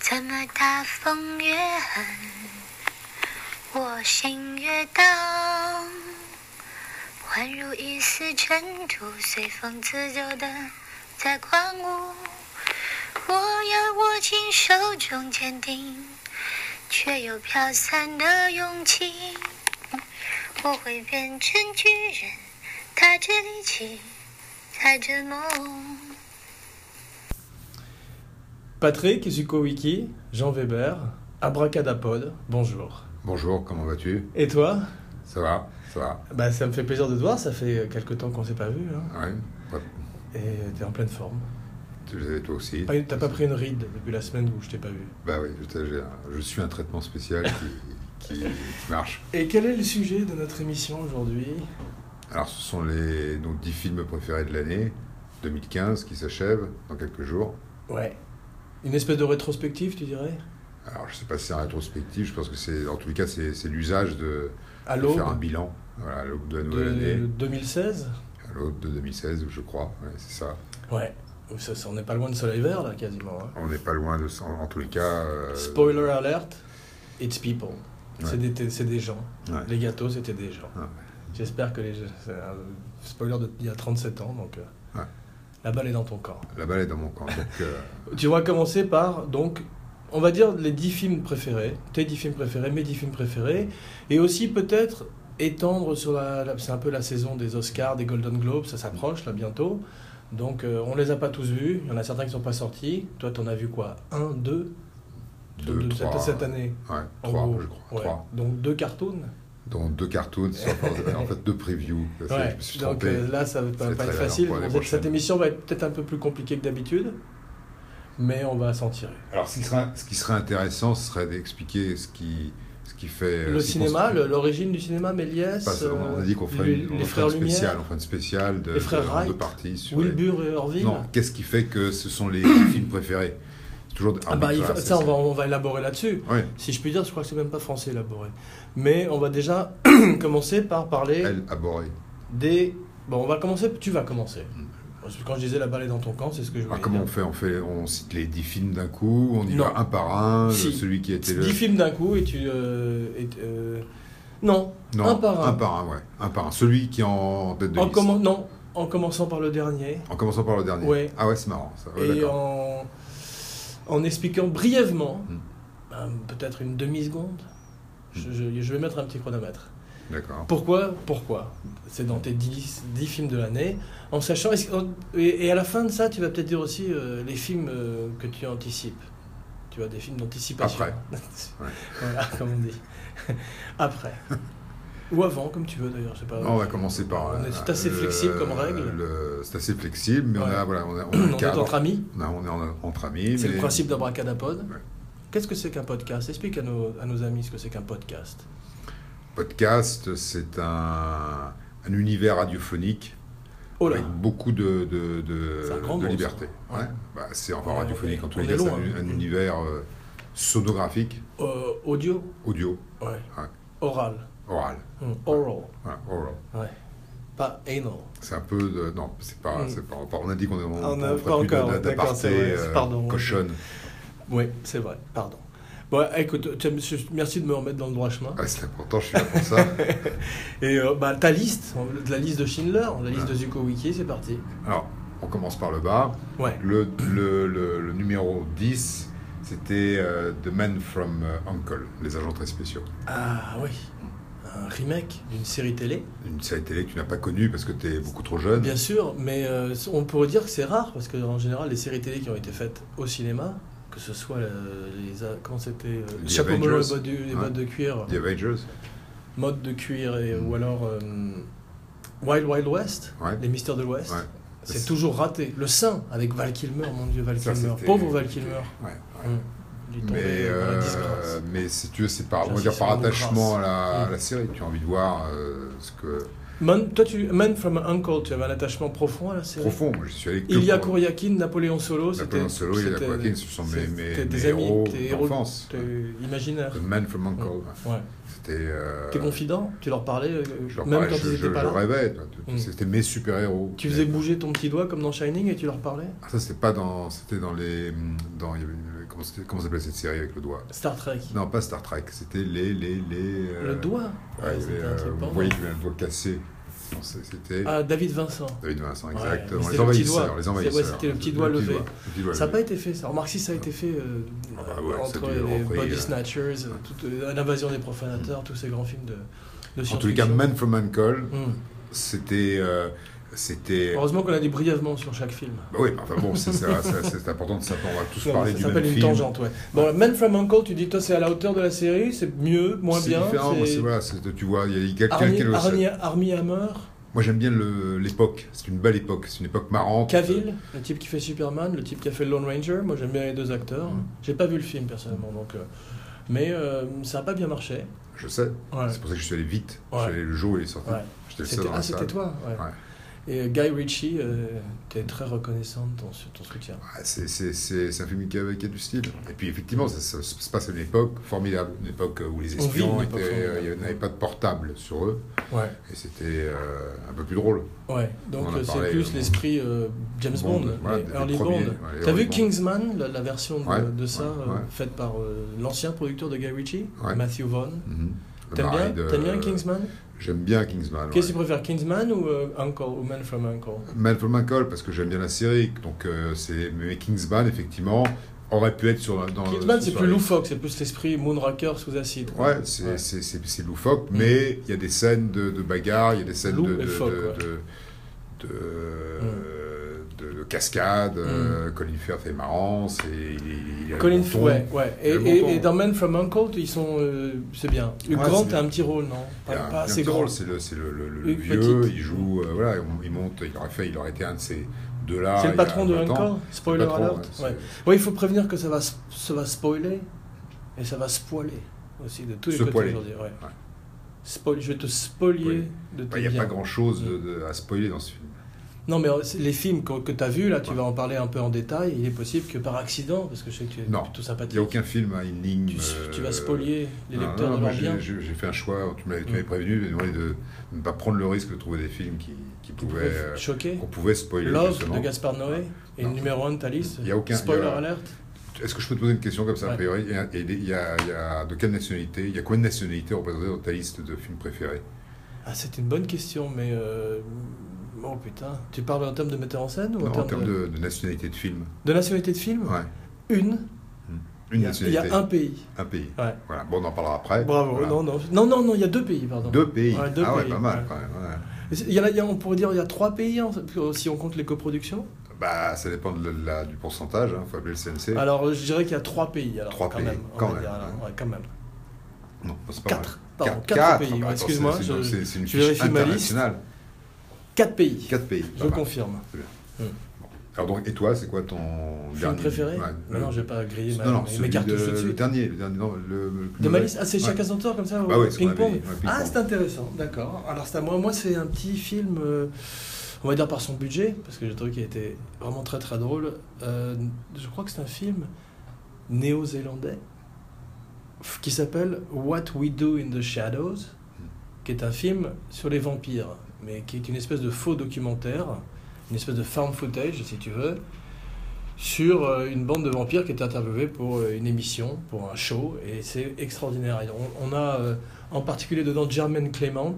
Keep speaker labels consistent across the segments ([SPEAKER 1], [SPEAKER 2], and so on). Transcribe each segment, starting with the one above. [SPEAKER 1] 怎么大风越狠，我心越荡？宛如一丝尘土，随风自由的在狂舞。我要握紧手中坚定，却又飘散的勇气。我会变成巨人，踏着力气，踩着梦。
[SPEAKER 2] Patrick Zukowicki, Jean Weber, Abracadapod, bonjour.
[SPEAKER 3] Bonjour, comment vas-tu
[SPEAKER 2] Et toi
[SPEAKER 3] Ça va Ça va
[SPEAKER 2] Bah ça me fait plaisir de te voir, ça fait euh, quelque temps qu'on s'est pas vu. hein.
[SPEAKER 3] Ouais, ouais,
[SPEAKER 2] Et euh, t'es en pleine forme.
[SPEAKER 3] tu les avais toi aussi
[SPEAKER 2] Pas- Ah, T'as pas pris une ride depuis la semaine où je t'ai pas vu.
[SPEAKER 3] Bah oui, je, t'ai- j'ai un- je suis un traitement spécial qui, qui- qui marche.
[SPEAKER 2] Et quel est le sujet de notre émission aujourd'hui
[SPEAKER 3] Alors, ce sont les nos 10 films préférés de l'année 2015 qui s'achève dans quelques jours.
[SPEAKER 2] Ouais. Une espèce de rétrospective, tu dirais
[SPEAKER 3] Alors, je sais pas si c'est un rétrospectif, je pense que c'est, en tous les cas, c'est, c'est l'usage de,
[SPEAKER 2] À
[SPEAKER 3] de
[SPEAKER 2] l'aube
[SPEAKER 3] faire un bilan voilà, à l'aube de la nouvelle
[SPEAKER 2] de
[SPEAKER 3] année,
[SPEAKER 2] 2016
[SPEAKER 3] à l'aube de 2016, je crois, ouais, c'est ça.
[SPEAKER 2] Ouais. Oh, ça- ça- on n'est pas loin de Soleil Vert, là, quasiment. hein.
[SPEAKER 3] On n'est pas loin de ça, en, en tous les cas. euh,
[SPEAKER 2] Spoiler alert, it's people. C'est
[SPEAKER 3] Ouais.
[SPEAKER 2] des, t- c'est des gens.
[SPEAKER 3] Ouais.
[SPEAKER 2] Les gâteaux, c'était des gens.
[SPEAKER 3] Ouais.
[SPEAKER 2] J'espère que les. c'est un spoiler de- il y a 37 ans, donc. euh,
[SPEAKER 3] Ouais.
[SPEAKER 2] La balle est dans ton camp.
[SPEAKER 3] La balle est dans mon camp. Donc, euh,
[SPEAKER 2] Tu vas commencer par, donc, on va dire les 10 films préférés, tes 10 films préférés, mes 10 films préférés, et aussi peut-être étendre sur la. la- c'est un peu la saison des Oscars, des Golden Globes, ça s'approche là bientôt. Donc, euh, on les a pas tous vus, il y en a certains qui sont pas sortis. Toi, t'en as vu quoi Un, deux
[SPEAKER 3] Deux,
[SPEAKER 2] Deux,
[SPEAKER 3] trois.
[SPEAKER 2] cette- cette année
[SPEAKER 3] ouais,
[SPEAKER 2] en
[SPEAKER 3] trois,
[SPEAKER 2] gros.
[SPEAKER 3] je crois.
[SPEAKER 2] Oh, Ouais.
[SPEAKER 3] Trois.
[SPEAKER 2] Donc deux cartoons.
[SPEAKER 3] dont deux cartoons, sur- en fait deux previews. Parce que Je me suis
[SPEAKER 2] Donc
[SPEAKER 3] trompé.
[SPEAKER 2] euh, là, ça va
[SPEAKER 3] C'est
[SPEAKER 2] pas, pas
[SPEAKER 3] très
[SPEAKER 2] être
[SPEAKER 3] bien
[SPEAKER 2] facile.
[SPEAKER 3] pour l'année
[SPEAKER 2] Cette- cette
[SPEAKER 3] prochaine.
[SPEAKER 2] émission va être peut-être un peu plus compliquée que d'habitude, mais on va s'en tirer.
[SPEAKER 3] Alors ce qui serait, ce qui serait intéressant, ce serait d'expliquer ce qui, ce qui fait.
[SPEAKER 2] le
[SPEAKER 3] euh, ce qui
[SPEAKER 2] cinéma,
[SPEAKER 3] constitue-
[SPEAKER 2] le- l'origine du cinéma, Méliès,
[SPEAKER 3] Parce qu'on- on a dit qu'on
[SPEAKER 2] euh,
[SPEAKER 3] ferait
[SPEAKER 2] les,
[SPEAKER 3] une, on
[SPEAKER 2] les
[SPEAKER 3] ferait
[SPEAKER 2] frères
[SPEAKER 3] une spéciale,
[SPEAKER 2] Lumière,
[SPEAKER 3] on ferait une spéciale de,
[SPEAKER 2] les frères
[SPEAKER 3] de- en
[SPEAKER 2] Wright,
[SPEAKER 3] deux parties sur les-
[SPEAKER 2] Wilbur et Orville.
[SPEAKER 3] Non, qu'est-ce qui fait que ce sont les films préférés C'est toujours
[SPEAKER 2] Ah bah, il faut- ça,
[SPEAKER 3] arbitraire,
[SPEAKER 2] on va, on va élaborer là-dessus.
[SPEAKER 3] Ouais.
[SPEAKER 2] Si je puis dire, je crois que c'est même pas français élaboré. Mais on va déjà commencer par parler
[SPEAKER 3] Elle aborée.
[SPEAKER 2] des. Bon, on va commencer. Tu vas commencer. Parce que Quand je disais la balle est dans ton camp, c'est ce que je voulais
[SPEAKER 3] Alors, Mm.
[SPEAKER 2] dire.
[SPEAKER 3] Ah, comment on fait, on fait On cite les 10 films d'un coup, on y
[SPEAKER 2] Non.
[SPEAKER 3] va un par un, le-
[SPEAKER 2] Si.
[SPEAKER 3] celui qui était le.
[SPEAKER 2] 10 films d'un coup et tu. euh, et, euh, Non,
[SPEAKER 3] Non,
[SPEAKER 2] un par un.
[SPEAKER 3] Un par un, ouais. Un par un. Celui qui est en tête de
[SPEAKER 2] en
[SPEAKER 3] liste.
[SPEAKER 2] commen- non, en commençant par le dernier
[SPEAKER 3] En commençant par le dernier.
[SPEAKER 2] Ouais.
[SPEAKER 3] Ah ouais, c'est marrant ça. Ouais,
[SPEAKER 2] et
[SPEAKER 3] d'accord.
[SPEAKER 2] en, en expliquant brièvement,
[SPEAKER 3] Mm.
[SPEAKER 2] euh, peut-être une demi-seconde, je,
[SPEAKER 3] Hmm.
[SPEAKER 2] je- je vais mettre un petit chronomètre.
[SPEAKER 3] D'accord.
[SPEAKER 2] Pourquoi Pourquoi C'est dans tes 10, 10 films de l'année, en sachant. est-ce que- et, et à la fin de ça, tu vas peut-être dire aussi euh, les films euh, que tu anticipes. Tu vois, des films d'anticipation.
[SPEAKER 3] Après. Ouais.
[SPEAKER 2] voilà, comme on dit. Après. Ou avant, comme tu veux d'ailleurs, je sais pas.
[SPEAKER 3] Non, on va commencer par.
[SPEAKER 2] On est-
[SPEAKER 3] euh,
[SPEAKER 2] c'est assez flexible comme règle.
[SPEAKER 3] le- c'est assez flexible, mais on
[SPEAKER 2] Ouais.
[SPEAKER 3] a voilà, on a, on a un
[SPEAKER 2] on est
[SPEAKER 3] cadre.
[SPEAKER 2] entre amis.
[SPEAKER 3] On a- on est en- entre amis.
[SPEAKER 2] C'est
[SPEAKER 3] mais-
[SPEAKER 2] le principe d'abracadapod.
[SPEAKER 3] Ouais.
[SPEAKER 2] Qu'est-ce que c'est qu'un podcast Explique à nos, à nos amis ce que c'est qu'un podcast.
[SPEAKER 3] Podcast, c'est un, un univers radiophonique
[SPEAKER 2] Oh là
[SPEAKER 3] avec beaucoup de de, de,
[SPEAKER 2] C'est un grand
[SPEAKER 3] de
[SPEAKER 2] mot,
[SPEAKER 3] liberté.
[SPEAKER 2] ça. Ouais.
[SPEAKER 3] Bah, c'est enfin
[SPEAKER 2] Ouais,
[SPEAKER 3] radiophonique en tous
[SPEAKER 2] on
[SPEAKER 3] les
[SPEAKER 2] est
[SPEAKER 3] cas, c'est un,
[SPEAKER 2] loin, hein.
[SPEAKER 3] un univers euh, sonographique,
[SPEAKER 2] Euh, Audio
[SPEAKER 3] audio,
[SPEAKER 2] ouais.
[SPEAKER 3] Ouais.
[SPEAKER 2] Oral.
[SPEAKER 3] oral.
[SPEAKER 2] Hmm, Oral.
[SPEAKER 3] Voilà, oral.
[SPEAKER 2] Ouais. Pas anal.
[SPEAKER 3] C'est un peu de- non, c'est pas,
[SPEAKER 2] Mm.
[SPEAKER 3] c'est pas- On a dit qu'on on,
[SPEAKER 2] Ah, On n'a
[SPEAKER 3] on ferait
[SPEAKER 2] pas
[SPEAKER 3] plus de-
[SPEAKER 2] encore,
[SPEAKER 3] de-
[SPEAKER 2] d'accord,
[SPEAKER 3] d'aparté,
[SPEAKER 2] c'est vrai, c'est-
[SPEAKER 3] euh,
[SPEAKER 2] pardon.
[SPEAKER 3] cochonne.
[SPEAKER 2] Oui, c'est vrai, pardon. Bon, écoute, tu as- merci de me remettre dans le droit chemin.
[SPEAKER 3] Ah, c'est important, je suis là pour ça.
[SPEAKER 2] Et euh, bah, ta liste, on- la liste de Schindler, la liste
[SPEAKER 3] Ouais.
[SPEAKER 2] de Zuko Wiki, c'est parti.
[SPEAKER 3] Alors, on commence par le bas.
[SPEAKER 2] Ouais.
[SPEAKER 3] Le, le, le- le numéro 10, c'était euh, The Men from euh, Uncle, les agents très spéciaux.
[SPEAKER 2] Ah oui, un remake d'une série télé.
[SPEAKER 3] Une série télé que tu n'as pas connue parce que tu es beaucoup trop jeune.
[SPEAKER 2] Bien sûr, mais euh, on pourrait dire que c'est rare parce que en général, les séries télé qui ont été faites au cinéma, que ce soit euh, les a- comment c'était euh,
[SPEAKER 3] The
[SPEAKER 2] chapeau melon et
[SPEAKER 3] Avengers.
[SPEAKER 2] bottes de- et
[SPEAKER 3] Ouais.
[SPEAKER 2] bottes de cuir,
[SPEAKER 3] The Avengers,
[SPEAKER 2] mode de cuir et
[SPEAKER 3] Mm.
[SPEAKER 2] ou alors euh, Wild Wild West,
[SPEAKER 3] Ouais.
[SPEAKER 2] les mystères de l'Ouest.
[SPEAKER 3] Ouais.
[SPEAKER 2] C'est
[SPEAKER 3] C'est-
[SPEAKER 2] toujours raté. Le Saint avec Val Kilmer, mon dieu Val
[SPEAKER 3] ça,
[SPEAKER 2] Kilmer,
[SPEAKER 3] c'était-
[SPEAKER 2] pauvre Val Kilmer.
[SPEAKER 3] Ouais, ouais.
[SPEAKER 2] Mm. Il est tombé
[SPEAKER 3] Mais,
[SPEAKER 2] dans la
[SPEAKER 3] euh,
[SPEAKER 2] disgrâce.
[SPEAKER 3] mais si tu veux, c'est par, on va dire
[SPEAKER 2] J'insiste
[SPEAKER 3] par
[SPEAKER 2] sur le mot
[SPEAKER 3] attachement à la,
[SPEAKER 2] grâce. Hmm.
[SPEAKER 3] à la série. Tu as envie de voir euh, ce que.
[SPEAKER 2] Man, toi tu Man from Uncle, tu avais un attachement profond à la série.
[SPEAKER 3] Profond, moi, je suis allé que.
[SPEAKER 2] Ilya
[SPEAKER 3] pour-
[SPEAKER 2] Kouriakin, Napoléon Solo, c'était
[SPEAKER 3] Napoléon Bah, Solo et
[SPEAKER 2] c'était-
[SPEAKER 3] Aquakin, ce sont mes, mes,
[SPEAKER 2] c'était
[SPEAKER 3] mes
[SPEAKER 2] des amis,
[SPEAKER 3] héros
[SPEAKER 2] tes héros
[SPEAKER 3] d'enfance. Euh,
[SPEAKER 2] t'es imaginaire.
[SPEAKER 3] The Men from Uncle.
[SPEAKER 2] Ouais.
[SPEAKER 3] C'était. euh,
[SPEAKER 2] T'es confident, tu leur parlais, euh,
[SPEAKER 3] Je leur
[SPEAKER 2] même
[SPEAKER 3] parlais,
[SPEAKER 2] quand
[SPEAKER 3] je,
[SPEAKER 2] ils
[SPEAKER 3] je-
[SPEAKER 2] étaient pas
[SPEAKER 3] je
[SPEAKER 2] là.
[SPEAKER 3] rêvais. toi. Tu-
[SPEAKER 2] Mm.
[SPEAKER 3] C'était mes super-héros.
[SPEAKER 2] Tu faisais bouger ton petit doigt comme dans Shining et tu leur parlais.
[SPEAKER 3] Ah, Ça, c'était pas dans. C'était dans les. hum, Dans, il y avait une- Comment, c'était- comment s'appelait cette série avec le doigt
[SPEAKER 2] Star Trek.
[SPEAKER 3] Non, pas Star Trek, c'était les. les, les
[SPEAKER 2] Le
[SPEAKER 3] euh,
[SPEAKER 2] doigt Ah,
[SPEAKER 3] ouais, il y
[SPEAKER 2] c'était
[SPEAKER 3] avait,
[SPEAKER 2] un
[SPEAKER 3] euh,
[SPEAKER 2] truc
[SPEAKER 3] Vous
[SPEAKER 2] porno.
[SPEAKER 3] voyez qu'il avait un doigt cassé. Non, c'est- C'était.
[SPEAKER 2] Ah, David Vincent.
[SPEAKER 3] David Vincent,
[SPEAKER 2] Ouais, mais
[SPEAKER 3] exactement. les
[SPEAKER 2] c'était le petit
[SPEAKER 3] envahisseurs,
[SPEAKER 2] doigt.
[SPEAKER 3] les
[SPEAKER 2] C'est- ouais,
[SPEAKER 3] envahisseurs.
[SPEAKER 2] c'était le petit doigt levé.
[SPEAKER 3] le petit doigt
[SPEAKER 2] Ça n'a
[SPEAKER 3] levé.
[SPEAKER 2] pas été fait, ça. Remarque si ça a été fait euh,
[SPEAKER 3] Ah bah ouais, ça a
[SPEAKER 2] entre
[SPEAKER 3] dû
[SPEAKER 2] les
[SPEAKER 3] repris,
[SPEAKER 2] Body
[SPEAKER 3] euh, Mm.
[SPEAKER 2] Snatchers, euh, toute, euh, l'invasion des profanateurs, tous ces grands films de, de
[SPEAKER 3] En tous les
[SPEAKER 2] science-fiction.
[SPEAKER 3] cas, Man from Uncle,
[SPEAKER 2] Hmm.
[SPEAKER 3] c'était. euh, c'était.
[SPEAKER 2] Heureusement qu'on a dit brièvement sur chaque film.
[SPEAKER 3] Bah oui, enfin bon, c'est ça- ça- c'est important de savoir. On va tous
[SPEAKER 2] Ouais,
[SPEAKER 3] parler
[SPEAKER 2] ça
[SPEAKER 3] du
[SPEAKER 2] s'appelle
[SPEAKER 3] même
[SPEAKER 2] une
[SPEAKER 3] film.
[SPEAKER 2] tangente, ouais. Bon, Man from Uncle, tu dis, toi, c'est à la hauteur de la série, c'est mieux, moins
[SPEAKER 3] c'est
[SPEAKER 2] bien.
[SPEAKER 3] différent, moi, c'est voilà, c'est- tu vois, il y a quelqu'un
[SPEAKER 2] Armie,
[SPEAKER 3] qui le sait.
[SPEAKER 2] Armie- Armie Hammer,
[SPEAKER 3] Moi j'aime bien le- l'époque, c'est une belle époque, c'est une époque marrante.
[SPEAKER 2] Cavill, le type qui fait Superman, le type qui a fait Lone Ranger. Moi, j'aime bien les deux acteurs.
[SPEAKER 3] Mhm.
[SPEAKER 2] J'ai pas vu le film personnellement, donc. euh, Mais euh, ça a pas bien marché.
[SPEAKER 3] Je sais,
[SPEAKER 2] Ouais.
[SPEAKER 3] c'est pour ça que je suis allé vite. Je
[SPEAKER 2] Ouais.
[SPEAKER 3] suis allé le jour où il est sorti.
[SPEAKER 2] Ouais.
[SPEAKER 3] J'étais le seul
[SPEAKER 2] C'était
[SPEAKER 3] dans la
[SPEAKER 2] ah, c'était
[SPEAKER 3] salle.
[SPEAKER 2] toi. ouais.
[SPEAKER 3] Ouais.
[SPEAKER 2] Et euh, Guy Ritchie, euh, t'es très reconnaissant de ton, ton soutien.
[SPEAKER 3] Ah, c'est- c'est- C'est c'est un film qui a, qui a du style. Et puis effectivement, ça, ça se passe à une époque formidable, une époque où les
[SPEAKER 2] On vit une
[SPEAKER 3] espions
[SPEAKER 2] époque
[SPEAKER 3] étaient-
[SPEAKER 2] formidable.
[SPEAKER 3] il y avait- n'avaient pas de portable sur eux,
[SPEAKER 2] Ouais.
[SPEAKER 3] et c'était euh, un peu plus drôle.
[SPEAKER 2] Ouais. Donc
[SPEAKER 3] On en a
[SPEAKER 2] euh, c'est
[SPEAKER 3] parlé,
[SPEAKER 2] plus
[SPEAKER 3] euh,
[SPEAKER 2] l'esprit euh, James Bond,
[SPEAKER 3] Bond, voilà,
[SPEAKER 2] les
[SPEAKER 3] des
[SPEAKER 2] early Bond.
[SPEAKER 3] premiers, ouais, les
[SPEAKER 2] T'as
[SPEAKER 3] early
[SPEAKER 2] vu
[SPEAKER 3] Bond.
[SPEAKER 2] Kingsman, la, la version de,
[SPEAKER 3] Ouais,
[SPEAKER 2] de ça,
[SPEAKER 3] ouais,
[SPEAKER 2] euh,
[SPEAKER 3] ouais.
[SPEAKER 2] faite par euh, l'ancien producteur de Guy Ritchie,
[SPEAKER 3] Ouais.
[SPEAKER 2] Matthew Vaughn.
[SPEAKER 3] Mhm. Le
[SPEAKER 2] T'aimes bien,
[SPEAKER 3] mari de-
[SPEAKER 2] t'aimes bien Kingsman
[SPEAKER 3] J'aime bien Kingsman.
[SPEAKER 2] Qu'est-ce que
[SPEAKER 3] ouais.
[SPEAKER 2] tu préfères, Kingsman ou euh, Uncle, ou Man from Uncle
[SPEAKER 3] Malcolm McCall, parce que j'aime bien la série, donc euh, c'est. Mais Kingsman, effectivement, aurait pu être sur. Dans,
[SPEAKER 2] Kingsman, c'est
[SPEAKER 3] sur
[SPEAKER 2] plus
[SPEAKER 3] les-
[SPEAKER 2] loufoque, c'est plus l'esprit Moonraker sous acide. quoi.
[SPEAKER 3] Ouais, c'est c'est- c'est- c'est loufoque, mais il y a des scènes de, de bagarre, il y a des scènes
[SPEAKER 2] Mm. Loup
[SPEAKER 3] de,
[SPEAKER 2] et
[SPEAKER 3] de,
[SPEAKER 2] phoque,
[SPEAKER 3] de,
[SPEAKER 2] ouais. Mm.
[SPEAKER 3] de- de- de- de cascade. euh, Colin Firth est marrant, c'est il, il a le
[SPEAKER 2] Colin
[SPEAKER 3] bon ton.
[SPEAKER 2] ouais, ouais. Et,
[SPEAKER 3] Le bon
[SPEAKER 2] et-
[SPEAKER 3] ton.
[SPEAKER 2] et dans Man from Uncle, ils sont, euh, c'est bien. Hugh
[SPEAKER 3] Ouais,
[SPEAKER 2] Grant
[SPEAKER 3] c'est
[SPEAKER 2] a un
[SPEAKER 3] bien.
[SPEAKER 2] petit rôle, non
[SPEAKER 3] Il
[SPEAKER 2] Pas,
[SPEAKER 3] a un- il a
[SPEAKER 2] pas
[SPEAKER 3] un
[SPEAKER 2] assez
[SPEAKER 3] petit
[SPEAKER 2] grand.
[SPEAKER 3] rôle, c'est le, c'est le, le- le
[SPEAKER 2] Une
[SPEAKER 3] vieux,
[SPEAKER 2] petite.
[SPEAKER 3] il joue, euh, voilà, on- il monte, il aurait fait, il aurait été un de ces deux-là.
[SPEAKER 2] C'est
[SPEAKER 3] Ah, il y a
[SPEAKER 2] le patron de
[SPEAKER 3] 20 ans.
[SPEAKER 2] Uncle.
[SPEAKER 3] Le
[SPEAKER 2] Spoiler
[SPEAKER 3] patron,
[SPEAKER 2] alert.
[SPEAKER 3] ouais,
[SPEAKER 2] Ouais. Oui, il faut prévenir que ça va, s- ça va spoiler et ça va spoiler aussi de tous les
[SPEAKER 3] Se
[SPEAKER 2] côtés
[SPEAKER 3] poiler.
[SPEAKER 2] aujourd'hui. ouais.
[SPEAKER 3] Ouais.
[SPEAKER 2] Spoil, je vais te spoiler
[SPEAKER 3] Spoiler.
[SPEAKER 2] de
[SPEAKER 3] Bah,
[SPEAKER 2] tes
[SPEAKER 3] Il n'y a
[SPEAKER 2] biens.
[SPEAKER 3] pas grand-chose de- de- à spoiler dans ce film.
[SPEAKER 2] Non, mais euh, c'est- les films que, tu as vus, là, tu
[SPEAKER 3] Ouais.
[SPEAKER 2] vas en parler un peu en détail. Il est possible que par accident, parce que je sais que tu es
[SPEAKER 3] Non.
[SPEAKER 2] plutôt
[SPEAKER 3] Il
[SPEAKER 2] sympathique,
[SPEAKER 3] n'y a aucun film à une ligne.
[SPEAKER 2] tu, tu vas
[SPEAKER 3] euh,
[SPEAKER 2] spolier les
[SPEAKER 3] Non,
[SPEAKER 2] lecteurs
[SPEAKER 3] non,
[SPEAKER 2] de
[SPEAKER 3] moi,
[SPEAKER 2] leur bien.
[SPEAKER 3] j'ai- J'ai j'ai fait un choix, tu m'avais tu
[SPEAKER 2] Mm.
[SPEAKER 3] m'avais prévenu, mais demandé de ne pas prendre le risque de trouver des films qui, qui pouvaient. euh,
[SPEAKER 2] choquer.
[SPEAKER 3] qu'on pouvait spoiler.
[SPEAKER 2] Love
[SPEAKER 3] justement.
[SPEAKER 2] de Gaspard Noé et
[SPEAKER 3] Non.
[SPEAKER 2] numéro 1 de ta liste.
[SPEAKER 3] Il y a aucun-
[SPEAKER 2] Spoiler
[SPEAKER 3] il y a-
[SPEAKER 2] alert.
[SPEAKER 3] Est-ce que je peux te poser une question comme ça,
[SPEAKER 2] Ouais.
[SPEAKER 3] a priori Et- et il y a, il y a de quelle nationalité Il y a combien de nationalités représentées dans ta liste de films préférés
[SPEAKER 2] Ah, c'est une bonne question, mais. euh, Oh putain. Tu parles en termes de metteur en scène ou
[SPEAKER 3] Non,
[SPEAKER 2] en
[SPEAKER 3] En
[SPEAKER 2] termes
[SPEAKER 3] termes
[SPEAKER 2] de...
[SPEAKER 3] de, de nationalité de film
[SPEAKER 2] de nationalité de film
[SPEAKER 3] Ouais.
[SPEAKER 2] Une. il,
[SPEAKER 3] Une
[SPEAKER 2] y a, il y
[SPEAKER 3] nationalité.
[SPEAKER 2] a un pays.
[SPEAKER 3] un... pays.
[SPEAKER 2] Ouais.
[SPEAKER 3] Voilà, bon, on en parlera après.
[SPEAKER 2] Bravo.
[SPEAKER 3] Voilà.
[SPEAKER 2] Non, non. Non, non, non, il y a deux pays, pardon.
[SPEAKER 3] Deux pays.
[SPEAKER 2] Ouais, deux
[SPEAKER 3] ah ouais,
[SPEAKER 2] pays,
[SPEAKER 3] pas mal
[SPEAKER 2] ouais.
[SPEAKER 3] quand même. ouais.
[SPEAKER 2] Mais c'est- Il y a, il y a- on pourrait dire il y a trois pays en- si on compte les coproductions.
[SPEAKER 3] Bah, ça dépend de la- du pourcentage, il faut appeler le CNC.
[SPEAKER 2] Alors je dirais qu'il y a trois pays. Alors,
[SPEAKER 3] Trois
[SPEAKER 2] quand
[SPEAKER 3] pays,
[SPEAKER 2] même. on
[SPEAKER 3] quand
[SPEAKER 2] va
[SPEAKER 3] même,
[SPEAKER 2] dire, alors,
[SPEAKER 3] hein.
[SPEAKER 2] ouais, quand même.
[SPEAKER 3] non, c'est pas
[SPEAKER 2] Quatre.
[SPEAKER 3] vrai.
[SPEAKER 2] Pardon,
[SPEAKER 3] Quatre-
[SPEAKER 2] quatre,
[SPEAKER 3] quatre,
[SPEAKER 2] pays.
[SPEAKER 3] ah bah,
[SPEAKER 2] ouais,
[SPEAKER 3] attends,
[SPEAKER 2] Excuse-moi.
[SPEAKER 3] c'est-
[SPEAKER 2] je-
[SPEAKER 3] C'est c'est une
[SPEAKER 2] je
[SPEAKER 3] fiche
[SPEAKER 2] vérifie ma liste.
[SPEAKER 3] internationale.
[SPEAKER 2] Quatre pays.
[SPEAKER 3] Quatre pays.
[SPEAKER 2] Je
[SPEAKER 3] pas mal.
[SPEAKER 2] confirme.
[SPEAKER 3] Alors donc, et toi, c'est quoi ton
[SPEAKER 2] Film
[SPEAKER 3] dernier
[SPEAKER 2] préféré
[SPEAKER 3] Ouais,
[SPEAKER 2] Non,
[SPEAKER 3] le-
[SPEAKER 2] non, je vais pas griller ma,
[SPEAKER 3] non, non,
[SPEAKER 2] mes-
[SPEAKER 3] celui
[SPEAKER 2] mes cartouches
[SPEAKER 3] de-
[SPEAKER 2] tout de
[SPEAKER 3] le
[SPEAKER 2] suite.
[SPEAKER 3] dernier, le dernier, non, le, le plus
[SPEAKER 2] De ma
[SPEAKER 3] mauvais.
[SPEAKER 2] liste Ah, c'est
[SPEAKER 3] Ouais.
[SPEAKER 2] chacun son tour comme ça
[SPEAKER 3] Bah
[SPEAKER 2] au
[SPEAKER 3] ouais, ce qu'on
[SPEAKER 2] ping-pong
[SPEAKER 3] avait dit, ouais, ping-pong.
[SPEAKER 2] Ah, c'est intéressant, d'accord. Alors, c'est à moi. Moi, c'est un petit film, euh, on va dire par son budget, parce que j'ai trouvé qu'il était vraiment très très drôle. Euh, je crois que c'est un film néo-zélandais f- qui s'appelle What We Do in the Shadows, qui est un film sur les vampires, mais qui est une espèce de faux documentaire, une espèce de farm footage, si tu veux, sur euh, une bande de vampires qui est interviewée pour euh, une émission, pour un show, et c'est extraordinaire. Et On, on a euh, en particulier dedans Jermaine Clement,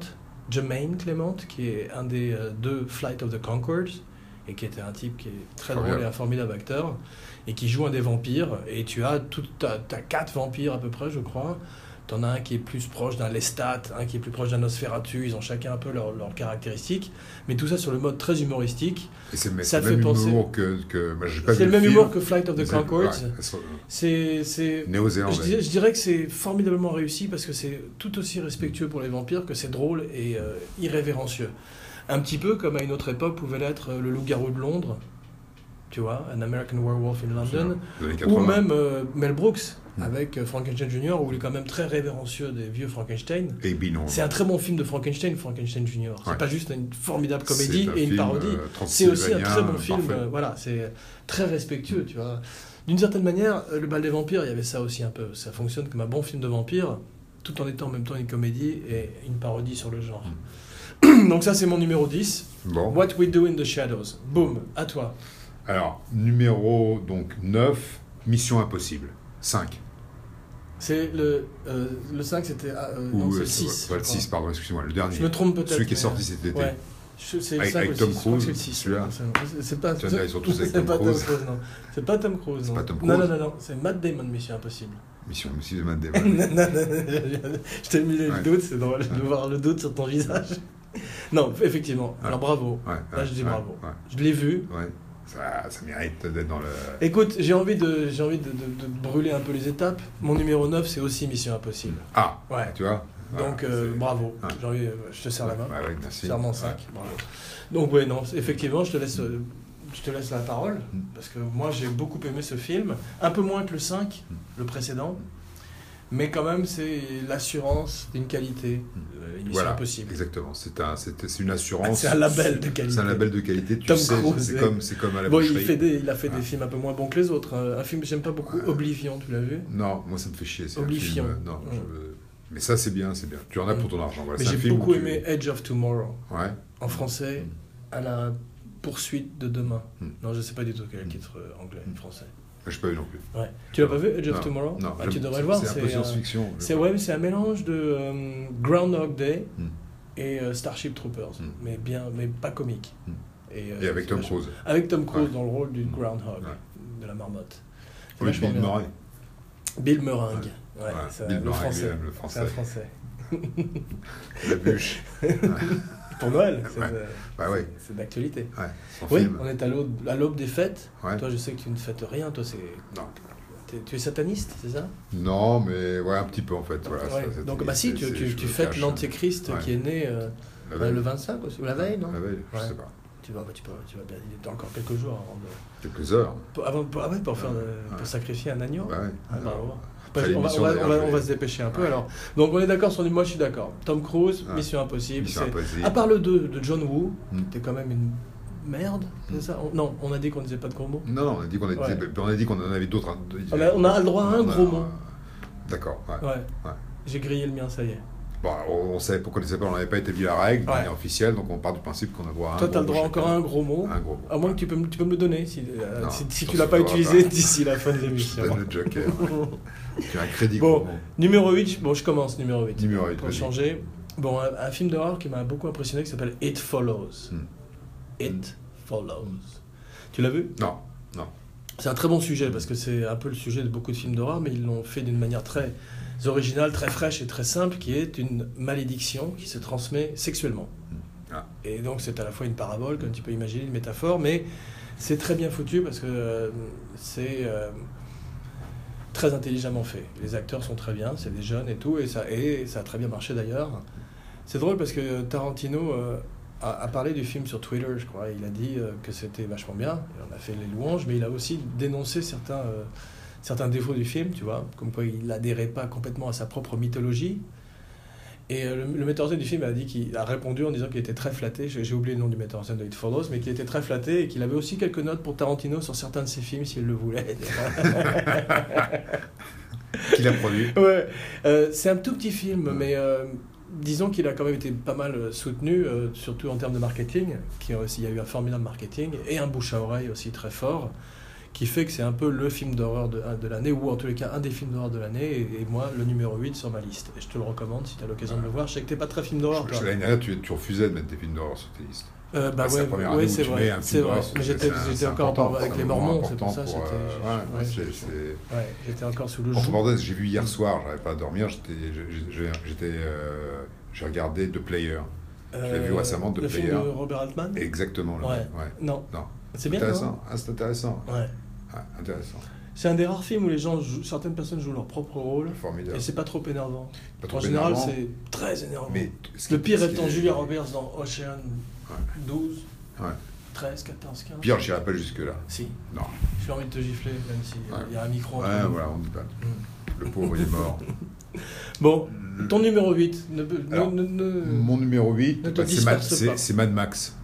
[SPEAKER 2] Jermaine Clement, qui est un des euh, deux Flight of the Concords, et qui était un type qui est très drôle et
[SPEAKER 3] Formidable.
[SPEAKER 2] un formidable acteur, et qui joue un des vampires, et tu as, tout, t'as- t'as quatre vampires à peu près, je crois. T'en as un qui est plus proche d'un Lestat, un qui est plus proche d'un Nosferatu, ils ont chacun un peu leurs leurs caractéristiques, mais tout ça sur le mode très humoristique.
[SPEAKER 3] Et c'est mais
[SPEAKER 2] Ça
[SPEAKER 3] c'est le même
[SPEAKER 2] fait penser-
[SPEAKER 3] humour que... que bah, j'ai pas
[SPEAKER 2] C'est
[SPEAKER 3] vu
[SPEAKER 2] le même
[SPEAKER 3] film,
[SPEAKER 2] humour que Flight of
[SPEAKER 3] mais
[SPEAKER 2] the
[SPEAKER 3] c'est-
[SPEAKER 2] Concords.
[SPEAKER 3] ouais, elles sont-
[SPEAKER 2] C'est, c'est, je,
[SPEAKER 3] Néo-zélandais.
[SPEAKER 2] dirais, je dirais que c'est formidablement réussi parce que c'est tout aussi respectueux pour les vampires que c'est drôle et euh, irrévérencieux. Un petit peu comme à une autre époque pouvait l'être euh, le loup-garou de Londres, tu vois, An American Werewolf in London,
[SPEAKER 3] Des années
[SPEAKER 2] ou
[SPEAKER 3] 80.
[SPEAKER 2] même euh, Mel Brooks
[SPEAKER 3] Mm.
[SPEAKER 2] avec euh, Frankenstein Jr. où il est quand même très révérencieux des vieux Frankenstein.
[SPEAKER 3] Et Binon.
[SPEAKER 2] C'est un très bon film de Frankenstein, Frankenstein Jr. C'est
[SPEAKER 3] Ouais.
[SPEAKER 2] pas juste une formidable comédie
[SPEAKER 3] C'est un
[SPEAKER 2] et une
[SPEAKER 3] film,
[SPEAKER 2] parodie.
[SPEAKER 3] euh,
[SPEAKER 2] C'est aussi un très bon
[SPEAKER 3] parfait.
[SPEAKER 2] film, euh, voilà, c'est très respectueux, tu vois. D'une certaine manière, euh, le bal des vampires, il y avait ça aussi un peu. Ça fonctionne comme un bon film de vampire, tout en étant en même temps une comédie et une parodie sur le genre. Donc ça, c'est mon numéro 10.
[SPEAKER 3] Mm. Bon.
[SPEAKER 2] What We Do in the Shadows. Boom, à toi.
[SPEAKER 3] Alors, numéro donc 9, Mission Impossible, 5.
[SPEAKER 2] C'est le, euh, le 5, c'était. ah, euh, non, c'est
[SPEAKER 3] euh,
[SPEAKER 2] le 6.
[SPEAKER 3] pas le 6, pardon, excusez-moi, le dernier.
[SPEAKER 2] Je me trompe peut-être.
[SPEAKER 3] Celui qui est
[SPEAKER 2] mais, euh,
[SPEAKER 3] sorti cet été.
[SPEAKER 2] Ouais. Je- C'est le
[SPEAKER 3] Avec-
[SPEAKER 2] 5
[SPEAKER 3] avec
[SPEAKER 2] ou le
[SPEAKER 3] Tom
[SPEAKER 2] 6, je crois que
[SPEAKER 3] Cruise,
[SPEAKER 2] c'est le 6.
[SPEAKER 3] celui-là.
[SPEAKER 2] C'est- C'est pas,
[SPEAKER 3] Tiens, ils sont tous avec
[SPEAKER 2] c'est
[SPEAKER 3] Tom
[SPEAKER 2] pas Tom
[SPEAKER 3] Cruise.
[SPEAKER 2] Cruise, non. C'est pas Tom Cruise,
[SPEAKER 3] C'est
[SPEAKER 2] non.
[SPEAKER 3] pas Tom
[SPEAKER 2] Non, non,
[SPEAKER 3] Cruise.
[SPEAKER 2] non, non, c'est Matt Damon, Mission Impossible.
[SPEAKER 3] Mission Impossible de Matt
[SPEAKER 2] Non,
[SPEAKER 3] Damon.
[SPEAKER 2] non, non, non, je t'ai mis le
[SPEAKER 3] Ouais.
[SPEAKER 2] doute, c'est drôle de
[SPEAKER 3] Ouais.
[SPEAKER 2] voir le doute sur ton visage. Non, effectivement.
[SPEAKER 3] Ouais.
[SPEAKER 2] Alors bravo.
[SPEAKER 3] Ouais,
[SPEAKER 2] Là, je dis bravo.
[SPEAKER 3] Ouais,
[SPEAKER 2] Je l'ai vu.
[SPEAKER 3] ouais. Ça, ça mérite d'être dans le.
[SPEAKER 2] Écoute, j'ai envie, de, j'ai envie de, de- de brûler un peu les étapes. Mon numéro 9, c'est aussi Mission Impossible.
[SPEAKER 3] Ah
[SPEAKER 2] Ouais.
[SPEAKER 3] Tu vois Voilà,
[SPEAKER 2] Donc euh,
[SPEAKER 3] c'est-
[SPEAKER 2] bravo.
[SPEAKER 3] Ouais.
[SPEAKER 2] J'ai envie- euh, je te serre la main.
[SPEAKER 3] Ouais, ouais, merci.
[SPEAKER 2] Serment
[SPEAKER 3] Ouais.
[SPEAKER 2] 5. Bravo. Donc ouais, non, effectivement, je te laisse, euh, je te laisse la parole,
[SPEAKER 3] Mm.
[SPEAKER 2] parce que moi j'ai beaucoup aimé ce film, un peu moins que le 5,
[SPEAKER 3] Mm.
[SPEAKER 2] le précédent, mais quand même c'est l'assurance d'une qualité, euh, une mission
[SPEAKER 3] Mm. Voilà.
[SPEAKER 2] impossible.
[SPEAKER 3] Exactement, c'est un, c'est c'est une assurance.
[SPEAKER 2] C'est un label de
[SPEAKER 3] C'est
[SPEAKER 2] qualité.
[SPEAKER 3] un label de qualité, tu
[SPEAKER 2] Tom
[SPEAKER 3] sais,
[SPEAKER 2] Cruise,
[SPEAKER 3] c'est
[SPEAKER 2] ouais.
[SPEAKER 3] comme, c'est comme à la
[SPEAKER 2] Bon, il,
[SPEAKER 3] boucherie.
[SPEAKER 2] fait des, il a fait
[SPEAKER 3] Ouais.
[SPEAKER 2] des films un peu moins bons que les autres. hein. Un un film que j'aime pas beaucoup,
[SPEAKER 3] Ouais.
[SPEAKER 2] Oblivion, tu l'as vu
[SPEAKER 3] Non, moi ça me fait chier. c'est un
[SPEAKER 2] Oblifiant.
[SPEAKER 3] film, euh, non, je
[SPEAKER 2] Mm.
[SPEAKER 3] veux- Mais ça c'est bien, c'est bien. Tu en as pour ton argent. Voilà,
[SPEAKER 2] Mais
[SPEAKER 3] c'est un
[SPEAKER 2] j'ai
[SPEAKER 3] film où
[SPEAKER 2] beaucoup
[SPEAKER 3] tu-
[SPEAKER 2] aimé Edge of Tomorrow,
[SPEAKER 3] Ouais.
[SPEAKER 2] en français, à la poursuite de demain.
[SPEAKER 3] Mm.
[SPEAKER 2] Non, je sais pas du tout quel est le
[SPEAKER 3] Mm.
[SPEAKER 2] titre euh, anglais,
[SPEAKER 3] Mm.
[SPEAKER 2] français.
[SPEAKER 3] Je peux pas vu non plus.
[SPEAKER 2] Ouais. Tu l'as pas vu, Edge of
[SPEAKER 3] Euh, Non,
[SPEAKER 2] Tomorrow
[SPEAKER 3] Non,
[SPEAKER 2] Ah,
[SPEAKER 3] j'aime-
[SPEAKER 2] Tu devrais
[SPEAKER 3] c'est-
[SPEAKER 2] le voir.
[SPEAKER 3] C'est un peu
[SPEAKER 2] C'est un,
[SPEAKER 3] science-fiction. je
[SPEAKER 2] c'est-
[SPEAKER 3] crois.
[SPEAKER 2] ouais, mais c'est un mélange de euh, Groundhog Day
[SPEAKER 3] Mm.
[SPEAKER 2] et euh, Starship Troopers,
[SPEAKER 3] Mm.
[SPEAKER 2] mais bien, mais pas comique.
[SPEAKER 3] Mm.
[SPEAKER 2] euh,
[SPEAKER 3] Et avec
[SPEAKER 2] c'est
[SPEAKER 3] Tom
[SPEAKER 2] vachement-
[SPEAKER 3] Cruise.
[SPEAKER 2] Avec Tom Cruise
[SPEAKER 3] Ouais.
[SPEAKER 2] dans le rôle du
[SPEAKER 3] Mm.
[SPEAKER 2] Groundhog,
[SPEAKER 3] Ouais.
[SPEAKER 2] de la marmotte. C'est
[SPEAKER 3] Oui,
[SPEAKER 2] vachement
[SPEAKER 3] Bill
[SPEAKER 2] bien.
[SPEAKER 3] Murray.
[SPEAKER 2] Bill Meringue. Ouais,
[SPEAKER 3] Ouais,
[SPEAKER 2] c'est
[SPEAKER 3] Bill
[SPEAKER 2] un- le
[SPEAKER 3] Murray,
[SPEAKER 2] français.
[SPEAKER 3] lui-même, le
[SPEAKER 2] C'est un
[SPEAKER 3] français.
[SPEAKER 2] français.
[SPEAKER 3] La bûche.
[SPEAKER 2] Pour Noël, c'est
[SPEAKER 3] Ouais.
[SPEAKER 2] de-
[SPEAKER 3] Bah ouais,
[SPEAKER 2] c'est- c'est d'actualité.
[SPEAKER 3] ouais. Son
[SPEAKER 2] Oui,
[SPEAKER 3] film.
[SPEAKER 2] on est à l'aube à l'aube des fêtes.
[SPEAKER 3] Ouais.
[SPEAKER 2] Toi, je sais que tu ne fêtes rien. Toi, c'est
[SPEAKER 3] Non.
[SPEAKER 2] t'es- tu es sataniste, c'est ça
[SPEAKER 3] Non, mais ouais, un petit peu en fait. Voilà,
[SPEAKER 2] Ouais.
[SPEAKER 3] ça, c'est-
[SPEAKER 2] Donc, bah
[SPEAKER 3] c'est-
[SPEAKER 2] si, tu,
[SPEAKER 3] c'est-
[SPEAKER 2] tu,
[SPEAKER 3] je
[SPEAKER 2] tu
[SPEAKER 3] me
[SPEAKER 2] fêtes
[SPEAKER 3] cache.
[SPEAKER 2] l'antéchrist
[SPEAKER 3] Ouais.
[SPEAKER 2] qui est né euh,
[SPEAKER 3] La
[SPEAKER 2] le
[SPEAKER 3] veille. Euh,
[SPEAKER 2] 25, aussi, ou la veille, non
[SPEAKER 3] La veille, je
[SPEAKER 2] Ouais.
[SPEAKER 3] sais pas.
[SPEAKER 2] Tu vas, bah, tu, peux, tu vas bien, il est encore quelques jours avant de.
[SPEAKER 3] Quelques heures.
[SPEAKER 2] Pour, avant, pour, ah ouais, pour, faire, euh,
[SPEAKER 3] Ouais.
[SPEAKER 2] pour sacrifier un agneau
[SPEAKER 3] Ouais.
[SPEAKER 2] Ah, bah, ouais. Bah, on,
[SPEAKER 3] Après
[SPEAKER 2] va,
[SPEAKER 3] l'émission,
[SPEAKER 2] on, va,
[SPEAKER 3] d'ailleurs,
[SPEAKER 2] on va-
[SPEAKER 3] je vais-
[SPEAKER 2] on va se dépêcher un peu
[SPEAKER 3] Ouais.
[SPEAKER 2] alors. Donc on est d'accord sur. Moi je suis d'accord. Tom Cruise,
[SPEAKER 3] Ouais.
[SPEAKER 2] Mission Impossible.
[SPEAKER 3] Mission
[SPEAKER 2] c'est- Ah,
[SPEAKER 3] Impossible.
[SPEAKER 2] À part le 2 de John Woo,
[SPEAKER 3] Mm.
[SPEAKER 2] qui était quand même une merde, c'est ça On- Non, on a dit qu'on disait pas de gros mots.
[SPEAKER 3] Non, non, on a dit qu'on était-
[SPEAKER 2] Ouais.
[SPEAKER 3] on a dit qu'on en avait d'autres. hein.
[SPEAKER 2] On a, on a le droit à un
[SPEAKER 3] On a-
[SPEAKER 2] gros mot.
[SPEAKER 3] D'accord. ouais.
[SPEAKER 2] Ouais.
[SPEAKER 3] Ouais.
[SPEAKER 2] J'ai grillé le mien, ça y est.
[SPEAKER 3] Bon, alors, Bah, on savait pourquoi on pas, on n'avait pas établi la règle de
[SPEAKER 2] Ouais.
[SPEAKER 3] manière officielle, donc on part du principe qu'on a droit à un
[SPEAKER 2] Toi, t'as
[SPEAKER 3] gros
[SPEAKER 2] le droit
[SPEAKER 3] mot
[SPEAKER 2] encore à
[SPEAKER 3] chacun.
[SPEAKER 2] un gros mot.
[SPEAKER 3] Un gros mot.
[SPEAKER 2] À moins que tu peux, me- tu peux me le donner si, euh,
[SPEAKER 3] Non,
[SPEAKER 2] si, si tu
[SPEAKER 3] je pense
[SPEAKER 2] l'as
[SPEAKER 3] que
[SPEAKER 2] pas
[SPEAKER 3] je l'aurai
[SPEAKER 2] utilisé
[SPEAKER 3] pas.
[SPEAKER 2] d'ici la fin de
[SPEAKER 3] Je
[SPEAKER 2] l'émission.
[SPEAKER 3] te donne le joker. ouais. tu as un crédit
[SPEAKER 2] Bon.
[SPEAKER 3] gros mot.
[SPEAKER 2] Numéro 8, bon, je commence, numéro 8.
[SPEAKER 3] Numéro 8,
[SPEAKER 2] Pour
[SPEAKER 3] vas-y.
[SPEAKER 2] changer. Bon, un, un film d'horreur qui m'a beaucoup impressionné qui s'appelle It Follows.
[SPEAKER 3] Hmm.
[SPEAKER 2] It Follows. Tu l'as vu
[SPEAKER 3] Non, non.
[SPEAKER 2] C'est un très bon sujet parce que c'est un peu le sujet de beaucoup de films d'horreur, mais ils l'ont fait d'une manière très originale, très fraîche et très simple, qui est une malédiction qui se transmet sexuellement.
[SPEAKER 3] Ah.
[SPEAKER 2] Et donc c'est à la fois une parabole, comme tu peux imaginer, une métaphore, mais c'est très bien foutu parce que euh, c'est euh, très intelligemment fait. Les acteurs sont très bien, c'est des jeunes et tout, et ça, et ça a très bien marché d'ailleurs. C'est drôle parce que Tarantino euh, a, a parlé du film sur Twitter, je crois. Il a dit euh, que c'était vachement bien. Il en a fait les louanges, mais il a aussi dénoncé certains, euh, certains défauts du film, tu vois. Comme quoi il n'adhérait pas complètement à sa propre mythologie. Et euh, le, le metteur en scène du film a, dit qu'il a répondu en disant qu'il était très flatté. J'ai j'ai oublié le nom du metteur en scène de It Follows, mais qu'il était très flatté et qu'il avait aussi quelques notes pour Tarantino sur certains de ses films s'il le voulait.
[SPEAKER 3] Qui l'a produit
[SPEAKER 2] Ouais, Euh, c'est un tout petit film, mais euh, disons qu'il a quand même été pas mal euh, soutenu, euh, surtout en termes de marketing. Qui, euh, il y a eu un formidable marketing et un bouche à oreille aussi très fort, qui fait que c'est un peu le film d'horreur de, de l'année, ou en tous les cas un des films d'horreur de l'année, et, et moi le numéro 8 sur ma liste. Et je te le recommande si tu as l'occasion de le voir. Je sais que t'es pas très film d'horreur,
[SPEAKER 3] Je-
[SPEAKER 2] toi.
[SPEAKER 3] je- L'année dernière, tu, tu refusais de mettre des films d'horreur sur tes listes.
[SPEAKER 2] Euh, bah
[SPEAKER 3] Ah, c'est
[SPEAKER 2] ouais,
[SPEAKER 3] la première
[SPEAKER 2] ouais,
[SPEAKER 3] année où
[SPEAKER 2] c'est
[SPEAKER 3] tu mets un
[SPEAKER 2] vrai,
[SPEAKER 3] film
[SPEAKER 2] c'est vrai.
[SPEAKER 3] d'horreur sur
[SPEAKER 2] Mais
[SPEAKER 3] tes
[SPEAKER 2] j'étais
[SPEAKER 3] listes. C'est-
[SPEAKER 2] j'étais
[SPEAKER 3] c'est
[SPEAKER 2] encore
[SPEAKER 3] important,
[SPEAKER 2] par- avec
[SPEAKER 3] c'est
[SPEAKER 2] les
[SPEAKER 3] un moment
[SPEAKER 2] Mormons, c'est pour ça.
[SPEAKER 3] important
[SPEAKER 2] C'était,
[SPEAKER 3] pour, euh, ouais,
[SPEAKER 2] ouais,
[SPEAKER 3] c'est-
[SPEAKER 2] je-
[SPEAKER 3] c'est-
[SPEAKER 2] ouais, j'étais encore sous le
[SPEAKER 3] Entre
[SPEAKER 2] joug.
[SPEAKER 3] parenthèses, j'ai vu hier soir, j'arrivais pas à dormir, j'étais, j'ai- j'ai- j'étais, euh, j'ai regardé The Player. l'ai vu
[SPEAKER 2] Euh,
[SPEAKER 3] récemment hein. de
[SPEAKER 2] le film
[SPEAKER 3] Player.
[SPEAKER 2] de Robert Altman.
[SPEAKER 3] Exactement. Là.
[SPEAKER 2] Ouais.
[SPEAKER 3] ouais.
[SPEAKER 2] Non.
[SPEAKER 3] Non.
[SPEAKER 2] C'est bien. hein.
[SPEAKER 3] Intéressant. Ah, c'est intéressant.
[SPEAKER 2] non ouais.
[SPEAKER 3] Ah, intéressant.
[SPEAKER 2] C'est un des rares films où les gens jouent- certaines personnes jouent leur propre rôle
[SPEAKER 3] Formidable.
[SPEAKER 2] et c'est pas trop énervant.
[SPEAKER 3] Pas trop
[SPEAKER 2] en général,
[SPEAKER 3] énervant,
[SPEAKER 2] c'est très énervant.
[SPEAKER 3] mais t- ce qui-
[SPEAKER 2] le pire
[SPEAKER 3] ce qui
[SPEAKER 2] étant
[SPEAKER 3] est-
[SPEAKER 2] Julia Roberts dans Ocean 12,
[SPEAKER 3] Ouais.
[SPEAKER 2] 13, 14, 15.
[SPEAKER 3] Pire, j'irai pas jusque-là.
[SPEAKER 2] Si,
[SPEAKER 3] Non.
[SPEAKER 2] j'ai envie de te gifler, même s'il
[SPEAKER 3] Ouais.
[SPEAKER 2] y a un micro. entre
[SPEAKER 3] Ouais,
[SPEAKER 2] nous.
[SPEAKER 3] voilà, on dit pas. Le pauvre, il est mort.
[SPEAKER 2] Bon, ton numéro 8. Ne, ne-
[SPEAKER 3] Mm. Alors,
[SPEAKER 2] ne- ne-
[SPEAKER 3] Mon numéro 8,
[SPEAKER 2] Ne te
[SPEAKER 3] c'est, Mad,
[SPEAKER 2] disperse pas.
[SPEAKER 3] c'est, c'est Mad Max.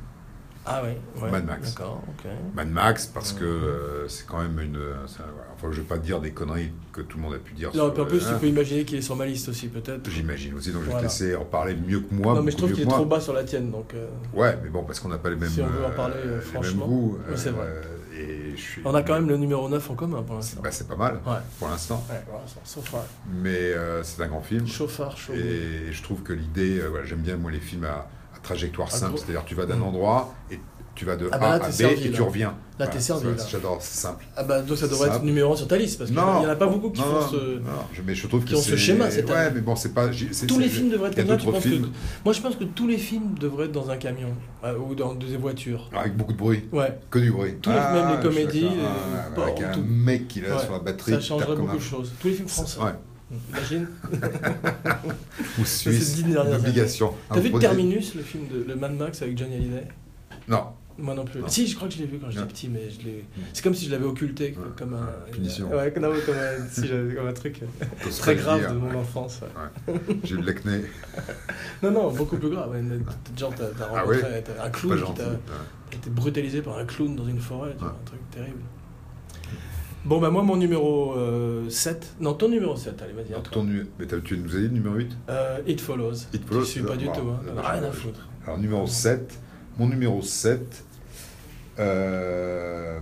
[SPEAKER 2] Ah ouais, ouais,
[SPEAKER 3] Mad Max.
[SPEAKER 2] D'accord, ok.
[SPEAKER 3] Mad Max,
[SPEAKER 2] Mm.
[SPEAKER 3] parce que euh, c'est quand même une. ça, voilà. Enfin, je vais pas dire des conneries que tout le monde a pu dire.
[SPEAKER 2] Non, et
[SPEAKER 3] sur,
[SPEAKER 2] puis en plus,
[SPEAKER 3] euh,
[SPEAKER 2] tu peux imaginer qu'il est sur ma liste aussi, peut-être.
[SPEAKER 3] J'imagine aussi, donc je vais
[SPEAKER 2] Voilà.
[SPEAKER 3] te laisser en parler mieux que moi.
[SPEAKER 2] non, mais je
[SPEAKER 3] beaucoup
[SPEAKER 2] trouve
[SPEAKER 3] mieux
[SPEAKER 2] qu'il est
[SPEAKER 3] que moi.
[SPEAKER 2] trop bas sur la tienne, donc. euh,
[SPEAKER 3] Ouais, mais bon, parce qu'on n'a pas les mêmes.
[SPEAKER 2] Si on veut en parler, euh,
[SPEAKER 3] les mêmes
[SPEAKER 2] franchement.
[SPEAKER 3] goûts,
[SPEAKER 2] Oui, c'est vrai.
[SPEAKER 3] euh, et suis-
[SPEAKER 2] On a quand même le numéro 9 en commun pour l'instant.
[SPEAKER 3] Bah, c'est pas mal
[SPEAKER 2] Ouais.
[SPEAKER 3] pour l'instant,
[SPEAKER 2] Ouais, pour l'instant, so far.
[SPEAKER 3] mais euh, c'est un grand film.
[SPEAKER 2] Chauffard, chaud.
[SPEAKER 3] Et je trouve que l'idée, euh, voilà, j'aime bien moi les films à, à trajectoire
[SPEAKER 2] Ah,
[SPEAKER 3] simple,
[SPEAKER 2] gros.
[SPEAKER 3] c'est-à-dire tu vas d'un
[SPEAKER 2] Mm.
[SPEAKER 3] endroit et tu vas de
[SPEAKER 2] Ah,
[SPEAKER 3] A
[SPEAKER 2] bah là,
[SPEAKER 3] à
[SPEAKER 2] t'es
[SPEAKER 3] B
[SPEAKER 2] servi,
[SPEAKER 3] et tu
[SPEAKER 2] là.
[SPEAKER 3] reviens.
[SPEAKER 2] Là, t'es servi,
[SPEAKER 3] ça,
[SPEAKER 2] là.
[SPEAKER 3] J'adore, c'est simple.
[SPEAKER 2] Ah bah donc ça devrait
[SPEAKER 3] Ça.
[SPEAKER 2] être numéro 1 sur ta liste parce qu'il n'y
[SPEAKER 3] Non.
[SPEAKER 2] en a pas beaucoup qui
[SPEAKER 3] non,
[SPEAKER 2] font
[SPEAKER 3] non,
[SPEAKER 2] ce.
[SPEAKER 3] non, je- mais je trouve
[SPEAKER 2] qui
[SPEAKER 3] que
[SPEAKER 2] ont ce
[SPEAKER 3] c'est-
[SPEAKER 2] schéma, cette
[SPEAKER 3] Ouais,
[SPEAKER 2] année.
[SPEAKER 3] mais bon, c'est pas. j'ai- c'est-
[SPEAKER 2] Tous les
[SPEAKER 3] c'est-
[SPEAKER 2] films devraient être
[SPEAKER 3] il y a
[SPEAKER 2] comme ça. tu
[SPEAKER 3] d'autres
[SPEAKER 2] penses
[SPEAKER 3] films
[SPEAKER 2] que- Moi je pense que tous les films devraient être dans un camion euh, ou dans des voitures.
[SPEAKER 3] avec beaucoup de bruit,
[SPEAKER 2] Ouais,
[SPEAKER 3] que du bruit.
[SPEAKER 2] Tous les- même les
[SPEAKER 3] je suis
[SPEAKER 2] comédies,
[SPEAKER 3] d'accord.
[SPEAKER 2] les-
[SPEAKER 3] Ah, ouais, avec
[SPEAKER 2] bon,
[SPEAKER 3] un
[SPEAKER 2] tout.
[SPEAKER 3] mec qui l'a
[SPEAKER 2] Ouais.
[SPEAKER 3] sur la batterie.
[SPEAKER 2] ça
[SPEAKER 3] qui tape
[SPEAKER 2] changerait
[SPEAKER 3] comme
[SPEAKER 2] beaucoup
[SPEAKER 3] un-
[SPEAKER 2] de choses. Tous les films français.
[SPEAKER 3] Ouais.
[SPEAKER 2] Imagine.
[SPEAKER 3] Ou
[SPEAKER 2] c'est
[SPEAKER 3] suisse,
[SPEAKER 2] dix dernières
[SPEAKER 3] d'obligation.
[SPEAKER 2] T'as vu Terminus, le film de le Mad Max avec Johnny Hallyday
[SPEAKER 3] Non,
[SPEAKER 2] Moi non plus.
[SPEAKER 3] Non.
[SPEAKER 2] Si, je crois que je l'ai vu quand j'étais
[SPEAKER 3] Non.
[SPEAKER 2] petit, mais je l'ai.
[SPEAKER 3] Mm.
[SPEAKER 2] C'est comme si je l'avais occulté,
[SPEAKER 3] Ouais.
[SPEAKER 2] comme un.
[SPEAKER 3] Punition.
[SPEAKER 2] Ouais, non, comme un, si j'avais- comme un truc euh,
[SPEAKER 3] faut se
[SPEAKER 2] très
[SPEAKER 3] le
[SPEAKER 2] grave
[SPEAKER 3] dire.
[SPEAKER 2] de mon enfance. ouais.
[SPEAKER 3] J'ai eu de l'acné.
[SPEAKER 2] Non, non, beaucoup plus grave. ouais, mais Genre, t'as t'as
[SPEAKER 3] Ah
[SPEAKER 2] rencontré t'as un
[SPEAKER 3] Pas
[SPEAKER 2] clown qui
[SPEAKER 3] gentil.
[SPEAKER 2] t'a
[SPEAKER 3] Ouais.
[SPEAKER 2] t'as été brutalisé par un clown dans une forêt, tu vois,
[SPEAKER 3] Ouais.
[SPEAKER 2] un truc terrible. Bon, bah, moi, mon numéro euh, 7. Non, ton numéro 7, allez, vas-y. à
[SPEAKER 3] Alors,
[SPEAKER 2] toi.
[SPEAKER 3] ton nu- Mais t'as- tu nous as dit le numéro 8
[SPEAKER 2] Euh, It Follows.
[SPEAKER 3] It Follows,
[SPEAKER 2] Je suis pas
[SPEAKER 3] euh,
[SPEAKER 2] du
[SPEAKER 3] bah,
[SPEAKER 2] tout, hein.
[SPEAKER 3] euh,
[SPEAKER 2] rien à
[SPEAKER 3] je-
[SPEAKER 2] foutre.
[SPEAKER 3] Alors, numéro 7, mon numéro 7, euh,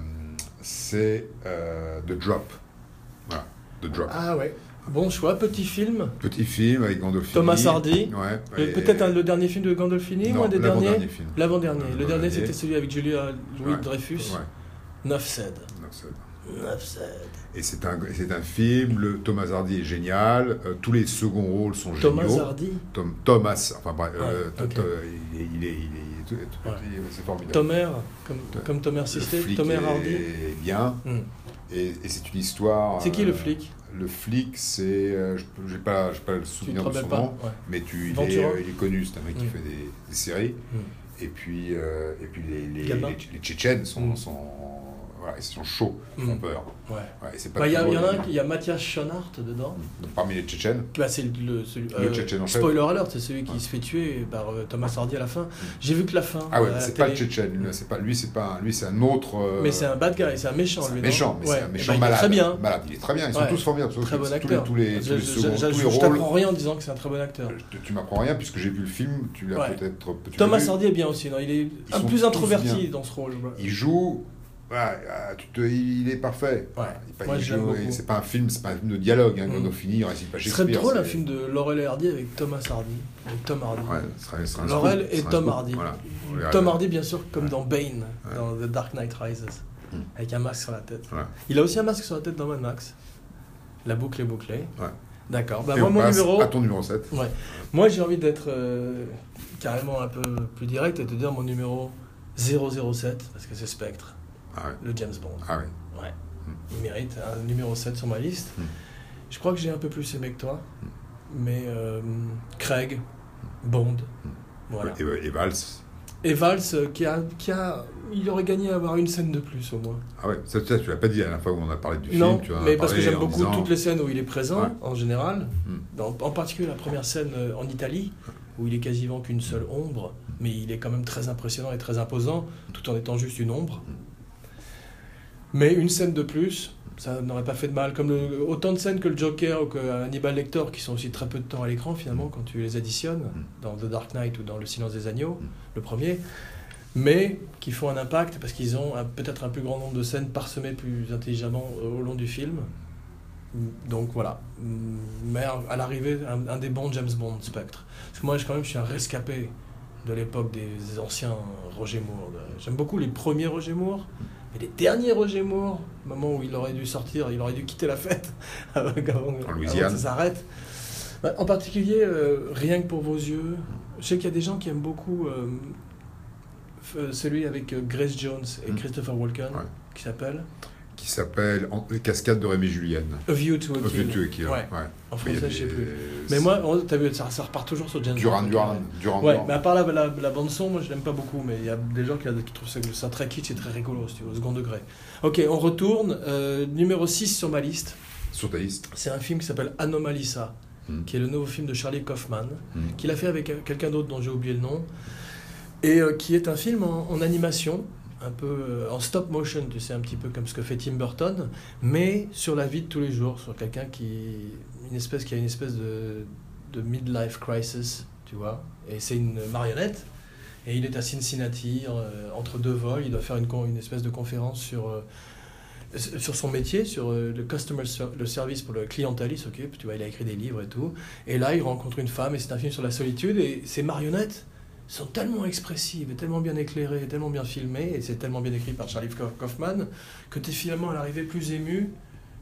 [SPEAKER 3] c'est euh, The Drop. Voilà, The Drop.
[SPEAKER 2] Ah ouais. Bon choix, petit film.
[SPEAKER 3] Petit film avec Gandolfini.
[SPEAKER 2] Thomas Hardy.
[SPEAKER 3] Ouais.
[SPEAKER 2] Et
[SPEAKER 3] et-
[SPEAKER 2] Peut-être un- le dernier film de Gandolfini ou
[SPEAKER 3] Non,
[SPEAKER 2] un des
[SPEAKER 3] l'avant-dernier
[SPEAKER 2] derniers
[SPEAKER 3] film.
[SPEAKER 2] L'avant-dernier. Le dernier,
[SPEAKER 3] L'avant-dernier.
[SPEAKER 2] c'était celui avec Julia Louis
[SPEAKER 3] Ouais.
[SPEAKER 2] Dreyfus.
[SPEAKER 3] Ouais,
[SPEAKER 2] 9 cèdes.
[SPEAKER 3] non, c'est-
[SPEAKER 2] 9 cèdes.
[SPEAKER 3] Et c'est un, c'est un film, le Thomas Hardy est génial, euh, tous les seconds rôles sont
[SPEAKER 2] Thomas
[SPEAKER 3] géniaux.
[SPEAKER 2] Hardy
[SPEAKER 3] Tom, Thomas, enfin bref, euh,
[SPEAKER 2] Ouais,
[SPEAKER 3] to- to- il est, il est, il est-
[SPEAKER 2] Ouais.
[SPEAKER 3] il est- c'est formidable.
[SPEAKER 2] Tomer, comme,
[SPEAKER 3] Ouais.
[SPEAKER 2] comme Tomer
[SPEAKER 3] Le
[SPEAKER 2] Sisté,
[SPEAKER 3] flic
[SPEAKER 2] Tomer
[SPEAKER 3] est
[SPEAKER 2] Hardy.
[SPEAKER 3] bien,
[SPEAKER 2] Hmm.
[SPEAKER 3] et, et c'est une histoire.
[SPEAKER 2] C'est qui le
[SPEAKER 3] euh,
[SPEAKER 2] flic
[SPEAKER 3] Le flic, c'est. euh, je n'ai pas, j'ai pas le
[SPEAKER 2] Tu te
[SPEAKER 3] souvenir de son
[SPEAKER 2] rappelles pas
[SPEAKER 3] nom,
[SPEAKER 2] Ouais.
[SPEAKER 3] mais tu, il, est,
[SPEAKER 2] Ventura
[SPEAKER 3] euh, il est connu, c'est un mec qui
[SPEAKER 2] Mm.
[SPEAKER 3] fait des, des séries. Et puis, euh, et puis les, les,
[SPEAKER 2] Gamin.
[SPEAKER 3] les, les Tchétchènes sont,
[SPEAKER 2] Mm.
[SPEAKER 3] sont, voilà, ils sont chauds, ils
[SPEAKER 2] Mm.
[SPEAKER 3] font peur.
[SPEAKER 2] Ouais.
[SPEAKER 3] Ouais, et c'est
[SPEAKER 2] Il
[SPEAKER 3] pas
[SPEAKER 2] y, a-
[SPEAKER 3] toujours
[SPEAKER 2] y en a
[SPEAKER 3] les-
[SPEAKER 2] un, il y a Mathias Schoenhardt dedans.
[SPEAKER 3] Donc, parmi les Tchétchènes,
[SPEAKER 2] Bah, c'est le, celui,
[SPEAKER 3] Le Tchétchène en chef.
[SPEAKER 2] spoiler alert, c'est celui qui
[SPEAKER 3] Ouais. Mm.
[SPEAKER 2] se fait tuer par euh, Thomas Hardy à la fin. J'ai vu que la fin.
[SPEAKER 3] ah ouais,
[SPEAKER 2] euh, à la
[SPEAKER 3] c'est pas le
[SPEAKER 2] télé.
[SPEAKER 3] Tchétchène, lui,
[SPEAKER 2] Mm.
[SPEAKER 3] c'est pas, lui, c'est pas, un- lui, c'est un autre. euh,
[SPEAKER 2] Mais c'est un bad guy, c'est un méchant.
[SPEAKER 3] c'est un
[SPEAKER 2] lui, non
[SPEAKER 3] méchant, mais
[SPEAKER 2] Ouais.
[SPEAKER 3] c'est un
[SPEAKER 2] Eh ben,
[SPEAKER 3] méchant
[SPEAKER 2] il est
[SPEAKER 3] malade.
[SPEAKER 2] Très bien.
[SPEAKER 3] Malade, il est très bien. Ils sont
[SPEAKER 2] Ouais.
[SPEAKER 3] tous formidables. sauf
[SPEAKER 2] Très
[SPEAKER 3] que
[SPEAKER 2] bon
[SPEAKER 3] tous les-
[SPEAKER 2] acteur.
[SPEAKER 3] Tous les, tous
[SPEAKER 2] Je-
[SPEAKER 3] les,
[SPEAKER 2] je-
[SPEAKER 3] seconds,
[SPEAKER 2] je-
[SPEAKER 3] tous les
[SPEAKER 2] je
[SPEAKER 3] rôles.
[SPEAKER 2] t'apprends rien en disant que c'est un très bon acteur.
[SPEAKER 3] Je- Tu m'apprends rien puisque j'ai vu le film, tu l'as
[SPEAKER 2] Ouais.
[SPEAKER 3] peut-être peut
[SPEAKER 2] Thomas Hardy est bien aussi, non, il est un
[SPEAKER 3] sont
[SPEAKER 2] plus
[SPEAKER 3] tous
[SPEAKER 2] introverti
[SPEAKER 3] bien.
[SPEAKER 2] dans ce rôle. ouais.
[SPEAKER 3] Il joue, voilà, ah, tu te- il est parfait.
[SPEAKER 2] Ouais.
[SPEAKER 3] Il est pas-
[SPEAKER 2] Moi,
[SPEAKER 3] il
[SPEAKER 2] je l'aime
[SPEAKER 3] joue,
[SPEAKER 2] beaucoup.
[SPEAKER 3] et C'est pas un film, c'est pas un film de dialogue. Hein,
[SPEAKER 2] Mm.
[SPEAKER 3] Gandolfini, il récite pas
[SPEAKER 2] Ce
[SPEAKER 3] Shakespeare.
[SPEAKER 2] serait drôle un
[SPEAKER 3] c'est-
[SPEAKER 2] film de Laurel et Hardy avec Thomas Hardy. Avec Tom Hardy.
[SPEAKER 3] Ouais, ce serait- ce serait un
[SPEAKER 2] Laurel
[SPEAKER 3] scoop,
[SPEAKER 2] et
[SPEAKER 3] ce serait un
[SPEAKER 2] Tom
[SPEAKER 3] scoop,
[SPEAKER 2] Hardy.
[SPEAKER 3] voilà. On verra
[SPEAKER 2] Tom
[SPEAKER 3] bien.
[SPEAKER 2] Hardy, bien sûr, comme
[SPEAKER 3] Ouais.
[SPEAKER 2] dans Bane,
[SPEAKER 3] Ouais.
[SPEAKER 2] dans The Dark Knight Rises,
[SPEAKER 3] Hmm.
[SPEAKER 2] avec un masque sur la tête.
[SPEAKER 3] Voilà.
[SPEAKER 2] Il a aussi un masque sur la tête dans Mad Max. La boucle est bouclée.
[SPEAKER 3] Ouais.
[SPEAKER 2] D'accord. Bah,
[SPEAKER 3] Et
[SPEAKER 2] moi,
[SPEAKER 3] on
[SPEAKER 2] mon
[SPEAKER 3] passe
[SPEAKER 2] numéro,
[SPEAKER 3] À ton numéro 7.
[SPEAKER 2] moi, j'ai envie d'être euh, carrément un peu plus direct et te dire mon numéro 007, parce que c'est Spectre,
[SPEAKER 3] Ah ouais.
[SPEAKER 2] le James Bond.
[SPEAKER 3] Ah ouais.
[SPEAKER 2] Ouais.
[SPEAKER 3] Hmm.
[SPEAKER 2] Il mérite un numéro 7 sur ma liste.
[SPEAKER 3] Hmm.
[SPEAKER 2] Je crois que j'ai un peu plus aimé que toi, mais euh, Craig, Bond,
[SPEAKER 3] Hmm.
[SPEAKER 2] voilà.
[SPEAKER 3] Et, euh, et Valls.
[SPEAKER 2] Et Valls, euh, qui a, qui a, il aurait gagné à avoir une scène de plus au moins.
[SPEAKER 3] Ah ouais, ça, ça, tu l'as pas dit la dernière fois où on a parlé du
[SPEAKER 2] non,
[SPEAKER 3] film. Tu en as
[SPEAKER 2] mais parce
[SPEAKER 3] parlé
[SPEAKER 2] que j'aime
[SPEAKER 3] en
[SPEAKER 2] beaucoup
[SPEAKER 3] disant-
[SPEAKER 2] toutes les scènes où il est présent,
[SPEAKER 3] Ouais.
[SPEAKER 2] en général.
[SPEAKER 3] Hmm.
[SPEAKER 2] Dans- en particulier la première scène euh, en Italie, où il est quasiment qu'une seule ombre, mais il est quand même très impressionnant et très imposant, tout en étant juste une ombre. Mais une scène de plus, ça n'aurait pas fait de mal. Comme le- autant de scènes que le Joker ou que Hannibal Lecter, qui sont aussi très peu de temps à l'écran finalement, quand tu les additionnes, dans The Dark Knight ou dans Le Silence des Agneaux, le premier, mais qui font un impact parce qu'ils ont un- peut-être un plus grand nombre de scènes parsemées plus intelligemment euh, au long du film. Donc voilà. Mm, Mais à l'arrivée, un, un des bons James Bond, Spectre. Parce que moi, je, quand même, je suis un rescapé de l'époque des anciens Roger Moore. de- J'aime beaucoup les premiers Roger Moore, mais les derniers Roger Moore, au moment où il aurait dû sortir, il aurait dû quitter la fête avant, avant
[SPEAKER 3] En
[SPEAKER 2] que
[SPEAKER 3] Louisiane.
[SPEAKER 2] ça s'arrête. Bah, en particulier, euh, rien que pour vos yeux, je sais qu'il y a des gens qui aiment beaucoup euh, f- celui avec euh, Grace Jones et
[SPEAKER 3] Mm.
[SPEAKER 2] Christopher Walken,
[SPEAKER 3] Ouais.
[SPEAKER 2] qui s'appelle
[SPEAKER 3] Qui s'appelle En- Les Cascades de Rémi Julienne.
[SPEAKER 2] A View to a
[SPEAKER 3] Parce que
[SPEAKER 2] Kill.
[SPEAKER 3] tu es qui là
[SPEAKER 2] Ouais. En
[SPEAKER 3] Il y a
[SPEAKER 2] français, je sais
[SPEAKER 3] des-
[SPEAKER 2] plus. Mais moi, on- t'as vu, ça, ça repart toujours sur James
[SPEAKER 3] Duran
[SPEAKER 2] Bond.
[SPEAKER 3] Duran. Duran
[SPEAKER 2] Ouais, bah-
[SPEAKER 3] Duran.
[SPEAKER 2] mais à part la, la, la bande son, moi je l'aime pas beaucoup, mais il y a des gens qui, qui trouvent ça, ça très kitsch et très rigolo, si tu veux, au second degré. Ok, on retourne. euh, numéro 6 sur ma liste,
[SPEAKER 3] Sur ta liste.
[SPEAKER 2] c'est un film qui s'appelle Anomalisa,
[SPEAKER 3] Mm.
[SPEAKER 2] qui est le nouveau film de Charlie Kaufman,
[SPEAKER 3] Mm.
[SPEAKER 2] qu'il a fait avec euh, quelqu'un d'autre dont j'ai oublié le nom, et euh, qui est un film en, en animation, un peu euh, en stop motion, tu sais, un petit peu comme ce que fait Tim Burton, mais sur la vie de tous les jours, sur quelqu'un qui, une espèce, qui a une espèce de, de midlife crisis, tu vois, et c'est une marionnette. Et il est à Cincinnati, euh, entre deux vols, il doit faire une, con- une espèce de conférence sur euh, s- sur son métier, sur euh, le customer ser- le service pour le clientèle, il s'occupe, tu vois, il a écrit des livres et tout. Et là, il rencontre une femme et c'est un film sur la solitude et ses marionnettes sont tellement expressives, et tellement bien éclairées, et tellement bien filmées et c'est tellement bien écrit par Charlie Kauf- Kaufman que tu es finalement à l'arrivée plus ému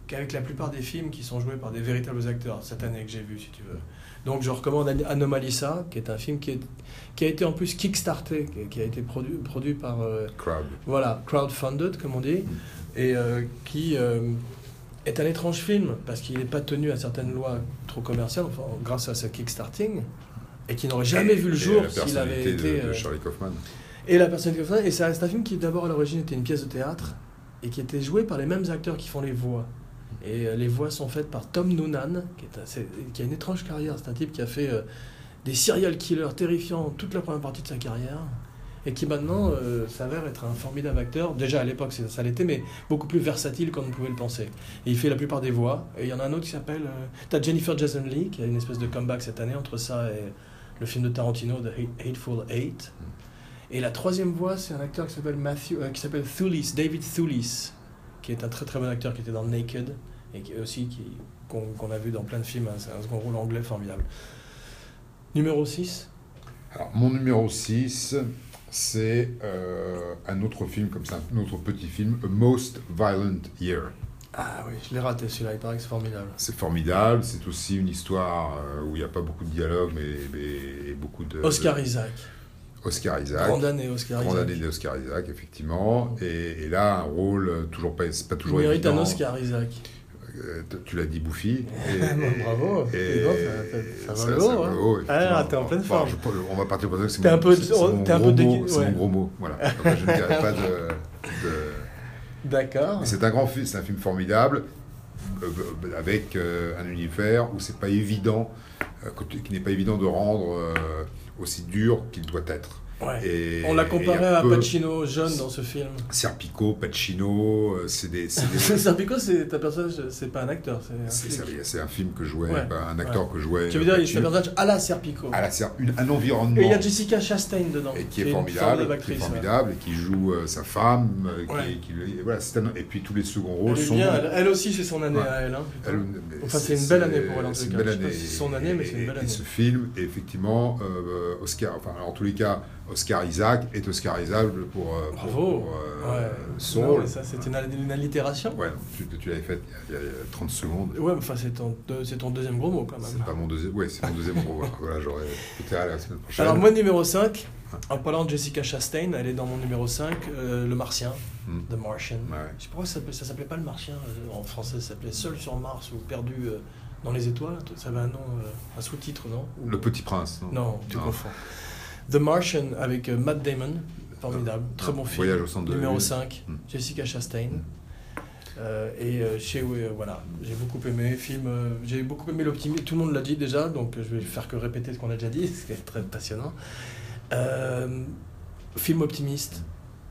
[SPEAKER 2] qu'avec la plupart des films qui sont joués par des véritables acteurs cette année que j'ai vu, si tu veux. Donc je recommande An- Anomalisa, qui est un film qui, est, qui a été en plus kickstarté, qui- qui a été produit, produit par euh,
[SPEAKER 3] Crowd.
[SPEAKER 2] voilà, crowdfunded, comme on dit, et euh, qui euh, est un étrange film, parce qu'il n'est pas tenu à certaines lois trop commerciales, enfin, grâce à ce kickstarting, et qui n'aurait jamais vu le
[SPEAKER 3] Et
[SPEAKER 2] jour
[SPEAKER 3] la
[SPEAKER 2] s'il avait
[SPEAKER 3] personnalité
[SPEAKER 2] été...
[SPEAKER 3] de, de
[SPEAKER 2] euh,
[SPEAKER 3] Charlie Kaufman.
[SPEAKER 2] et la personne qui fait ça, et ça reste un film qui d'abord à l'origine était une pièce de théâtre, et qui était jouée par les mêmes acteurs qui font les voix. Et euh, les voix sont faites par Tom Noonan, qui, est assez- qui a une étrange carrière. C'est un type qui a fait euh, des serial killers terrifiants toute la première partie de sa carrière, et qui maintenant euh, s'avère être un formidable acteur. Déjà à l'époque, c'est- ça l'était, mais beaucoup plus versatile qu'on ne pouvait le penser. Et il fait la plupart des voix. Et il y en a un autre qui s'appelle. euh, T'as Jennifer Jason Lee, qui a une espèce de comeback cette année entre ça et le film de Tarantino, The Hate- Hateful Eight. Et la troisième voix, c'est un acteur qui s'appelle Matthew, euh, qui s'appelle Thulis, David Thulis, qui est un très très bon acteur qui était dans Naked et qui aussi qui qu'on qu'on a vu dans plein de films, hein. c'est un second rôle anglais formidable. Numéro 6
[SPEAKER 3] Alors, mon numéro 6, c'est euh, un autre film, comme ça, un autre petit film, A Most Violent Year.
[SPEAKER 2] Ah oui, je l'ai raté celui-là, il paraît que c'est formidable.
[SPEAKER 3] C'est formidable, c'est aussi une histoire euh, où il n'y a pas beaucoup de dialogue, mais, mais beaucoup de.
[SPEAKER 2] Euh, Oscar
[SPEAKER 3] de-
[SPEAKER 2] Isaac,
[SPEAKER 3] Oscar Isaac.
[SPEAKER 2] grande année Oscar
[SPEAKER 3] Grande
[SPEAKER 2] Isaac.
[SPEAKER 3] année d'Oscar Isaac, effectivement. Et, et là, un rôle euh, toujours pas, c'est pas
[SPEAKER 2] Il
[SPEAKER 3] toujours
[SPEAKER 2] mérite un
[SPEAKER 3] évident.
[SPEAKER 2] Oscar Isaac.
[SPEAKER 3] Euh, t- tu l'as dit, Bouffi.
[SPEAKER 2] Bah, Bravo. Dis donc, ça- ça- ça va le haut, hein.
[SPEAKER 3] effectivement.
[SPEAKER 2] Ah, t'es en pleine
[SPEAKER 3] Enfin,
[SPEAKER 2] forme.
[SPEAKER 3] je- on va partir pour ça que c'est
[SPEAKER 2] T'es
[SPEAKER 3] mon,
[SPEAKER 2] un peu-
[SPEAKER 3] c'est- c'est mon
[SPEAKER 2] t'es un peu
[SPEAKER 3] gros
[SPEAKER 2] dégueu-
[SPEAKER 3] mot, c'est
[SPEAKER 2] ouais.
[SPEAKER 3] mon gros mot. Voilà. Après, je ne dirai pas de. de-
[SPEAKER 2] D'accord.
[SPEAKER 3] Mais c'est un grand film, c'est un film formidable, euh, euh, avec euh, un univers où c'est pas évident, euh, que tu- qu'il n'est pas évident de rendre euh, aussi dur qu'il doit être.
[SPEAKER 2] Ouais.
[SPEAKER 3] Et,
[SPEAKER 2] On l'a
[SPEAKER 3] et il y
[SPEAKER 2] comparé
[SPEAKER 3] a
[SPEAKER 2] à
[SPEAKER 3] peu-
[SPEAKER 2] Pacino jeune dans ce film.
[SPEAKER 3] Serpico, Pacino, euh, c'est des, c'est des-
[SPEAKER 2] Serpico, c'est un personnage, c'est pas un acteur, Ah, c'est un
[SPEAKER 3] c'est-
[SPEAKER 2] flic.
[SPEAKER 3] c'est- c'est un film que jouait,
[SPEAKER 2] Ouais,
[SPEAKER 3] bah, un acteur que jouait.
[SPEAKER 2] Tu veux dire, il fait un
[SPEAKER 3] Pacino.
[SPEAKER 2] personnage à la Serpico.
[SPEAKER 3] à la ser- une- un environnement
[SPEAKER 2] Et il y a Jessica Chastain dedans.
[SPEAKER 3] et qui est
[SPEAKER 2] une
[SPEAKER 3] formidable, qui est
[SPEAKER 2] actrice, ouais.
[SPEAKER 3] formidable, et qui joue euh, sa femme, euh, qui-
[SPEAKER 2] Ouais.
[SPEAKER 3] qui, et voilà, c'est un- et puis tous les seconds
[SPEAKER 2] Elle,
[SPEAKER 3] rôles
[SPEAKER 2] est
[SPEAKER 3] sont.
[SPEAKER 2] bien, elle, elle aussi, c'est son année
[SPEAKER 3] Ouais.
[SPEAKER 2] à elle. hein, putain.
[SPEAKER 3] Elle- mais
[SPEAKER 2] Enfin, c'est une belle année pour elle, en
[SPEAKER 3] c'est
[SPEAKER 2] tout cas.
[SPEAKER 3] une belle
[SPEAKER 2] Je sais pas
[SPEAKER 3] année.
[SPEAKER 2] si c'est son année, mais c'est une
[SPEAKER 3] Et-
[SPEAKER 2] belle
[SPEAKER 3] et
[SPEAKER 2] année.
[SPEAKER 3] ce film, est effectivement, euh, Oscar, enfin, en tous les cas, Oscar Isaac est oscarisable pour, euh, pour-
[SPEAKER 2] Bravo.
[SPEAKER 3] pour, euh,
[SPEAKER 2] Ouais.
[SPEAKER 3] son
[SPEAKER 2] Non,
[SPEAKER 3] rôle.
[SPEAKER 2] mais ça, c'est une, une allitération.
[SPEAKER 3] Ouais, tu, tu l'avais fait il y, a, il y a 30 secondes.
[SPEAKER 2] Ouais, mais enfin, c'est ton, deux- c'est ton deuxième gros mot quand même.
[SPEAKER 3] C'est pas mon deuxième. Ouais, c'est mon deuxième rôle. Voilà, j'aurais peut-être à la semaine prochaine.
[SPEAKER 2] Alors, moi, numéro 5, en parlant de Jessica Chastain, elle est dans mon numéro 5, euh, Le Martien,
[SPEAKER 3] Hmm.
[SPEAKER 2] The Martian.
[SPEAKER 3] Ouais.
[SPEAKER 2] Je sais pas pourquoi ça s'appelait- ça s'appelait pas Le Martien euh, en français, ça s'appelait Seul sur Mars ou Perdu euh, dans les étoiles. Ça avait un nom, euh, un sous-titre, non Ou-
[SPEAKER 3] Le Petit Prince. Non,
[SPEAKER 2] Non, tu confonds. The Martian avec euh, Matt Damon, formidable, très bon film.
[SPEAKER 3] Ah, Voyage au centre de la
[SPEAKER 2] Numéro
[SPEAKER 3] Lune.
[SPEAKER 2] 5,
[SPEAKER 3] Mm.
[SPEAKER 2] Jessica Chastain.
[SPEAKER 3] Mm.
[SPEAKER 2] Euh, et euh, chez euh, voilà, j'ai beaucoup aimé film, euh, j'ai beaucoup aimé l'optimisme, tout le monde l'a dit déjà, donc euh, je vais faire que répéter ce qu'on a déjà dit, ce qui est très passionnant. Euh, film optimiste,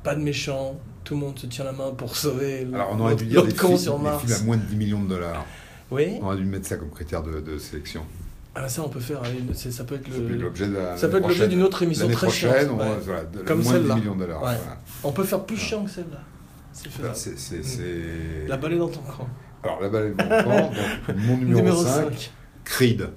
[SPEAKER 2] pas de méchants, tout le monde se tient la main pour sauver l-
[SPEAKER 3] Alors on aurait dû dire
[SPEAKER 2] l'autre
[SPEAKER 3] des
[SPEAKER 2] con
[SPEAKER 3] films,
[SPEAKER 2] sur
[SPEAKER 3] des
[SPEAKER 2] Mars.
[SPEAKER 3] films à moins de 10 millions de dollars.
[SPEAKER 2] Oui,
[SPEAKER 3] On aurait dû mettre ça comme critère de, de sélection.
[SPEAKER 2] Ah, ben ça on peut faire, euh, une- c'est- ça peut être
[SPEAKER 3] Ça peut être
[SPEAKER 2] le...
[SPEAKER 3] l'objet de la-
[SPEAKER 2] ça peut être
[SPEAKER 3] l'année
[SPEAKER 2] l'objet
[SPEAKER 3] prochaine.
[SPEAKER 2] d'une autre émission
[SPEAKER 3] L'année
[SPEAKER 2] très chiante,
[SPEAKER 3] prochaine, on-
[SPEAKER 2] ouais.
[SPEAKER 3] voilà, de-
[SPEAKER 2] Comme
[SPEAKER 3] moins de 10
[SPEAKER 2] celle-là.
[SPEAKER 3] millions de dollars.
[SPEAKER 2] Ouais.
[SPEAKER 3] voilà.
[SPEAKER 2] On peut faire plus chiant que celle-là. C'est
[SPEAKER 3] Voilà,
[SPEAKER 2] faisable.
[SPEAKER 3] Bah, c'est- c'est- c'est-
[SPEAKER 2] Mm. La balle est dans ton camp.
[SPEAKER 3] Alors la balle est dans le camp, donc, mon numéro, 5,
[SPEAKER 2] cinq.
[SPEAKER 3] Creed.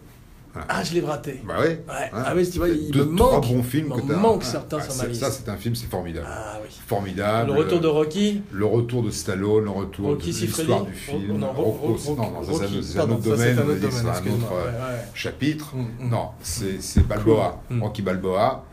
[SPEAKER 2] Ah, je l'ai raté.
[SPEAKER 3] Bah ouais.
[SPEAKER 2] Ouais.
[SPEAKER 3] hein.
[SPEAKER 2] ah oui, tu vois,
[SPEAKER 3] C'est
[SPEAKER 2] il
[SPEAKER 3] deux,
[SPEAKER 2] me
[SPEAKER 3] trois
[SPEAKER 2] manque.
[SPEAKER 3] bons films
[SPEAKER 2] il
[SPEAKER 3] que
[SPEAKER 2] me
[SPEAKER 3] t'as.
[SPEAKER 2] manque
[SPEAKER 3] Ah,
[SPEAKER 2] certains
[SPEAKER 3] ah,
[SPEAKER 2] sur
[SPEAKER 3] c'est-
[SPEAKER 2] ma liste.
[SPEAKER 3] Ça, c'est un film, c'est formidable.
[SPEAKER 2] ah oui.
[SPEAKER 3] Formidable.
[SPEAKER 2] Le retour de Rocky.
[SPEAKER 3] Le retour de Stallone, le retour
[SPEAKER 2] Rocky
[SPEAKER 3] de l'histoire
[SPEAKER 2] Siffredi.
[SPEAKER 3] du film.
[SPEAKER 2] Ro- non, Ro-
[SPEAKER 3] Rocco-
[SPEAKER 2] Ro-
[SPEAKER 3] non, non, ça, c'est un
[SPEAKER 2] Rocky,
[SPEAKER 3] autre- c'est un
[SPEAKER 2] pardon,
[SPEAKER 3] autre
[SPEAKER 2] ça,
[SPEAKER 3] domaine.
[SPEAKER 2] C'est un
[SPEAKER 3] mais
[SPEAKER 2] autre
[SPEAKER 3] c'est
[SPEAKER 2] domaine,
[SPEAKER 3] un
[SPEAKER 2] excuse-moi.
[SPEAKER 3] autre, euh,
[SPEAKER 2] Ouais, ouais.
[SPEAKER 3] chapitre.
[SPEAKER 2] Mm, mm.
[SPEAKER 3] Non, c'est c'est Balboa,
[SPEAKER 2] Cool. Mm.
[SPEAKER 3] Rocky Balboa,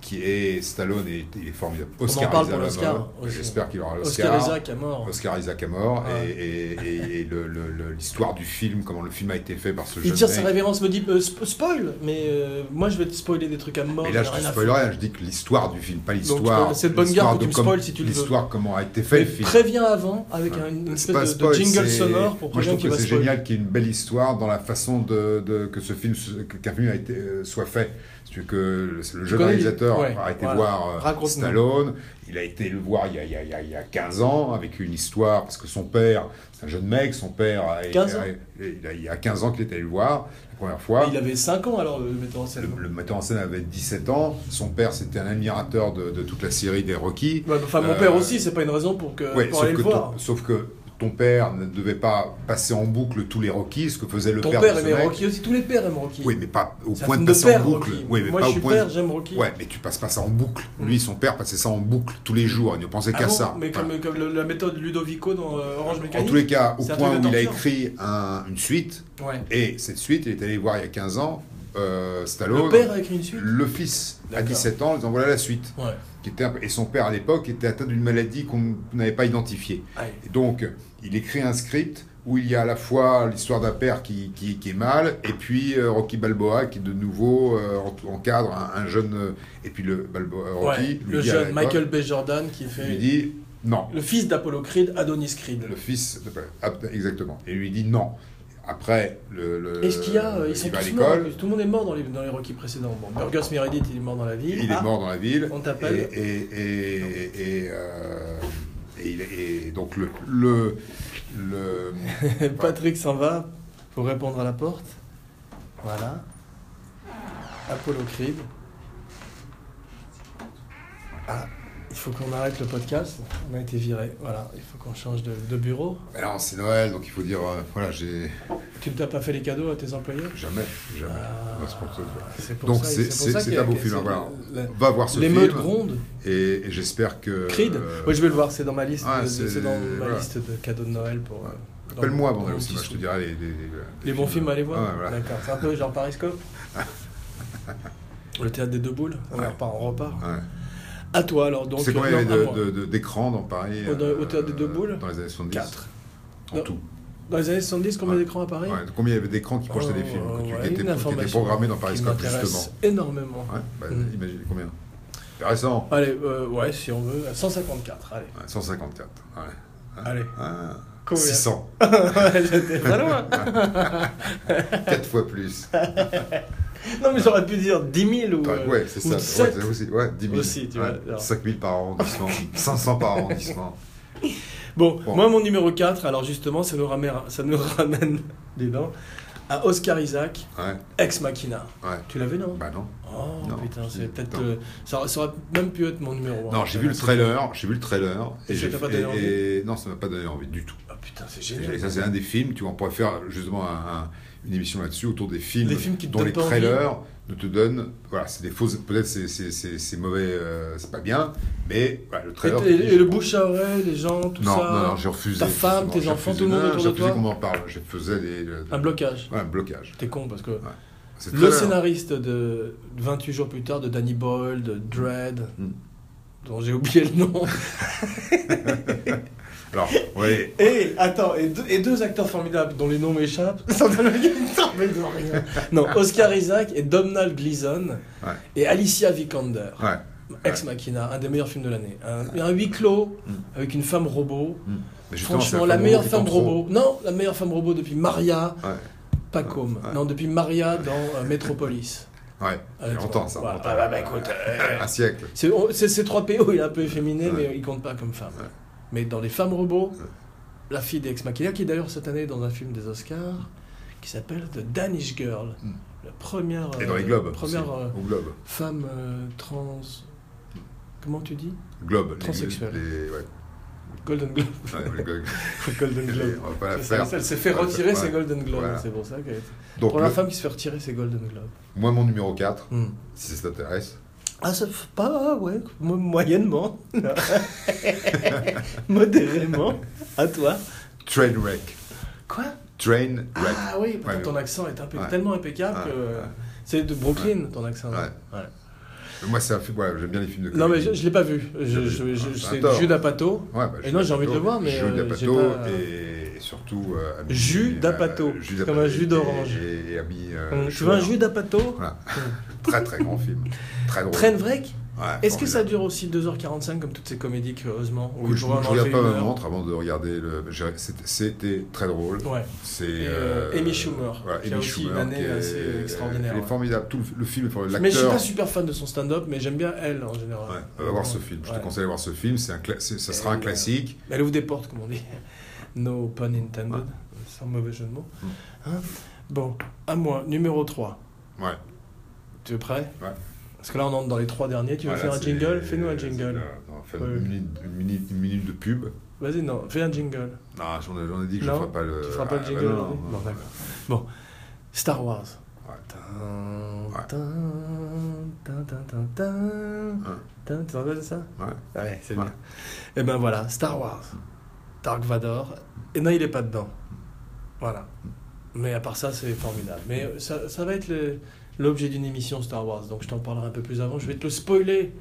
[SPEAKER 3] qui est Stallone et il est formidable. Oscar
[SPEAKER 2] parle pour
[SPEAKER 3] Isaac,
[SPEAKER 2] l'Oscar
[SPEAKER 3] vraiment.
[SPEAKER 2] aussi.
[SPEAKER 3] J'espère qu'il aura l'Oscar.
[SPEAKER 2] Oscar Isaac à mort.
[SPEAKER 3] Oscar Isaac à mort
[SPEAKER 2] Ouais.
[SPEAKER 3] et, et- et- et le- le- le- l'histoire du film, comment le film a été fait par ce
[SPEAKER 2] Il
[SPEAKER 3] jeune
[SPEAKER 2] tire sa
[SPEAKER 3] mec.
[SPEAKER 2] révérence, me dit euh, sp- spoil, mais euh, moi je vais te spoiler des trucs à mort.
[SPEAKER 3] Et là, je
[SPEAKER 2] j'en ai
[SPEAKER 3] te
[SPEAKER 2] rien à
[SPEAKER 3] spoil
[SPEAKER 2] foutre.
[SPEAKER 3] rien, je dis que l'histoire du film, pas
[SPEAKER 2] tu peux-
[SPEAKER 3] l'histoire.
[SPEAKER 2] c'est de bonne
[SPEAKER 3] l'histoire
[SPEAKER 2] garde que
[SPEAKER 3] de
[SPEAKER 2] tu me
[SPEAKER 3] comme-
[SPEAKER 2] spoil si tu le veux.
[SPEAKER 3] L'histoire, comment a été fait
[SPEAKER 2] Mais
[SPEAKER 3] le film.
[SPEAKER 2] préviens avant avec un- une
[SPEAKER 3] C'est
[SPEAKER 2] espèce
[SPEAKER 3] pas
[SPEAKER 2] de, de
[SPEAKER 3] spoil,
[SPEAKER 2] jingle
[SPEAKER 3] c'est-
[SPEAKER 2] sonore pour
[SPEAKER 3] Moi, je
[SPEAKER 2] prévenir
[SPEAKER 3] trouve
[SPEAKER 2] qu'il
[SPEAKER 3] que
[SPEAKER 2] va
[SPEAKER 3] c'est
[SPEAKER 2] spoiler.
[SPEAKER 3] génial qu'il y ait une belle histoire dans la façon de, de- que ce film, se- que- qu'un film a été, euh, soit fait. C'est-à-dire que le, le jeune
[SPEAKER 2] connais-
[SPEAKER 3] réalisateur
[SPEAKER 2] ouais,
[SPEAKER 3] a été
[SPEAKER 2] voilà.
[SPEAKER 3] voir euh,
[SPEAKER 2] Raconte-nous.
[SPEAKER 3] Stallone. Il a été le voir il y a, il y a- il y a- il y a 15 ans avec une histoire parce que son père, c'est un jeune mec, son père, a-
[SPEAKER 2] 15 ans.
[SPEAKER 3] a- il, a- il y a 15 ans qu'il est allé le voir la première fois.
[SPEAKER 2] Il avait 5 ans alors, euh, le metteur en scène.
[SPEAKER 3] Le, le metteur en scène avait 17 ans. Son père, c'était un admirateur de, de toute la série des Rocky.
[SPEAKER 2] Ouais, Bah, Enfin, mon
[SPEAKER 3] Euh,
[SPEAKER 2] père aussi, c'est pas une raison pour, que,
[SPEAKER 3] Ouais,
[SPEAKER 2] Euh, pour
[SPEAKER 3] sauf,
[SPEAKER 2] aller
[SPEAKER 3] que
[SPEAKER 2] le voir.
[SPEAKER 3] ton- sauf que ton père ne devait pas passer en boucle tous les Rocky, ce que faisait le
[SPEAKER 2] Ton
[SPEAKER 3] père,
[SPEAKER 2] père
[SPEAKER 3] de ce
[SPEAKER 2] aimait
[SPEAKER 3] mec.
[SPEAKER 2] Rocky aussi, tous les pères aiment Rocky.
[SPEAKER 3] Oui, mais pas au
[SPEAKER 2] C'est un
[SPEAKER 3] point de
[SPEAKER 2] film
[SPEAKER 3] passer
[SPEAKER 2] père,
[SPEAKER 3] en boucle.
[SPEAKER 2] Rocky.
[SPEAKER 3] Oui, mais
[SPEAKER 2] Moi,
[SPEAKER 3] pas
[SPEAKER 2] je
[SPEAKER 3] au
[SPEAKER 2] suis
[SPEAKER 3] point.
[SPEAKER 2] père,
[SPEAKER 3] de...
[SPEAKER 2] j'aime Rocky. Mm.
[SPEAKER 3] Ouais, mais tu passes pas ça en boucle. Lui, son père passait ça en boucle tous les jours. Il ne pensait
[SPEAKER 2] Ah
[SPEAKER 3] qu'à
[SPEAKER 2] bon
[SPEAKER 3] ça.
[SPEAKER 2] Mais
[SPEAKER 3] Voilà.
[SPEAKER 2] comme, comme le- la méthode Ludovico dans euh, Orange
[SPEAKER 3] En
[SPEAKER 2] Mécanique.
[SPEAKER 3] tous les cas, au
[SPEAKER 2] C'est un
[SPEAKER 3] point
[SPEAKER 2] truc de
[SPEAKER 3] où il a
[SPEAKER 2] torture.
[SPEAKER 3] écrit un- une suite,
[SPEAKER 2] Ouais.
[SPEAKER 3] et cette suite, il est allé voir il y a 15 ans euh, Stallone,
[SPEAKER 2] Le père a écrit une suite.
[SPEAKER 3] le fils, à
[SPEAKER 2] D'accord.
[SPEAKER 3] 17 ans, en disant voilà la suite.
[SPEAKER 2] Ouais.
[SPEAKER 3] Qui était, un- et son père, à l'époque, était atteint d'une maladie qu'on n'avait pas identifiée.
[SPEAKER 2] Aïe.
[SPEAKER 3] Et donc, il écrit un script où il y a à la fois l'histoire d'un père qui, qui- qui est mal, et puis euh, Rocky Balboa qui de nouveau euh, en- encadre un, un jeune, euh, et puis le Balboa, euh, Rocky,
[SPEAKER 2] Ouais,
[SPEAKER 3] lui
[SPEAKER 2] le
[SPEAKER 3] dit à
[SPEAKER 2] jeune
[SPEAKER 3] l'époque,
[SPEAKER 2] Michael B. Jordan qui
[SPEAKER 3] lui
[SPEAKER 2] fait
[SPEAKER 3] dit non,
[SPEAKER 2] le fils d'Apollo Creed, Adonis Creed.
[SPEAKER 3] le fils, ah, exactement, et lui dit non. Après, le, le-
[SPEAKER 2] Est-ce qu'il y a, euh,
[SPEAKER 3] il
[SPEAKER 2] ils sont
[SPEAKER 3] va à
[SPEAKER 2] tous morts,
[SPEAKER 3] l'école,
[SPEAKER 2] tout le monde est mort dans les, dans les Rocky précédents. Bon, Burgess Meredith, il est mort dans la ville.
[SPEAKER 3] il est
[SPEAKER 2] Ah,
[SPEAKER 3] mort dans la ville,
[SPEAKER 2] on t'appelle.
[SPEAKER 3] et, et, et, et, euh, et il est- et donc le, le, le
[SPEAKER 2] Patrick s'en va pour répondre à la porte. Voilà. Apollo Creed. Ah, il faut qu'on arrête le podcast. On a été viré. Voilà, il faut qu'on change de, de bureau.
[SPEAKER 3] alors c'est Noël, donc il faut dire euh, voilà j'ai
[SPEAKER 2] Tu ne t'as pas fait les cadeaux à tes employés
[SPEAKER 3] Jamais, jamais. Non, Ah, c'est pour ça.
[SPEAKER 2] C'est pour
[SPEAKER 3] Donc
[SPEAKER 2] ça-
[SPEAKER 3] c'est-
[SPEAKER 2] pour ça
[SPEAKER 3] c'est c'est
[SPEAKER 2] qu'il y a-
[SPEAKER 3] un beau
[SPEAKER 2] c'est
[SPEAKER 3] film.
[SPEAKER 2] le-
[SPEAKER 3] Voilà.
[SPEAKER 2] la-
[SPEAKER 3] Va voir ce
[SPEAKER 2] L'émeute
[SPEAKER 3] film
[SPEAKER 2] gronde.
[SPEAKER 3] et, et j'espère que.
[SPEAKER 2] Creed
[SPEAKER 3] euh,
[SPEAKER 2] Ouais, je vais le voir, c'est dans ma liste,
[SPEAKER 3] Ah,
[SPEAKER 2] de-
[SPEAKER 3] c'est-
[SPEAKER 2] c'est dans ma
[SPEAKER 3] voilà.
[SPEAKER 2] liste de cadeaux de Noël pour. euh, dans-
[SPEAKER 3] Appelle-moi avant
[SPEAKER 2] dans
[SPEAKER 3] d'aller
[SPEAKER 2] mon
[SPEAKER 3] au
[SPEAKER 2] petit
[SPEAKER 3] cinéma, je te
[SPEAKER 2] sou-
[SPEAKER 3] dirai les, les, les-
[SPEAKER 2] Les bons films à aller voir
[SPEAKER 3] Ouais, voilà.
[SPEAKER 2] D'accord, c'est un peu genre Pariscope. Le théâtre des deux boules, on
[SPEAKER 3] Ouais.
[SPEAKER 2] repart, on repart.
[SPEAKER 3] Ouais.
[SPEAKER 2] À toi alors, donc.
[SPEAKER 3] C'est combien il y
[SPEAKER 2] non,
[SPEAKER 3] avait
[SPEAKER 2] à
[SPEAKER 3] de-
[SPEAKER 2] moi.
[SPEAKER 3] de- de- d'écrans dans Paris
[SPEAKER 2] Au- dans- au
[SPEAKER 3] euh,
[SPEAKER 2] Théâtre des Deux Boules
[SPEAKER 3] Dans les années 70
[SPEAKER 2] Quatre.
[SPEAKER 3] En
[SPEAKER 2] Non.
[SPEAKER 3] tout.
[SPEAKER 2] Dans les années 70, combien
[SPEAKER 3] Ouais.
[SPEAKER 2] d'écrans à Paris
[SPEAKER 3] Ouais, combien il y avait d'écrans qui projetaient des
[SPEAKER 2] Oh,
[SPEAKER 3] films que tu-
[SPEAKER 2] ouais,
[SPEAKER 3] qui, étaient,
[SPEAKER 2] une
[SPEAKER 3] qui étaient
[SPEAKER 2] information
[SPEAKER 3] programmés dans
[SPEAKER 2] qui
[SPEAKER 3] Pariscope,
[SPEAKER 2] m'intéresse
[SPEAKER 3] justement
[SPEAKER 2] énormément.
[SPEAKER 3] ouais, bah,
[SPEAKER 2] Mm.
[SPEAKER 3] Imagine combien Intéressant
[SPEAKER 2] Allez, euh, ouais, si on veut, à 154, allez.
[SPEAKER 3] Ouais, 154. Ouais.
[SPEAKER 2] Allez,
[SPEAKER 3] Ah,
[SPEAKER 2] combien
[SPEAKER 3] 600.
[SPEAKER 2] Ouais, J'étais pas loin.
[SPEAKER 3] 4 fois plus.
[SPEAKER 2] Non, mais j'aurais pu dire 10 000 ou.
[SPEAKER 3] Ouais,
[SPEAKER 2] euh,
[SPEAKER 3] ouais, c'est
[SPEAKER 2] ou
[SPEAKER 3] ça. Ouais,
[SPEAKER 2] 7.
[SPEAKER 3] c'est aussi, ouais, 10 000.
[SPEAKER 2] Aussi, tu vois, alors.
[SPEAKER 3] 5 000 par arrondissement, 500 par arrondissement.
[SPEAKER 2] Bon,
[SPEAKER 3] Bon.
[SPEAKER 2] moi, mon numéro 4, alors justement, ça nous ramène, ça nous ramène dis donc, à Oscar Isaac,
[SPEAKER 3] Ouais,
[SPEAKER 2] ex machina.
[SPEAKER 3] ouais.
[SPEAKER 2] Tu l'avais, non
[SPEAKER 3] Bah non.
[SPEAKER 2] Oh
[SPEAKER 3] Non,
[SPEAKER 2] putain,
[SPEAKER 3] je
[SPEAKER 2] c'est
[SPEAKER 3] dis-
[SPEAKER 2] peut-être.
[SPEAKER 3] non.
[SPEAKER 2] euh, ça, aurait- ça aurait même pu être mon numéro 1.
[SPEAKER 3] Non, j'ai vu le trailer, j'ai vu le trailer.
[SPEAKER 2] Et
[SPEAKER 3] Et
[SPEAKER 2] euh, ça
[SPEAKER 3] j'ai
[SPEAKER 2] t'a pas
[SPEAKER 3] fait-
[SPEAKER 2] donné envie
[SPEAKER 3] et- et- Non, ça m'a pas donné envie du tout.
[SPEAKER 2] Ah putain, c'est
[SPEAKER 3] Et
[SPEAKER 2] génial.
[SPEAKER 3] ça, c'est un des films, tu vois, on pourrait faire justement un- un- une émission là-dessus autour des films,
[SPEAKER 2] Des films qui te
[SPEAKER 3] dont
[SPEAKER 2] donnent
[SPEAKER 3] les
[SPEAKER 2] pas envie.
[SPEAKER 3] trailers ne te donnent. Voilà, c'est des fausses. Peut-être c'est- c'est c'est- c'est mauvais, euh, c'est pas bien, mais voilà, le
[SPEAKER 2] Et,
[SPEAKER 3] trailer.
[SPEAKER 2] et-
[SPEAKER 3] te dit-
[SPEAKER 2] et le bouche à oreille, les gens, tout
[SPEAKER 3] non,
[SPEAKER 2] ça.
[SPEAKER 3] non, non, j'ai refusé.
[SPEAKER 2] ta femme,
[SPEAKER 3] justement,
[SPEAKER 2] tes
[SPEAKER 3] j'ai
[SPEAKER 2] enfants,
[SPEAKER 3] refusé.
[SPEAKER 2] tout le monde
[SPEAKER 3] Non,
[SPEAKER 2] autour
[SPEAKER 3] J'ai
[SPEAKER 2] de
[SPEAKER 3] refusé
[SPEAKER 2] toi.
[SPEAKER 3] qu'on m'en parle. Je faisais des.
[SPEAKER 2] Un blocage.
[SPEAKER 3] Voilà, un blocage.
[SPEAKER 2] T'es con parce que.
[SPEAKER 3] C'est
[SPEAKER 2] Le
[SPEAKER 3] trailer.
[SPEAKER 2] scénariste de 28 jours plus tard de Danny Boyle, de Dread,
[SPEAKER 3] Mm.
[SPEAKER 2] dont j'ai oublié le nom.
[SPEAKER 3] Alors, ouais.
[SPEAKER 2] Et attends, et deux, et deux acteurs formidables dont les noms m'échappent. Ça donne le- ça donne le rien. non, Oscar Isaac et Domhnall Gleeson
[SPEAKER 3] Ouais.
[SPEAKER 2] et Alicia Vikander.
[SPEAKER 3] Ouais.
[SPEAKER 2] Ex Machina, un des meilleurs films de l'année. Un, un huis clos
[SPEAKER 3] Mm.
[SPEAKER 2] avec une femme robot.
[SPEAKER 3] Mais justement, c'est
[SPEAKER 2] Franchement, la meilleure femme
[SPEAKER 3] qui compte
[SPEAKER 2] robot. Non, la meilleure femme robot depuis Maria,
[SPEAKER 3] Ouais.
[SPEAKER 2] pas comme.
[SPEAKER 3] Ouais.
[SPEAKER 2] Non, depuis Maria dans euh, Metropolis.
[SPEAKER 3] trop. Ouais, il y a
[SPEAKER 2] Honnêtement.
[SPEAKER 3] longtemps ça.
[SPEAKER 2] Voilà.
[SPEAKER 3] longtemps.
[SPEAKER 2] Ah, bah, bah, écoute, euh,
[SPEAKER 3] Un siècle.
[SPEAKER 2] c'est- on- C'est c'est 3PO, il est un peu efféminé,
[SPEAKER 3] Ouais.
[SPEAKER 2] mais il compte pas comme femme.
[SPEAKER 3] Ouais.
[SPEAKER 2] Mais dans Les Femmes Robots,
[SPEAKER 3] Ouais.
[SPEAKER 2] la fille d'Ex Machina, qui est d'ailleurs cette année dans un film des Oscars, qui s'appelle The Danish Girl.
[SPEAKER 3] Mm.
[SPEAKER 2] La première,
[SPEAKER 3] Et dans
[SPEAKER 2] euh,
[SPEAKER 3] les globes.
[SPEAKER 2] première
[SPEAKER 3] aussi.
[SPEAKER 2] euh,
[SPEAKER 3] Au globe.
[SPEAKER 2] femme euh, trans. Comment tu dis
[SPEAKER 3] Globe. les-
[SPEAKER 2] transsexuel.
[SPEAKER 3] Les, ouais.
[SPEAKER 2] Golden Globe.
[SPEAKER 3] Ouais, les globes.
[SPEAKER 2] Golden Globe.
[SPEAKER 3] On va pas la
[SPEAKER 2] C'est ça,
[SPEAKER 3] euh, faire.
[SPEAKER 2] Elle s'est fait
[SPEAKER 3] Ouais,
[SPEAKER 2] retirer
[SPEAKER 3] ouais.
[SPEAKER 2] ses Golden Globes,
[SPEAKER 3] Voilà.
[SPEAKER 2] c'est pour ça que.
[SPEAKER 3] Donc,
[SPEAKER 2] Pour la
[SPEAKER 3] le- Hmm.
[SPEAKER 2] femme qui se fait retirer ses Golden Globes.
[SPEAKER 3] moi, mon numéro 4, si ça t'intéresse.
[SPEAKER 2] Ah, ça f- pas, ouais, mo- moyennement. Modérément. À toi.
[SPEAKER 3] Trainwreck.
[SPEAKER 2] Quoi
[SPEAKER 3] Trainwreck.
[SPEAKER 2] Ah oui, parce que
[SPEAKER 3] Ouais,
[SPEAKER 2] ton
[SPEAKER 3] mais-
[SPEAKER 2] accent est impec-
[SPEAKER 3] Ouais.
[SPEAKER 2] tellement impeccable
[SPEAKER 3] Ouais,
[SPEAKER 2] que.
[SPEAKER 3] ouais.
[SPEAKER 2] C'est de Brooklyn, ton accent.
[SPEAKER 3] Ouais.
[SPEAKER 2] Ouais.
[SPEAKER 3] Moi, c'est un film. Ouais, j'aime bien les films de
[SPEAKER 2] Non, mais
[SPEAKER 3] comédie.
[SPEAKER 2] je, je l'ai pas vu. Je,
[SPEAKER 3] Ouais,
[SPEAKER 2] je, je-
[SPEAKER 3] c'est
[SPEAKER 2] c'est
[SPEAKER 3] un tort.
[SPEAKER 2] Jude Apatow.
[SPEAKER 3] Ouais, bah,
[SPEAKER 2] Et non, j'ai envie de le voir, mais,
[SPEAKER 3] Jus
[SPEAKER 2] euh,
[SPEAKER 3] d'Apato
[SPEAKER 2] j'ai pas-
[SPEAKER 3] et surtout. euh, ami-
[SPEAKER 2] Jus d'Apato,
[SPEAKER 3] euh, jus
[SPEAKER 2] comme un jus
[SPEAKER 3] d'Apato et-
[SPEAKER 2] d'orange.
[SPEAKER 3] Et, et ami.
[SPEAKER 2] Hum,
[SPEAKER 3] euh,
[SPEAKER 2] tu veux un
[SPEAKER 3] Schumer.
[SPEAKER 2] Jude Apatow
[SPEAKER 3] Voilà. Très très grand film. Très drôle.
[SPEAKER 2] Train Vrec
[SPEAKER 3] Ouais,
[SPEAKER 2] Est-ce que
[SPEAKER 3] formidable.
[SPEAKER 2] ça dure aussi 2h45 comme toutes ces comédies, curieusement où
[SPEAKER 3] Écoute,
[SPEAKER 2] ils
[SPEAKER 3] je,
[SPEAKER 2] pourraient
[SPEAKER 3] je
[SPEAKER 2] en
[SPEAKER 3] regarde
[SPEAKER 2] enlever
[SPEAKER 3] pas
[SPEAKER 2] une
[SPEAKER 3] ma
[SPEAKER 2] heure
[SPEAKER 3] montre avant de regarder le. j'ai- c'était- C'était très drôle.
[SPEAKER 2] Ouais.
[SPEAKER 3] C'est
[SPEAKER 2] Et, euh, Amy Schumer,
[SPEAKER 3] voilà,
[SPEAKER 2] qui a
[SPEAKER 3] Amy
[SPEAKER 2] aussi
[SPEAKER 3] Schumer,
[SPEAKER 2] une année
[SPEAKER 3] qui est-
[SPEAKER 2] assez extraordinaire,
[SPEAKER 3] Elle est
[SPEAKER 2] ouais.
[SPEAKER 3] formidable. Tout le, le film est formidable.
[SPEAKER 2] Mais je suis
[SPEAKER 3] L'acteur-
[SPEAKER 2] pas super fan de son stand-up, mais j'aime bien elle en général.
[SPEAKER 3] Ouais, va voir ce film. Je
[SPEAKER 2] Ouais.
[SPEAKER 3] te conseille de voir ce film. C'est un cla- c'est- ça sera
[SPEAKER 2] Et, euh,
[SPEAKER 3] un classique.
[SPEAKER 2] Elle ouvre des portes, comme on dit. No pun intended,
[SPEAKER 3] Ouais.
[SPEAKER 2] sans mauvais jeu de mots.
[SPEAKER 3] Mm.
[SPEAKER 2] Hein bon, à moi, numéro 3.
[SPEAKER 3] Ouais.
[SPEAKER 2] Tu es prêt
[SPEAKER 3] Ouais.
[SPEAKER 2] Parce que là, on entre dans les trois derniers. Tu veux
[SPEAKER 3] Voilà,
[SPEAKER 2] faire un
[SPEAKER 3] c'est-
[SPEAKER 2] jingle Fais-nous un jingle.
[SPEAKER 3] c'est- non, fais
[SPEAKER 2] Ouais.
[SPEAKER 3] une, minute, une minute- une minute de pub.
[SPEAKER 2] Vas-y, non, fais un jingle.
[SPEAKER 3] Non, j'en ai, j'en ai dit que
[SPEAKER 2] Non,
[SPEAKER 3] je ferais pas le.
[SPEAKER 2] tu feras pas le
[SPEAKER 3] Ah,
[SPEAKER 2] jingle
[SPEAKER 3] bah non,
[SPEAKER 2] aujourd'hui
[SPEAKER 3] non,
[SPEAKER 2] Bon,
[SPEAKER 3] non.
[SPEAKER 2] d'accord. Bon, Star Wars.
[SPEAKER 3] Ouais.
[SPEAKER 2] Tin,
[SPEAKER 3] Ouais.
[SPEAKER 2] tin, tin, tin, tin, tin.
[SPEAKER 3] Hein.
[SPEAKER 2] Tin, Tu te rappelles de ça
[SPEAKER 3] Ouais.
[SPEAKER 2] Ouais, c'est
[SPEAKER 3] Ouais.
[SPEAKER 2] bien. Et ben voilà, Star Wars, Dark Vador. Et non, il est pas dedans. Voilà. Mais à part ça, c'est formidable. Mais euh, ça, ça va être le- l'objet d'une émission Star Wars. Donc je t'en parlerai un peu plus avant. Je vais te le spoiler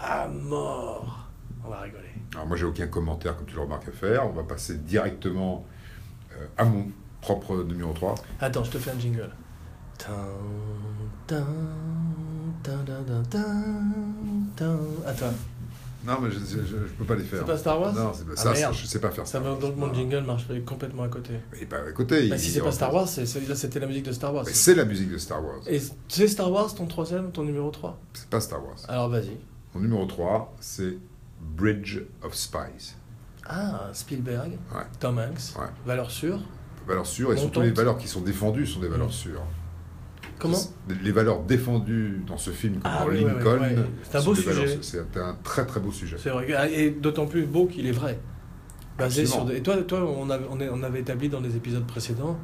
[SPEAKER 2] à mort. On va rigoler.
[SPEAKER 3] Alors moi j'ai aucun commentaire comme tu le remarques à faire. On va passer directement euh, à mon propre numéro 3.
[SPEAKER 2] Attends, je te fais un jingle. Tin, tin, tin, tin, tin, tin, tin. À toi.
[SPEAKER 3] Non mais je, je, je- je peux pas les faire.
[SPEAKER 2] C'est pas Star Wars
[SPEAKER 3] Non, c'est pas
[SPEAKER 2] Ah,
[SPEAKER 3] ça,
[SPEAKER 2] merde.
[SPEAKER 3] je sais pas faire
[SPEAKER 2] Ça
[SPEAKER 3] Star
[SPEAKER 2] veut
[SPEAKER 3] Wars.
[SPEAKER 2] donc mon
[SPEAKER 3] Non.
[SPEAKER 2] jingle marche complètement à côté.
[SPEAKER 3] Mais bah, écoutez,
[SPEAKER 2] Bah,
[SPEAKER 3] Ah. il-
[SPEAKER 2] si c'est
[SPEAKER 3] il-
[SPEAKER 2] pas Star Wars, c'est- c'est- là c'était la musique de Star Wars.
[SPEAKER 3] Mais c'est la musique de Star Wars.
[SPEAKER 2] Et c'est Star Wars ton troisième, ton numéro 3
[SPEAKER 3] C'est pas Star Wars.
[SPEAKER 2] Alors vas-y.
[SPEAKER 3] Mon numéro 3, c'est Bridge of Spies.
[SPEAKER 2] Ah, Spielberg,
[SPEAKER 3] Ouais.
[SPEAKER 2] Tom Hanks,
[SPEAKER 3] Ouais.
[SPEAKER 2] valeur sûre.
[SPEAKER 3] Valeurs sûres, et
[SPEAKER 2] Bon
[SPEAKER 3] surtout
[SPEAKER 2] temps.
[SPEAKER 3] les valeurs qui sont défendues sont des valeurs
[SPEAKER 2] Mm.
[SPEAKER 3] sûres.
[SPEAKER 2] Comment
[SPEAKER 3] C'est- Les valeurs défendues dans ce film, comme
[SPEAKER 2] Ah,
[SPEAKER 3] dans
[SPEAKER 2] oui, oui, oui,
[SPEAKER 3] Lincoln,
[SPEAKER 2] ouais. C'est un
[SPEAKER 3] sont
[SPEAKER 2] beau
[SPEAKER 3] des valeurs
[SPEAKER 2] sujet.
[SPEAKER 3] sûres. C'est un très très beau sujet.
[SPEAKER 2] C'est vrai. Ah, Et d'autant plus beau qu'il est vrai. Basé sur
[SPEAKER 3] Absolument.
[SPEAKER 2] des- Et toi, toi on, avait, on est- on avait établi dans les épisodes précédents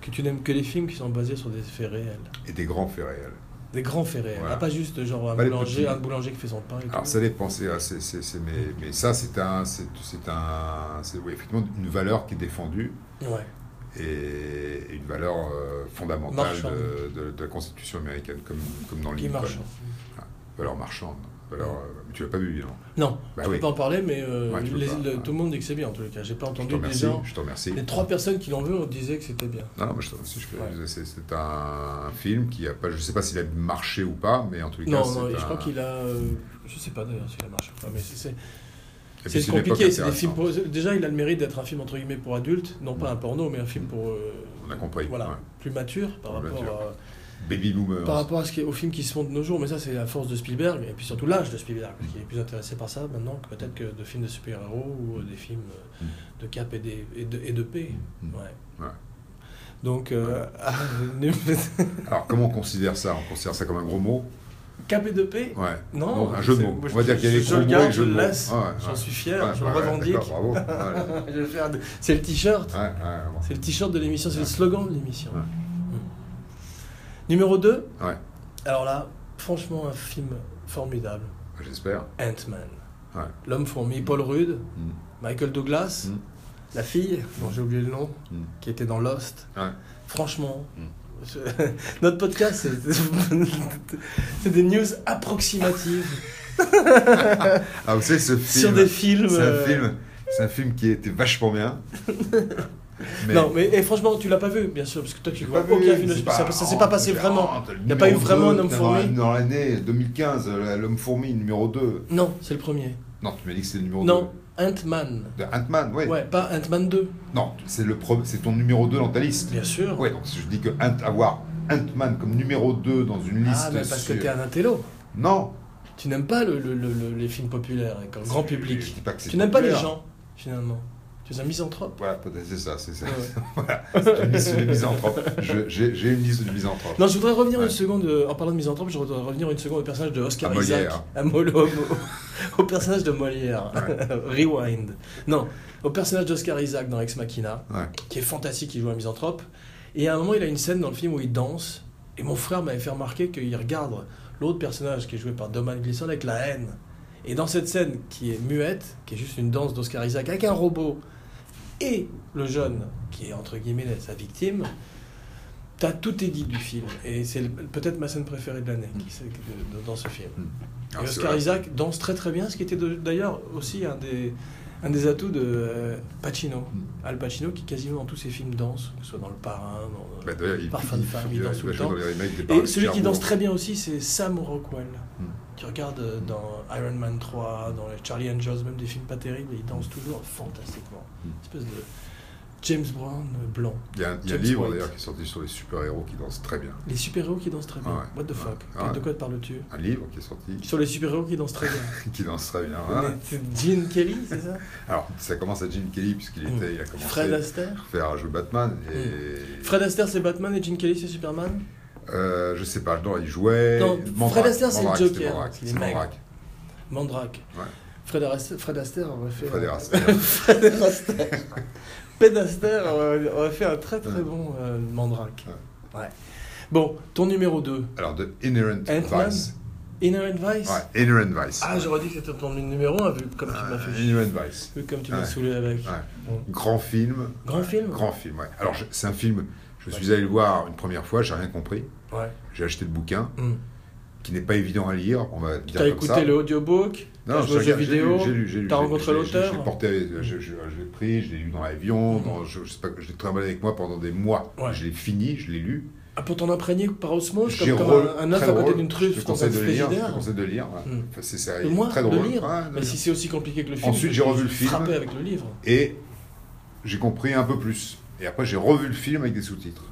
[SPEAKER 2] que tu n'aimes que les films qui sont basés sur des faits réels.
[SPEAKER 3] Et des grands faits réels.
[SPEAKER 2] Des grands faits réels.
[SPEAKER 3] Voilà.
[SPEAKER 2] Ah, pas juste genre un
[SPEAKER 3] Pas les
[SPEAKER 2] boulanger,
[SPEAKER 3] petits.
[SPEAKER 2] un boulanger qui fait son pain et
[SPEAKER 3] Alors
[SPEAKER 2] tout.
[SPEAKER 3] ça dépend, c'est, euh, c'est, c'est, c'est- mais, mais ça c'est un, c'est, c'est un, c'est oui, effectivement une valeur qui est défendue
[SPEAKER 2] Ouais.
[SPEAKER 3] et une valeur euh, fondamentale
[SPEAKER 2] Marchande.
[SPEAKER 3] de, de- de la Constitution américaine, comme, comme dans
[SPEAKER 2] Qui
[SPEAKER 3] Lincoln.
[SPEAKER 2] marche.
[SPEAKER 3] Valeur marchande. Valeur, euh, mais tu l'as pas vu, non
[SPEAKER 2] Non,
[SPEAKER 3] Bah
[SPEAKER 2] je
[SPEAKER 3] oui.
[SPEAKER 2] peux pas en parler, mais euh,
[SPEAKER 3] Ouais, tu peux
[SPEAKER 2] les-
[SPEAKER 3] pas,
[SPEAKER 2] le-
[SPEAKER 3] ouais.
[SPEAKER 2] tout le monde dit que c'est bien en tout cas. J'ai pas
[SPEAKER 3] Je te
[SPEAKER 2] entendu des
[SPEAKER 3] remercie.
[SPEAKER 2] gens.
[SPEAKER 3] Je te remercie.
[SPEAKER 2] Les trois personnes qui l'ont vu, on disait que c'était bien.
[SPEAKER 3] Non, non, mais je te remercie. je peux-
[SPEAKER 2] Ouais.
[SPEAKER 3] c'est, c'est un film qui a pas, je sais pas s'il a marché ou pas, mais en tout cas,
[SPEAKER 2] Non,
[SPEAKER 3] c'est
[SPEAKER 2] non, et
[SPEAKER 3] un-
[SPEAKER 2] je crois qu'il a. euh, je sais pas d'ailleurs s'il a marché ou pas, mais c'est- c'est.
[SPEAKER 3] et puis
[SPEAKER 2] C'est
[SPEAKER 3] une époque
[SPEAKER 2] compliqué, c'est des films
[SPEAKER 3] intéressante.
[SPEAKER 2] pour... Déjà, il a le mérite d'être un film entre guillemets pour adultes, non pas un porno, mais un film pour... euh,
[SPEAKER 3] On a compris.
[SPEAKER 2] Voilà,
[SPEAKER 3] ouais.
[SPEAKER 2] plus mature par,
[SPEAKER 3] Plus
[SPEAKER 2] rapport,
[SPEAKER 3] mature.
[SPEAKER 2] à-
[SPEAKER 3] Baby Boomers.
[SPEAKER 2] par rapport à ce qui est, aux films qui se font de nos jours, mais ça c'est la force de Spielberg, et puis surtout l'âge de Spielberg, qui est plus intéressé par ça maintenant que peut-être que de films de super-héros ou des films euh, de cap et, des- et de, et de paix.
[SPEAKER 3] Mm.
[SPEAKER 2] Ouais.
[SPEAKER 3] Ouais.
[SPEAKER 2] Donc, euh,
[SPEAKER 3] Alors comment on considère ça On considère ça comme un gros mot
[SPEAKER 2] cap et de paix
[SPEAKER 3] Ouais.
[SPEAKER 2] Non,
[SPEAKER 3] un jeu de
[SPEAKER 2] c'est-
[SPEAKER 3] mots.
[SPEAKER 2] moi,
[SPEAKER 3] On va
[SPEAKER 2] je-
[SPEAKER 3] dire qu'il y a
[SPEAKER 2] je-
[SPEAKER 3] des
[SPEAKER 2] je
[SPEAKER 3] gros
[SPEAKER 2] le
[SPEAKER 3] mots
[SPEAKER 2] garde,
[SPEAKER 3] et des
[SPEAKER 2] je
[SPEAKER 3] jeux de
[SPEAKER 2] le
[SPEAKER 3] mots. Ah
[SPEAKER 2] laisse.
[SPEAKER 3] Ouais, ouais.
[SPEAKER 2] J'en suis fier,
[SPEAKER 3] Ouais,
[SPEAKER 2] je
[SPEAKER 3] ouais,
[SPEAKER 2] le revendique.
[SPEAKER 3] d'accord, Bravo. Ouais, ouais,
[SPEAKER 2] Je vais faire de- C'est le t-shirt.
[SPEAKER 3] ouais, ouais.
[SPEAKER 2] C'est le t-shirt de l'émission, c'est le slogan de l'émission.
[SPEAKER 3] Ouais.
[SPEAKER 2] Mm. Numéro 2,
[SPEAKER 3] Ouais,
[SPEAKER 2] alors là, franchement, un film formidable.
[SPEAKER 3] j'espère.
[SPEAKER 2] Ant-Man.
[SPEAKER 3] Ouais.
[SPEAKER 2] L'homme fourmi, Paul Rudd,
[SPEAKER 3] Mm.
[SPEAKER 2] Michael Douglas,
[SPEAKER 3] Mm.
[SPEAKER 2] la fille, dont j'ai oublié le nom,
[SPEAKER 3] Mm.
[SPEAKER 2] qui était dans Lost.
[SPEAKER 3] Ouais.
[SPEAKER 2] Franchement,
[SPEAKER 3] Mm.
[SPEAKER 2] je- notre podcast, c'est- c'est des news approximatives
[SPEAKER 3] Ah, vous savez, ce film.
[SPEAKER 2] sur des films.
[SPEAKER 3] C'est un
[SPEAKER 2] euh,
[SPEAKER 3] film. C'est un film qui était vachement bien. Mais
[SPEAKER 2] Non, mais et franchement, tu l'as pas vu, bien sûr, parce que toi, tu
[SPEAKER 3] j'ai
[SPEAKER 2] vois
[SPEAKER 3] pas
[SPEAKER 2] aucun
[SPEAKER 3] vu,
[SPEAKER 2] film de
[SPEAKER 3] c'est
[SPEAKER 2] ça, ça s'est pas passé
[SPEAKER 3] oh,
[SPEAKER 2] vraiment.
[SPEAKER 3] t'as le
[SPEAKER 2] Il n'y a pas eu
[SPEAKER 3] numéro
[SPEAKER 2] vraiment un
[SPEAKER 3] deux,
[SPEAKER 2] homme
[SPEAKER 3] t'as
[SPEAKER 2] fourmi.
[SPEAKER 3] Dans l'année 2015, euh, l'homme fourmi numéro 2.
[SPEAKER 2] Non, c'est le premier.
[SPEAKER 3] Non, tu m'as dit que c'est le numéro 2.
[SPEAKER 2] Non, Ant-Man.
[SPEAKER 3] De Ant-Man, oui.
[SPEAKER 2] Ouais, pas Ant-Man 2.
[SPEAKER 3] Non, c'est le pro- c'est ton numéro 2 dans ta liste.
[SPEAKER 2] Bien sûr.
[SPEAKER 3] Ouais, donc je dis que Ant- avoir Ant-Man comme numéro 2 dans une liste.
[SPEAKER 2] ah, mais parce que
[SPEAKER 3] sur-
[SPEAKER 2] t'es un intello.
[SPEAKER 3] Non,
[SPEAKER 2] Tu n'aimes pas le, le- le- le- les films populaires, et quand- grand
[SPEAKER 3] Je
[SPEAKER 2] public.
[SPEAKER 3] dis pas que c'est
[SPEAKER 2] Tu n'aimes pas les
[SPEAKER 3] populaire.
[SPEAKER 2] gens, finalement. Tu es un misanthrope.
[SPEAKER 3] Voilà, peut-être c'est ça, c'est ça.
[SPEAKER 2] Ouais.
[SPEAKER 3] voilà, c'est une liste de misanthropes. Je- J'ai j'ai une liste de misanthropes.
[SPEAKER 2] Non, je voudrais revenir
[SPEAKER 3] Ouais.
[SPEAKER 2] une seconde, euh, en parlant de misanthrope, je voudrais revenir une seconde au personnage de Oscar
[SPEAKER 3] À Molière.
[SPEAKER 2] Isaac. À Mol- au, au- au personnage de Molière. Rewind. Non, au personnage d'Oscar Isaac dans Ex Machina,
[SPEAKER 3] Ouais. Ah,
[SPEAKER 2] qui est fantastique, qui joue un misanthrope. Et à un moment, il a une scène dans le film où il danse. Et mon frère m'avait fait remarquer qu'il regarde l'autre personnage qui est joué par Doman Gleeson avec la haine. Et dans cette scène qui est muette, qui est juste une danse d'Oscar Isaac avec un robot, et le jeune, qui est entre guillemets sa victime, t'as tout est dit du film. Et c'est le- peut-être ma scène préférée de l'année qui- c'est- de- de- dans ce film.
[SPEAKER 3] Ah,
[SPEAKER 2] Et
[SPEAKER 3] c'est
[SPEAKER 2] Oscar
[SPEAKER 3] vrai.
[SPEAKER 2] Isaac danse très très bien, ce qui était de- d'ailleurs aussi un des, un des atouts de euh, Pacino.
[SPEAKER 3] Mm.
[SPEAKER 2] Al Pacino qui quasiment dans tous ses films danse, que ce soit dans Le Parrain, dans...
[SPEAKER 3] Bah, d'ailleurs, il,
[SPEAKER 2] Par
[SPEAKER 3] il-
[SPEAKER 2] fan
[SPEAKER 3] il-
[SPEAKER 2] femme,
[SPEAKER 3] il-
[SPEAKER 2] il danse
[SPEAKER 3] il
[SPEAKER 2] tout
[SPEAKER 3] va
[SPEAKER 2] le
[SPEAKER 3] jouer
[SPEAKER 2] temps.
[SPEAKER 3] dans les remakes des
[SPEAKER 2] Et
[SPEAKER 3] Paris
[SPEAKER 2] celui qui
[SPEAKER 3] Cherbourg.
[SPEAKER 2] danse très bien aussi, c'est Sam Rockwell.
[SPEAKER 3] Mm.
[SPEAKER 2] Tu regardes euh, dans Iron Man 3, dans les Charlie Angels, même des films pas terribles, il danse toujours fantastiquement.
[SPEAKER 3] Mm.
[SPEAKER 2] Espèce de James Brown euh, blanc.
[SPEAKER 3] Il y a, un- il y a un
[SPEAKER 2] James
[SPEAKER 3] livre
[SPEAKER 2] White.
[SPEAKER 3] d'ailleurs qui est sorti sur les super-héros qui dansent très bien.
[SPEAKER 2] Les super-héros qui dansent très bien.
[SPEAKER 3] Ah Ouais.
[SPEAKER 2] What the fuck
[SPEAKER 3] Ouais.
[SPEAKER 2] De quoi te parles-tu
[SPEAKER 3] Un livre qui est sorti
[SPEAKER 2] Sur les super-héros qui dansent très bien.
[SPEAKER 3] qui danse très bien. hein.
[SPEAKER 2] Mais C'est Gene Kelly, c'est ça
[SPEAKER 3] Alors, ça commence à Jim Kelly puisqu'il
[SPEAKER 2] Mm.
[SPEAKER 3] était, il a commencé
[SPEAKER 2] Fred Astaire Hmm.
[SPEAKER 3] à faire jouer Batman. Et...
[SPEAKER 2] Fred Astaire c'est Batman et Gene Kelly c'est Superman
[SPEAKER 3] Euh, je sais pas, non, il jouait.
[SPEAKER 2] Non,
[SPEAKER 3] Mandrake,
[SPEAKER 2] Fred Astaire, c'est le
[SPEAKER 3] Mandrake, c'était
[SPEAKER 2] Joker.
[SPEAKER 3] Mandrake,
[SPEAKER 2] Il est
[SPEAKER 3] C'est
[SPEAKER 2] maigre.
[SPEAKER 3] Mandrake.
[SPEAKER 2] Mandrake.
[SPEAKER 3] Ouais.
[SPEAKER 2] Fred Astaire, Fred Astaire aurait fait.
[SPEAKER 3] Fred
[SPEAKER 2] un-
[SPEAKER 3] Astaire.
[SPEAKER 2] Fred Astaire. Fred Astaire aurait aurait fait un très très
[SPEAKER 3] Ouais.
[SPEAKER 2] bon euh, mandrake. Ouais. Bon, ton numéro 2,
[SPEAKER 3] Alors, de Inherent
[SPEAKER 2] Ant-Man
[SPEAKER 3] Vice.
[SPEAKER 2] Inherent Vice.
[SPEAKER 3] Ouais, Inherent Vice.
[SPEAKER 2] Ah, j'aurais dit que c'était ton numéro 1 vu comme tu m'as fait.
[SPEAKER 3] Euh, Inherent Vice.
[SPEAKER 2] vu comme tu m'as
[SPEAKER 3] Ouais.
[SPEAKER 2] saoulé avec.
[SPEAKER 3] Ouais. Grand film.
[SPEAKER 2] Grand film
[SPEAKER 3] Grand film, ouais. Alors, je- c'est un film, je suis allé le voir une première fois, j'ai rien compris.
[SPEAKER 2] Ouais.
[SPEAKER 3] J'ai acheté le bouquin,
[SPEAKER 2] Mm.
[SPEAKER 3] qui n'est pas évident à lire, on va dire
[SPEAKER 2] T'as
[SPEAKER 3] comme ça.
[SPEAKER 2] écouté le audiobook
[SPEAKER 3] Non,
[SPEAKER 2] T'as
[SPEAKER 3] je
[SPEAKER 2] joué aux jeux
[SPEAKER 3] regarde, j'ai
[SPEAKER 2] vidéo
[SPEAKER 3] lu, j'ai lu, j'ai lu,
[SPEAKER 2] T'as
[SPEAKER 3] j'ai-
[SPEAKER 2] rencontré
[SPEAKER 3] j'ai-
[SPEAKER 2] l'auteur
[SPEAKER 3] Je l'ai porté, je, je- je l'ai pris, je l'ai lu dans l'avion, dans- je, je sais pas, je l'ai travaillé avec moi pendant des mois.
[SPEAKER 2] Ouais.
[SPEAKER 3] Je l'ai fini, je l'ai lu.
[SPEAKER 2] Ah, pour t'en imprégner par osmose,
[SPEAKER 3] J'ai
[SPEAKER 2] comme, comme
[SPEAKER 3] re-
[SPEAKER 2] un- un œuf
[SPEAKER 3] très
[SPEAKER 2] à côté
[SPEAKER 3] drôle.
[SPEAKER 2] d'une
[SPEAKER 3] Je te
[SPEAKER 2] truffe dans un
[SPEAKER 3] conseille de le lire. Je te
[SPEAKER 2] frigidaire.
[SPEAKER 3] conseille de le lire. ouais.
[SPEAKER 2] Mm.
[SPEAKER 3] Enfin, c'est sérieux,
[SPEAKER 2] Le moins,
[SPEAKER 3] très
[SPEAKER 2] de
[SPEAKER 3] drôle.
[SPEAKER 2] lire.
[SPEAKER 3] Ouais,
[SPEAKER 2] Mais
[SPEAKER 3] de
[SPEAKER 2] si c'est aussi compliqué que le film,
[SPEAKER 3] Ensuite,
[SPEAKER 2] je
[SPEAKER 3] j'ai
[SPEAKER 2] suis
[SPEAKER 3] revu le film.
[SPEAKER 2] Frappé avec le livre.
[SPEAKER 3] Et j'ai compris un peu plus. Et après, j'ai revu le film avec des sous-titres.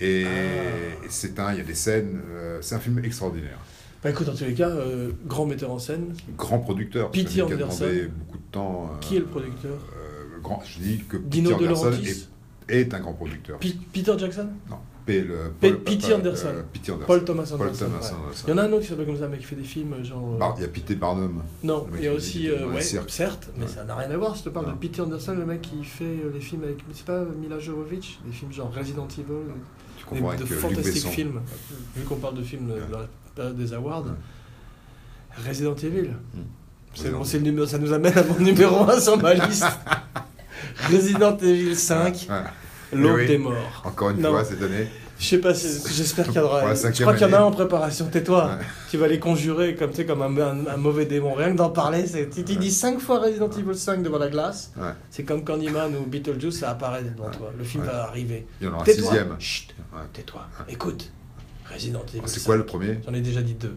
[SPEAKER 3] Et,
[SPEAKER 2] Ah.
[SPEAKER 3] et c'est un, il y a des scènes, euh, c'est un film extraordinaire.
[SPEAKER 2] Bah écoute, dans tous les cas, euh, grand metteur en scène.
[SPEAKER 3] Grand producteur. parce que
[SPEAKER 2] P.T.
[SPEAKER 3] lui qui a
[SPEAKER 2] Anderson.
[SPEAKER 3] demandé beaucoup de temps. euh,
[SPEAKER 2] Qui est le producteur
[SPEAKER 3] euh, le grand, Je dis que
[SPEAKER 2] Dino
[SPEAKER 3] P.T.
[SPEAKER 2] De
[SPEAKER 3] Anderson
[SPEAKER 2] Laurentiis
[SPEAKER 3] est, est un grand producteur.
[SPEAKER 2] Pi- Peter Jackson
[SPEAKER 3] non, P, le,
[SPEAKER 2] P-
[SPEAKER 3] Paul-
[SPEAKER 2] P.T.
[SPEAKER 3] Paul-
[SPEAKER 2] Anderson.
[SPEAKER 3] euh, P.T. Anderson.
[SPEAKER 2] Paul Thomas Anderson.
[SPEAKER 3] Paul Thomas
[SPEAKER 2] ouais.
[SPEAKER 3] Anderson.
[SPEAKER 2] Il y en a un autre qui s'appelle comme ça, mais qui fait des films genre. euh,
[SPEAKER 3] Bar- Il y a P.T. Barnum.
[SPEAKER 2] non,
[SPEAKER 3] le mec
[SPEAKER 2] il y a
[SPEAKER 3] qui
[SPEAKER 2] aussi.
[SPEAKER 3] dit
[SPEAKER 2] euh,
[SPEAKER 3] dans le
[SPEAKER 2] ouais,
[SPEAKER 3] cirque.
[SPEAKER 2] certes, mais
[SPEAKER 3] Ouais.
[SPEAKER 2] ça n'a rien à voir. Je te parle
[SPEAKER 3] Non.
[SPEAKER 2] de Peter Anderson, le mec qui fait euh, les films avec. C'est pas euh, Mila Jovovich Des films genre Resident Evil,
[SPEAKER 3] Tu
[SPEAKER 2] des,
[SPEAKER 3] comprends avec
[SPEAKER 2] de
[SPEAKER 3] euh, Luc
[SPEAKER 2] fantastiques
[SPEAKER 3] Besson.
[SPEAKER 2] films. Vu qu'on parle de films euh,
[SPEAKER 3] Ouais.
[SPEAKER 2] dans la période des awards,
[SPEAKER 3] Ouais.
[SPEAKER 2] Resident Evil. C'est
[SPEAKER 3] Hmm. Resident
[SPEAKER 2] bon, c'est le numéro, ça nous amène à mon numéro 1 sur ma liste. Resident Evil 5,
[SPEAKER 3] Voilà.
[SPEAKER 2] l'aube
[SPEAKER 3] Eh oui.
[SPEAKER 2] des morts.
[SPEAKER 3] Encore une
[SPEAKER 2] Non.
[SPEAKER 3] fois cette année.
[SPEAKER 2] Je sais pas, si- j'espère qu'il y
[SPEAKER 3] Pour
[SPEAKER 2] aura.
[SPEAKER 3] la
[SPEAKER 2] Je
[SPEAKER 3] cinquième
[SPEAKER 2] crois qu'il y en a un
[SPEAKER 3] année.
[SPEAKER 2] en préparation, tais-toi.
[SPEAKER 3] Ouais.
[SPEAKER 2] Tu vas les conjurer comme, tu sais, comme un, un- un mauvais démon. Rien que d'en parler, c'est- tu, tu dis 5 fois Resident Evil 5 devant la glace.
[SPEAKER 3] Ouais.
[SPEAKER 2] C'est comme Candyman ou Beetlejuice, ça apparaît devant toi. Le film
[SPEAKER 3] Ouais.
[SPEAKER 2] va arriver.
[SPEAKER 3] Il y en aura un
[SPEAKER 2] Tais-toi.
[SPEAKER 3] sixième.
[SPEAKER 2] Chut,
[SPEAKER 3] Ouais.
[SPEAKER 2] tais-toi. Écoute, Resident Evil.
[SPEAKER 3] Alors, C'est
[SPEAKER 2] 5.
[SPEAKER 3] quoi le premier
[SPEAKER 2] J'en ai déjà dit deux.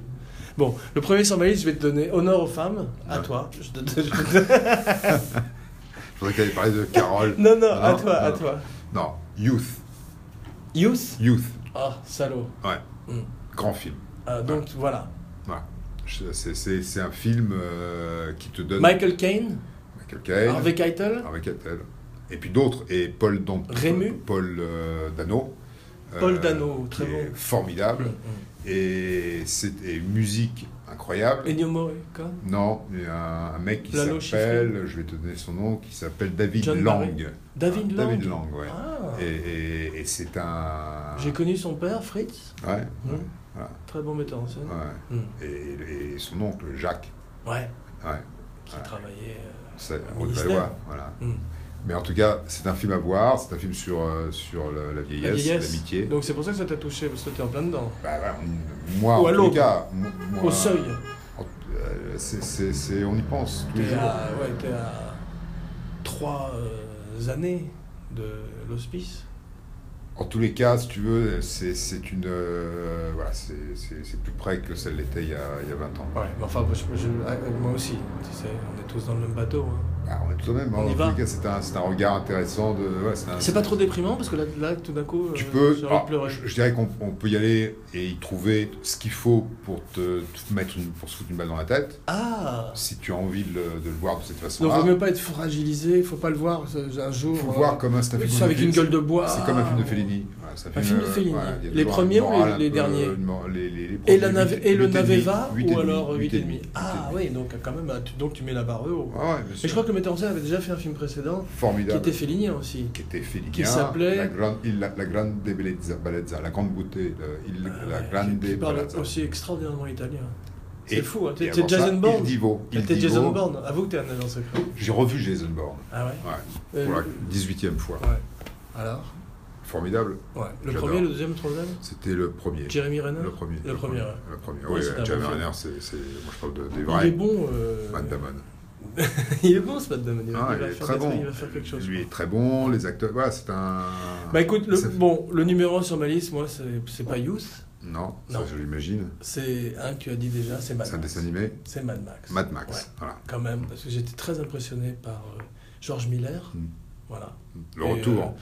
[SPEAKER 2] Bon, le premier sur ma liste, je vais te donner honneur aux femmes, à
[SPEAKER 3] Ouais.
[SPEAKER 2] toi. Je te- je te-
[SPEAKER 3] Je voudrais qu'elle parler de Carole.
[SPEAKER 2] Non, non, à
[SPEAKER 3] Non,
[SPEAKER 2] toi, à
[SPEAKER 3] non.
[SPEAKER 2] toi.
[SPEAKER 3] Non, Youth.
[SPEAKER 2] Youth
[SPEAKER 3] Youth.
[SPEAKER 2] Ah, salaud.
[SPEAKER 3] Ouais.
[SPEAKER 2] Mm.
[SPEAKER 3] Grand film.
[SPEAKER 2] Euh, donc voilà.
[SPEAKER 3] Voilà. Je- C'est c'est- c'est un film euh, qui te donne.
[SPEAKER 2] Michael Caine,
[SPEAKER 3] Michael Caine.
[SPEAKER 2] Harvey Keitel,
[SPEAKER 3] Harvey Keitel. Et puis d'autres. Et Paul Don.
[SPEAKER 2] Rému.
[SPEAKER 3] Paul euh, Dano. Euh,
[SPEAKER 2] Paul Dano,
[SPEAKER 3] qui
[SPEAKER 2] très
[SPEAKER 3] est
[SPEAKER 2] bon.
[SPEAKER 3] Formidable.
[SPEAKER 2] Mm,
[SPEAKER 3] Et c'est et une musique incroyable.
[SPEAKER 2] Ennio Morricone,
[SPEAKER 3] Non, il y a un, un mec qui
[SPEAKER 2] Lalo
[SPEAKER 3] s'appelle, je vais te donner son nom, qui s'appelle David
[SPEAKER 2] John
[SPEAKER 3] Lang.
[SPEAKER 2] Barry. David
[SPEAKER 3] Ah,
[SPEAKER 2] Lang.
[SPEAKER 3] David Lang, ouais.
[SPEAKER 2] Ah.
[SPEAKER 3] Et, et- et c'est un.
[SPEAKER 2] J'ai connu son père, Fritz.
[SPEAKER 3] Ouais.
[SPEAKER 2] Mm.
[SPEAKER 3] voilà.
[SPEAKER 2] Très bon metteur en scène.
[SPEAKER 3] ouais.
[SPEAKER 2] Mm.
[SPEAKER 3] Et, et son oncle, Jacques.
[SPEAKER 2] Ouais,
[SPEAKER 3] Ouais.
[SPEAKER 2] qui
[SPEAKER 3] Ouais.
[SPEAKER 2] travaillait. euh,
[SPEAKER 3] C'est
[SPEAKER 2] Un
[SPEAKER 3] on devrait
[SPEAKER 2] ministère.
[SPEAKER 3] voir, voilà.
[SPEAKER 2] Mm.
[SPEAKER 3] Mais en tout cas, c'est un film à voir, c'est un film sur, euh, sur le- la
[SPEAKER 2] la
[SPEAKER 3] vieillesse,
[SPEAKER 2] vieillesse.
[SPEAKER 3] l'amitié.
[SPEAKER 2] Donc c'est pour ça que ça t'a touché, parce que t'es en plein dedans.
[SPEAKER 3] Bah, voilà, on- moi,
[SPEAKER 2] Ou à
[SPEAKER 3] en
[SPEAKER 2] l'aube.
[SPEAKER 3] tout cas, mo- moi,
[SPEAKER 2] Au seuil.
[SPEAKER 3] en- euh, c'est- c'est- c'est- on y pense tous les
[SPEAKER 2] T'es
[SPEAKER 3] jours.
[SPEAKER 2] à, ouais, t'es à trois euh, années de l'hospice.
[SPEAKER 3] En tous les cas, si tu veux, c'est c'est une. euh, voilà, c'est- c'est c'est plus près que celle l'était il, y a- il y a 20 ans.
[SPEAKER 2] Ouais, mais enfin, moi, je- je- ah, moi aussi, tu sais, on est tous dans le même bateau. hein.
[SPEAKER 3] Bah, on est tout de même,
[SPEAKER 2] On y
[SPEAKER 3] en
[SPEAKER 2] va.
[SPEAKER 3] tous les cas, c'est un, c'est un regard intéressant. de ouais, Ah, c'est un-
[SPEAKER 2] C'est pas trop déprimant parce que là, là tout d'un coup,
[SPEAKER 3] Tu
[SPEAKER 2] euh,
[SPEAKER 3] peux,
[SPEAKER 2] j'ai envie
[SPEAKER 3] alors,
[SPEAKER 2] de pleurer.
[SPEAKER 3] je, je dirais qu'on on peut y aller et y trouver ce qu'il faut pour te, te mettre une, pour se foutre une balle dans la tête,
[SPEAKER 2] Ah
[SPEAKER 3] si tu as envie de le, de le voir de cette
[SPEAKER 2] Donc,
[SPEAKER 3] façon-là.
[SPEAKER 2] vaut mieux pas être fragilisé, faut pas le voir ce- un jour.
[SPEAKER 3] Il faut le
[SPEAKER 2] euh,
[SPEAKER 3] voir comme un, c'est un
[SPEAKER 2] oui,
[SPEAKER 3] film
[SPEAKER 2] c'est avec une
[SPEAKER 3] Fellini.
[SPEAKER 2] gueule de bois. Ah.
[SPEAKER 3] C'est comme un film de Fellini. Voilà, c'est
[SPEAKER 2] Un film de
[SPEAKER 3] euh,
[SPEAKER 2] Fellini.
[SPEAKER 3] voilà, il y a
[SPEAKER 2] Les
[SPEAKER 3] toujours
[SPEAKER 2] premiers
[SPEAKER 3] une
[SPEAKER 2] ou
[SPEAKER 3] morale
[SPEAKER 2] les- les
[SPEAKER 3] un peu-
[SPEAKER 2] derniers
[SPEAKER 3] euh, une mor- les- les- les
[SPEAKER 2] Et,
[SPEAKER 3] premiers,
[SPEAKER 2] la nave-
[SPEAKER 3] huit-
[SPEAKER 2] et le
[SPEAKER 3] huit demi,
[SPEAKER 2] Naveva
[SPEAKER 3] huit et
[SPEAKER 2] ou
[SPEAKER 3] demi,
[SPEAKER 2] alors
[SPEAKER 3] huit
[SPEAKER 2] 8,5.
[SPEAKER 3] et demi, Ah,
[SPEAKER 2] Ah
[SPEAKER 3] huit et
[SPEAKER 2] oui, donc quand même, tu- donc tu mets la barre haut.
[SPEAKER 3] demi. Ouais, ouais, bien
[SPEAKER 2] Mais
[SPEAKER 3] sûr.
[SPEAKER 2] je crois que le metteur en scène avait déjà fait un film précédent qui
[SPEAKER 3] formidable.
[SPEAKER 2] était Fellini aussi.
[SPEAKER 3] qui était Félix
[SPEAKER 2] qui s'appelait-
[SPEAKER 3] la grande il- la, la grande de Bellezza, Bellezza, la grande beauté le- il- la
[SPEAKER 2] Ouais,
[SPEAKER 3] grande
[SPEAKER 2] Ah, qui- qui parle
[SPEAKER 3] Bellezza.
[SPEAKER 2] aussi extraordinairement italien. C'est
[SPEAKER 3] Et-
[SPEAKER 2] fou, hein.
[SPEAKER 3] et
[SPEAKER 2] t'es
[SPEAKER 3] avant
[SPEAKER 2] t'es Jason
[SPEAKER 3] ça, Il
[SPEAKER 2] Bourne.
[SPEAKER 3] Divo. Il
[SPEAKER 2] T'es
[SPEAKER 3] Divo.
[SPEAKER 2] Jason Bourne, avoue que t'es un agent secret.
[SPEAKER 3] J'ai revu Jason Bourne.
[SPEAKER 2] Ah ouais
[SPEAKER 3] Ouais,
[SPEAKER 2] Euh,
[SPEAKER 3] pour la
[SPEAKER 2] le-
[SPEAKER 3] 18e fois.
[SPEAKER 2] Ouais. Alors
[SPEAKER 3] Formidable.
[SPEAKER 2] Ouais. Le
[SPEAKER 3] J'adore.
[SPEAKER 2] premier, le deuxième, le troisième
[SPEAKER 3] C'était le premier.
[SPEAKER 2] Jeremy Renner
[SPEAKER 3] Le premier.
[SPEAKER 2] Le premier, ouais.
[SPEAKER 3] Le premier.
[SPEAKER 2] Ouais,
[SPEAKER 3] Oui,
[SPEAKER 2] c'était un
[SPEAKER 3] Jeremy
[SPEAKER 2] bon film.
[SPEAKER 3] Renner, c'est. c'est- Moi, je parle de- des
[SPEAKER 2] Il est
[SPEAKER 3] vrais.
[SPEAKER 2] bon. euh,
[SPEAKER 3] Matt Damon.
[SPEAKER 2] il est bon ce Matt Damon. Il va,
[SPEAKER 3] Ah,
[SPEAKER 2] il
[SPEAKER 3] il
[SPEAKER 2] va
[SPEAKER 3] est
[SPEAKER 2] faire
[SPEAKER 3] très
[SPEAKER 2] des
[SPEAKER 3] bon.
[SPEAKER 2] trucs, il va faire quelque chose.
[SPEAKER 3] Lui est très bon, les acteurs. Voilà, c'est un.
[SPEAKER 2] Bah écoute, le,
[SPEAKER 3] Ça fait-
[SPEAKER 2] bon, le numéro 1 sur ma liste, moi, c'est c'est pas Youth,
[SPEAKER 3] Non, ça,
[SPEAKER 2] Non.
[SPEAKER 3] je l'imagine.
[SPEAKER 2] c'est un que tu as dit déjà, c'est Mad
[SPEAKER 3] C'est un
[SPEAKER 2] Max.
[SPEAKER 3] dessin animé.
[SPEAKER 2] C'est Mad Max.
[SPEAKER 3] Mad Max.
[SPEAKER 2] Ouais.
[SPEAKER 3] Voilà.
[SPEAKER 2] Quand même, parce que j'étais très impressionné par euh, George Miller.
[SPEAKER 3] Mm.
[SPEAKER 2] Voilà.
[SPEAKER 3] Le
[SPEAKER 2] Et,
[SPEAKER 3] retour.
[SPEAKER 2] euh,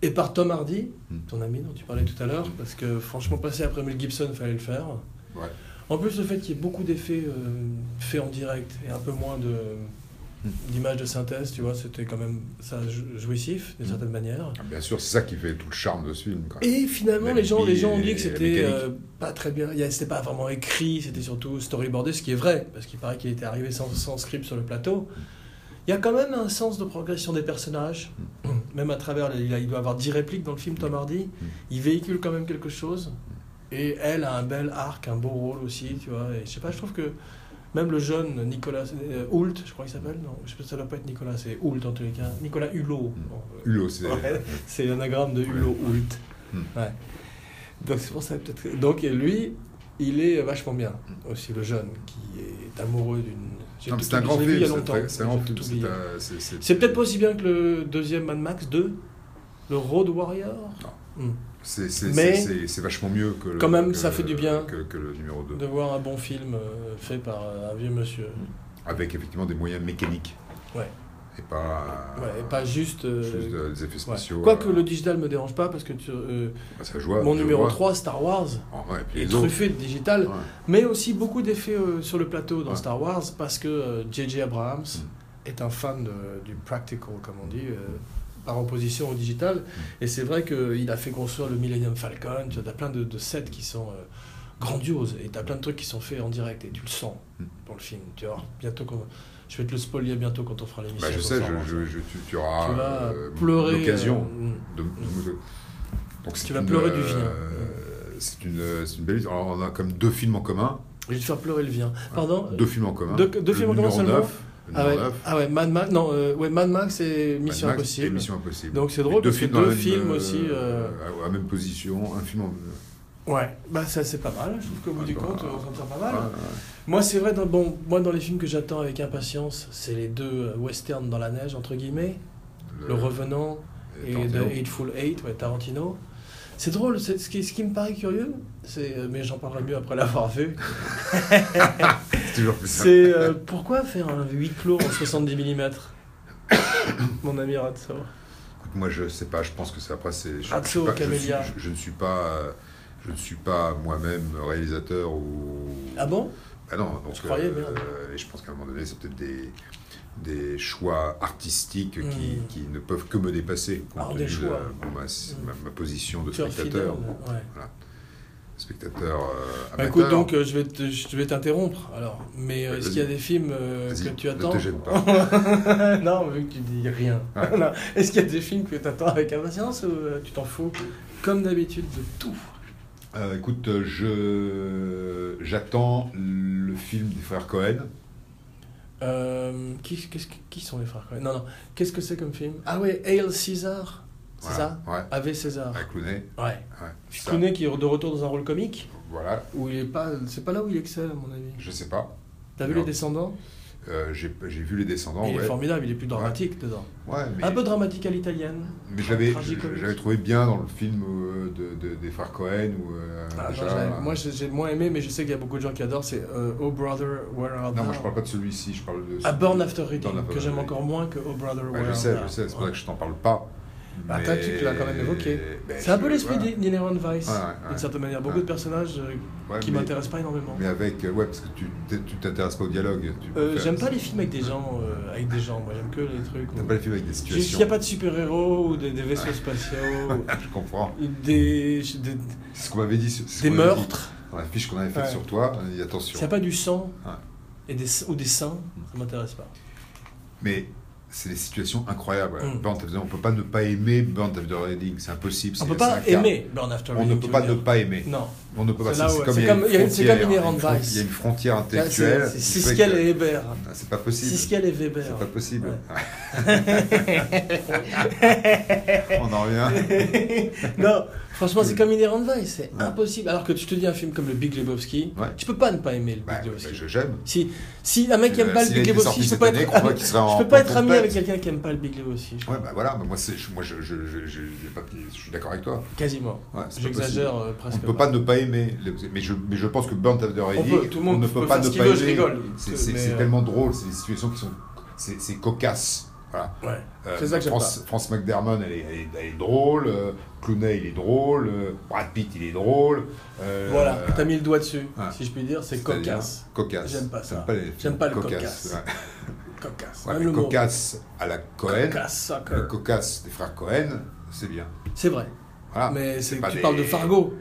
[SPEAKER 2] et par Tom Hardy,
[SPEAKER 3] Mm.
[SPEAKER 2] ton ami dont tu parlais tout à l'heure, parce que franchement, passer après Mel Gibson, fallait le faire.
[SPEAKER 3] Ouais.
[SPEAKER 2] euh, En plus, le fait qu'il y ait beaucoup d'effets euh, faits en direct et un peu moins de,
[SPEAKER 3] Hmm.
[SPEAKER 2] d'images de synthèse, tu vois, c'était quand même ça jou- jouissif d'une
[SPEAKER 3] Mm.
[SPEAKER 2] certaine manière.
[SPEAKER 3] Ah, Bien sûr, c'est ça qui fait tout le charme de ce film. quoi.
[SPEAKER 2] Et finalement,
[SPEAKER 3] La
[SPEAKER 2] les gens, les
[SPEAKER 3] lubie
[SPEAKER 2] gens ont
[SPEAKER 3] et
[SPEAKER 2] dit que
[SPEAKER 3] la
[SPEAKER 2] c'était
[SPEAKER 3] mécanique.
[SPEAKER 2] euh, pas très bien, il y a- c'était pas vraiment écrit, c'était surtout storyboardé, ce qui est vrai, parce qu'il paraît qu'il était arrivé sans, sans script sur le plateau. Il y a quand même un sens de progression des personnages, même à travers, les- il, a- il doit avoir 10 répliques dans le film Tom Hardy, il véhicule quand même quelque chose, et elle a un bel arc, un beau rôle aussi, tu vois, et je sais pas, je trouve que même le jeune Nicolas euh, Hoult, je crois qu'il s'appelle, non, je sais pas, ça doit pas être Nicolas, c'est Hoult en tous les cas, Nicolas Hulot. Bon, euh,
[SPEAKER 3] Hulot, c'est.
[SPEAKER 2] Ouais, c'est l'anagramme de Hulot Hult.
[SPEAKER 3] Hmm.
[SPEAKER 2] Ouais. Donc c'est pour ça peut-être. que- Donc et lui, il est vachement bien aussi le jeune qui est amoureux d'une. j'ai
[SPEAKER 3] Hmm. Non, mais
[SPEAKER 2] tout
[SPEAKER 3] c'est un
[SPEAKER 2] oublié,
[SPEAKER 3] grand
[SPEAKER 2] je l'ai vu il
[SPEAKER 3] film.
[SPEAKER 2] y a
[SPEAKER 3] c'est
[SPEAKER 2] longtemps,
[SPEAKER 3] très- C'est un
[SPEAKER 2] j'ai
[SPEAKER 3] grand
[SPEAKER 2] tout
[SPEAKER 3] film.
[SPEAKER 2] oublié.
[SPEAKER 3] c'est un- c'est- c'est-
[SPEAKER 2] C'est peut-être pas aussi bien que le deuxième Mad Max 2, le Road Warrior.
[SPEAKER 3] c'est- c'est-
[SPEAKER 2] mais-
[SPEAKER 3] c'est- c'est- c'est vachement mieux que le.
[SPEAKER 2] Quand même,
[SPEAKER 3] que
[SPEAKER 2] ça
[SPEAKER 3] le-
[SPEAKER 2] fait du bien.
[SPEAKER 3] Que, que le numéro 2.
[SPEAKER 2] De voir un bon film euh, fait par euh, un vieux monsieur.
[SPEAKER 3] Avec effectivement des moyens mécaniques.
[SPEAKER 2] Ouais.
[SPEAKER 3] Et pas.
[SPEAKER 2] Ouais, et pas juste. euh,
[SPEAKER 3] Ah. Juste euh, des effets
[SPEAKER 2] ouais.
[SPEAKER 3] spéciaux.
[SPEAKER 2] Quoique
[SPEAKER 3] euh,
[SPEAKER 2] le digital me dérange pas parce que tu- euh,
[SPEAKER 3] bah, ça joue,
[SPEAKER 2] mon
[SPEAKER 3] je
[SPEAKER 2] numéro
[SPEAKER 3] vois.
[SPEAKER 2] 3, Star Wars,
[SPEAKER 3] Ah, ouais, et puis
[SPEAKER 2] est
[SPEAKER 3] les autres.
[SPEAKER 2] truffé de digital.
[SPEAKER 3] Ouais.
[SPEAKER 2] Mais aussi beaucoup d'effets euh, sur le plateau dans
[SPEAKER 3] Ouais. Mm.
[SPEAKER 2] Star Wars parce que euh, J.J. Abrams est un fan de- du practical, comme on dit, euh, par opposition au
[SPEAKER 3] Mm.
[SPEAKER 2] digital. Et c'est vrai qu'il a fait construire le Millennium Falcon. Tu as plein de, de sets qui sont euh, grandioses et tu as plein de trucs qui sont faits en direct et tu le sens
[SPEAKER 3] Mm.
[SPEAKER 2] dans le film. Tu vois, bientôt qu'on- Je vais te le spoiler bientôt quand on fera l'émission.
[SPEAKER 3] Bah, je
[SPEAKER 2] sur
[SPEAKER 3] sais,
[SPEAKER 2] Star
[SPEAKER 3] je,
[SPEAKER 2] Wars.
[SPEAKER 3] je- je- tu, tu
[SPEAKER 2] hein. tu
[SPEAKER 3] auras
[SPEAKER 2] vas
[SPEAKER 3] euh,
[SPEAKER 2] pleurer.
[SPEAKER 3] l'occasion
[SPEAKER 2] euh, mm.
[SPEAKER 3] de, de- de- Donc, c'est
[SPEAKER 2] Tu vas
[SPEAKER 3] une, euh,
[SPEAKER 2] pleurer du vin.
[SPEAKER 3] c'est une, c'est une belle histoire. Alors, on a comme deux films en commun.
[SPEAKER 2] je vais te faire pleurer le vient. Pardon
[SPEAKER 3] Deux films en commun.
[SPEAKER 2] Deux- deux
[SPEAKER 3] Le
[SPEAKER 2] films en commun
[SPEAKER 3] numéro
[SPEAKER 2] seulement
[SPEAKER 3] 9, le
[SPEAKER 2] Ah
[SPEAKER 3] numéro
[SPEAKER 2] ouais,
[SPEAKER 3] 9,
[SPEAKER 2] ah ouais, Mad Max, non, euh, ouais, Mad Max et
[SPEAKER 3] Mad
[SPEAKER 2] Mission
[SPEAKER 3] Max
[SPEAKER 2] Impossible.
[SPEAKER 3] et Mission Impossible.
[SPEAKER 2] Donc c'est
[SPEAKER 3] Et
[SPEAKER 2] drôle
[SPEAKER 3] deux
[SPEAKER 2] parce que
[SPEAKER 3] films dans
[SPEAKER 2] deux
[SPEAKER 3] la même,
[SPEAKER 2] films
[SPEAKER 3] euh,
[SPEAKER 2] aussi, euh,
[SPEAKER 3] à la même position, un film en. euh,
[SPEAKER 2] Ouais, bah ça c'est pas mal, je trouve qu'au bout
[SPEAKER 3] Ah
[SPEAKER 2] du
[SPEAKER 3] bah,
[SPEAKER 2] compte, on s'en tire pas mal.
[SPEAKER 3] Ouais, ouais.
[SPEAKER 2] Moi c'est vrai, dans, bon, moi dans les films que j'attends avec impatience, c'est les deux euh, westerns dans la neige, entre guillemets, Le Revenant et,
[SPEAKER 3] Tarantino.
[SPEAKER 2] The Hateful Eight, ouais, Tarantino. C'est drôle, c'est- ce qui, ce qui me paraît curieux, c'est, euh, mais j'en parlerai mieux après l'avoir vu,
[SPEAKER 3] C'est toujours plus simple.
[SPEAKER 2] c'est euh, pourquoi faire un huis clos en 70 mm Mon ami Ratso.
[SPEAKER 3] Écoute, Moi, je sais pas. Je pense que c'est après. C'est. Je,
[SPEAKER 2] Ratso
[SPEAKER 3] je suis pas- je,
[SPEAKER 2] Camélia.
[SPEAKER 3] suis- je- je ne suis pas. euh, Je ne suis pas moi-même réalisateur ou.
[SPEAKER 2] Ah bon
[SPEAKER 3] Ah non, donc,
[SPEAKER 2] Je croyais,
[SPEAKER 3] euh,
[SPEAKER 2] merde.
[SPEAKER 3] euh, et je pense qu'à un moment donné, c'est peut-être des, des choix artistiques qui,
[SPEAKER 2] Mm.
[SPEAKER 3] qui ne peuvent que me dépasser, compte
[SPEAKER 2] Alors,
[SPEAKER 3] tenu
[SPEAKER 2] des
[SPEAKER 3] de
[SPEAKER 2] choix.
[SPEAKER 3] bon, ma, s-
[SPEAKER 2] Mm.
[SPEAKER 3] ma- ma position de
[SPEAKER 2] Tu es fidèle,
[SPEAKER 3] spectateur,
[SPEAKER 2] ouais.
[SPEAKER 3] spectateur euh,
[SPEAKER 2] Bah,
[SPEAKER 3] amateur.
[SPEAKER 2] écoute, donc euh, je vais te- je vais t'interrompre alors. Mais euh,
[SPEAKER 3] Ouais,
[SPEAKER 2] est-ce
[SPEAKER 3] vas-y.
[SPEAKER 2] qu'il y a des films euh,
[SPEAKER 3] Vas-y,
[SPEAKER 2] que tu
[SPEAKER 3] ne
[SPEAKER 2] attends
[SPEAKER 3] te gêne pas.
[SPEAKER 2] Non, vu que tu dis rien.
[SPEAKER 3] Ouais.
[SPEAKER 2] Non. Est-ce qu'il y a des films que tu attends avec impatience ou euh, tu t'en fous Comme d'habitude de tout.
[SPEAKER 3] Euh, écoute, euh, je j'attends le film des frères Cohen.
[SPEAKER 2] Euh, qui, qu'est-ce que- qui sont les frères Coen Non, non. Qu'est-ce que c'est comme film Ah ouais, Hail César. C'est
[SPEAKER 3] Voilà, Ouais,
[SPEAKER 2] ça Ave César.
[SPEAKER 3] avec Clooney.
[SPEAKER 2] Ouais.
[SPEAKER 3] Ouais, c'est ça.
[SPEAKER 2] Clooney qui est de retour dans un rôle comique
[SPEAKER 3] Voilà,
[SPEAKER 2] où il est pas. C'est pas là où il excelle à mon avis.
[SPEAKER 3] je sais pas.
[SPEAKER 2] T'as vu
[SPEAKER 3] Non.
[SPEAKER 2] les Descendants
[SPEAKER 3] Euh, J'ai j'ai vu Les Descendants,
[SPEAKER 2] Il
[SPEAKER 3] ouais.
[SPEAKER 2] est Ah, formidable, il est plus dramatique dedans.
[SPEAKER 3] Ouais, mais-
[SPEAKER 2] Un peu dramatique à l'italienne.
[SPEAKER 3] Mais je l'avais,
[SPEAKER 2] Tragicomique.
[SPEAKER 3] je l'avais trouvé bien dans le film euh, de, de- des frères Cohen ou euh,
[SPEAKER 2] Ah,
[SPEAKER 3] déjà,
[SPEAKER 2] moi, j'avais-
[SPEAKER 3] euh,
[SPEAKER 2] moi j'ai j'ai moins aimé, mais je sais qu'il y a beaucoup de gens qui adorent. C'est euh, Oh Brother, Where Art
[SPEAKER 3] non,
[SPEAKER 2] Thou
[SPEAKER 3] moi je parle pas de celui-ci, je parle de.
[SPEAKER 2] À Ah, Burn
[SPEAKER 3] celui-
[SPEAKER 2] After Reading,
[SPEAKER 3] Burn After
[SPEAKER 2] que j'aime
[SPEAKER 3] Reading.
[SPEAKER 2] encore moins que Oh Brother,
[SPEAKER 3] Ouais,
[SPEAKER 2] Where
[SPEAKER 3] je
[SPEAKER 2] Art
[SPEAKER 3] sais,
[SPEAKER 2] Thou.
[SPEAKER 3] je sais, c'est pour
[SPEAKER 2] Ouais.
[SPEAKER 3] ça que je t'en parle pas.
[SPEAKER 2] Ah, t'as- tu l'as quand même évoqué.
[SPEAKER 3] Ben,
[SPEAKER 2] C'est un
[SPEAKER 3] je-
[SPEAKER 2] peu l'esprit
[SPEAKER 3] ouais,
[SPEAKER 2] de Inherent Vice,
[SPEAKER 3] Ouais, ouais,
[SPEAKER 2] d'une certaine manière. Beaucoup
[SPEAKER 3] ouais.
[SPEAKER 2] de personnages euh,
[SPEAKER 3] ouais,
[SPEAKER 2] qui
[SPEAKER 3] mais-
[SPEAKER 2] m'intéressent pas énormément.
[SPEAKER 3] Mais avec, euh, ouais, parce que tu t'es- tu t'intéresses pas au dialogue. tu
[SPEAKER 2] Euh,
[SPEAKER 3] préfères-
[SPEAKER 2] j'aime pas les films avec des gens, euh, avec des gens. Moi, j'aime que les trucs.
[SPEAKER 3] T'aimes
[SPEAKER 2] où-
[SPEAKER 3] pas les films avec des
[SPEAKER 2] Juste, S'il
[SPEAKER 3] situations.
[SPEAKER 2] n'y a pas de super-héros ou des, des vaisseaux spatiaux,
[SPEAKER 3] Je comprends.
[SPEAKER 2] ou des, des,
[SPEAKER 3] C'est ce qu'on m'avait dit. sur- c'est ce
[SPEAKER 2] des
[SPEAKER 3] qu'on m'avait dit
[SPEAKER 2] meurtres,
[SPEAKER 3] Dans la fiche qu'on avait faite
[SPEAKER 2] Ouais.
[SPEAKER 3] sur toi, on a dit
[SPEAKER 2] s'il
[SPEAKER 3] attention.
[SPEAKER 2] n'y a pas du sang
[SPEAKER 3] Ouais.
[SPEAKER 2] et des, ou des seins, ça m'intéresse pas.
[SPEAKER 3] Mais c'est des situations incroyables.
[SPEAKER 2] Mm.
[SPEAKER 3] Burn After Reading, on peut pas ne pas aimer Burn After Reading, c'est impossible.
[SPEAKER 2] On
[SPEAKER 3] c'est-
[SPEAKER 2] peut
[SPEAKER 3] c'est
[SPEAKER 2] pas
[SPEAKER 3] un cadre.
[SPEAKER 2] aimer Burn After
[SPEAKER 3] On ne
[SPEAKER 2] Reading,
[SPEAKER 3] peut
[SPEAKER 2] tu
[SPEAKER 3] pas
[SPEAKER 2] veux
[SPEAKER 3] ne
[SPEAKER 2] dire.
[SPEAKER 3] pas aimer.
[SPEAKER 2] Non.
[SPEAKER 3] On ne peut pas.
[SPEAKER 2] C'est là où-
[SPEAKER 3] comme
[SPEAKER 2] c'est
[SPEAKER 3] il y a
[SPEAKER 2] comme-
[SPEAKER 3] une
[SPEAKER 2] il y a- c'est comme
[SPEAKER 3] frontière,
[SPEAKER 2] Inherent
[SPEAKER 3] une fron-
[SPEAKER 2] Vice.
[SPEAKER 3] Il y a une frontière
[SPEAKER 2] C'est- C'est
[SPEAKER 3] intellectuelle.
[SPEAKER 2] c'est
[SPEAKER 3] qui
[SPEAKER 2] Siskel
[SPEAKER 3] fait
[SPEAKER 2] et
[SPEAKER 3] que-
[SPEAKER 2] Weber.
[SPEAKER 3] Ah, C'est pas possible.
[SPEAKER 2] Siskel et
[SPEAKER 3] C'est
[SPEAKER 2] Weber.
[SPEAKER 3] pas possible.
[SPEAKER 2] Ouais.
[SPEAKER 3] On en revient.
[SPEAKER 2] non, franchement, c'est comme Inherent Vice, c'est
[SPEAKER 3] Ouais.
[SPEAKER 2] impossible. Alors que tu te dis un film comme le Big Lebowski,
[SPEAKER 3] Ouais.
[SPEAKER 2] tu peux pas ne pas aimer le Big
[SPEAKER 3] Bah, bah,
[SPEAKER 2] Lebowski.
[SPEAKER 3] je- J'aime.
[SPEAKER 2] Si, si un mec qui aime
[SPEAKER 3] Euh,
[SPEAKER 2] pas le
[SPEAKER 3] s'il
[SPEAKER 2] Big
[SPEAKER 3] était
[SPEAKER 2] Lebowski,
[SPEAKER 3] sorti
[SPEAKER 2] je peux
[SPEAKER 3] cette
[SPEAKER 2] pas
[SPEAKER 3] année,
[SPEAKER 2] être,
[SPEAKER 3] qu'on voit qu'il serait en
[SPEAKER 2] je peux pas être
[SPEAKER 3] bon
[SPEAKER 2] ami avec
[SPEAKER 3] contexte.
[SPEAKER 2] quelqu'un qui aime pas le Big Lebowski. je
[SPEAKER 3] Ouais,
[SPEAKER 2] crois.
[SPEAKER 3] bah voilà, mais moi, c'est- je- moi je, je, je, je- j'ai pas- je suis d'accord avec toi.
[SPEAKER 2] Quasiment.
[SPEAKER 3] Ouais, c'est pas
[SPEAKER 2] J'exagère euh,
[SPEAKER 3] On ne
[SPEAKER 2] presque.
[SPEAKER 3] peut pas ne pas aimer, les- mais je, mais je pense que Burnt After Reading,
[SPEAKER 2] peut, tout le monde
[SPEAKER 3] ne
[SPEAKER 2] peut
[SPEAKER 3] pas
[SPEAKER 2] faire
[SPEAKER 3] ne
[SPEAKER 2] ce qu'il
[SPEAKER 3] pas
[SPEAKER 2] veut, je
[SPEAKER 3] aimer.
[SPEAKER 2] rigole.
[SPEAKER 3] C'est- C'est
[SPEAKER 2] Mais,
[SPEAKER 3] c'est
[SPEAKER 2] euh,
[SPEAKER 3] tellement drôle, c'est des situations qui sont, c'est c'est cocasse. Voilà.
[SPEAKER 2] Ouais.
[SPEAKER 3] Euh,
[SPEAKER 2] C'est ça que j'aime
[SPEAKER 3] France, France McDermott, elle est, elle est- elle est drôle. euh, Clooney, il est drôle. euh, Brad Pitt, il est drôle. euh,
[SPEAKER 2] Voilà, t'as mis le doigt dessus,
[SPEAKER 3] ouais.
[SPEAKER 2] si je puis dire, c'est
[SPEAKER 3] c'est-à-dire
[SPEAKER 2] cocasse.
[SPEAKER 3] Cocasse.
[SPEAKER 2] J'aime pas
[SPEAKER 3] T'aimes
[SPEAKER 2] ça.
[SPEAKER 3] les films
[SPEAKER 2] J'aime pas le
[SPEAKER 3] cocasses,
[SPEAKER 2] cocasse.
[SPEAKER 3] ouais.
[SPEAKER 2] Cocasse.
[SPEAKER 3] Ouais,
[SPEAKER 2] Même
[SPEAKER 3] mais
[SPEAKER 2] le mot.
[SPEAKER 3] cocasse à la Cohen,
[SPEAKER 2] Cocasse, euh.
[SPEAKER 3] le
[SPEAKER 2] soccer.
[SPEAKER 3] cocasse des frères Cohen, c'est bien.
[SPEAKER 2] C'est vrai.
[SPEAKER 3] Voilà.
[SPEAKER 2] mais c'est,
[SPEAKER 3] Ah, pas
[SPEAKER 2] tu
[SPEAKER 3] des-
[SPEAKER 2] parles de Fargo.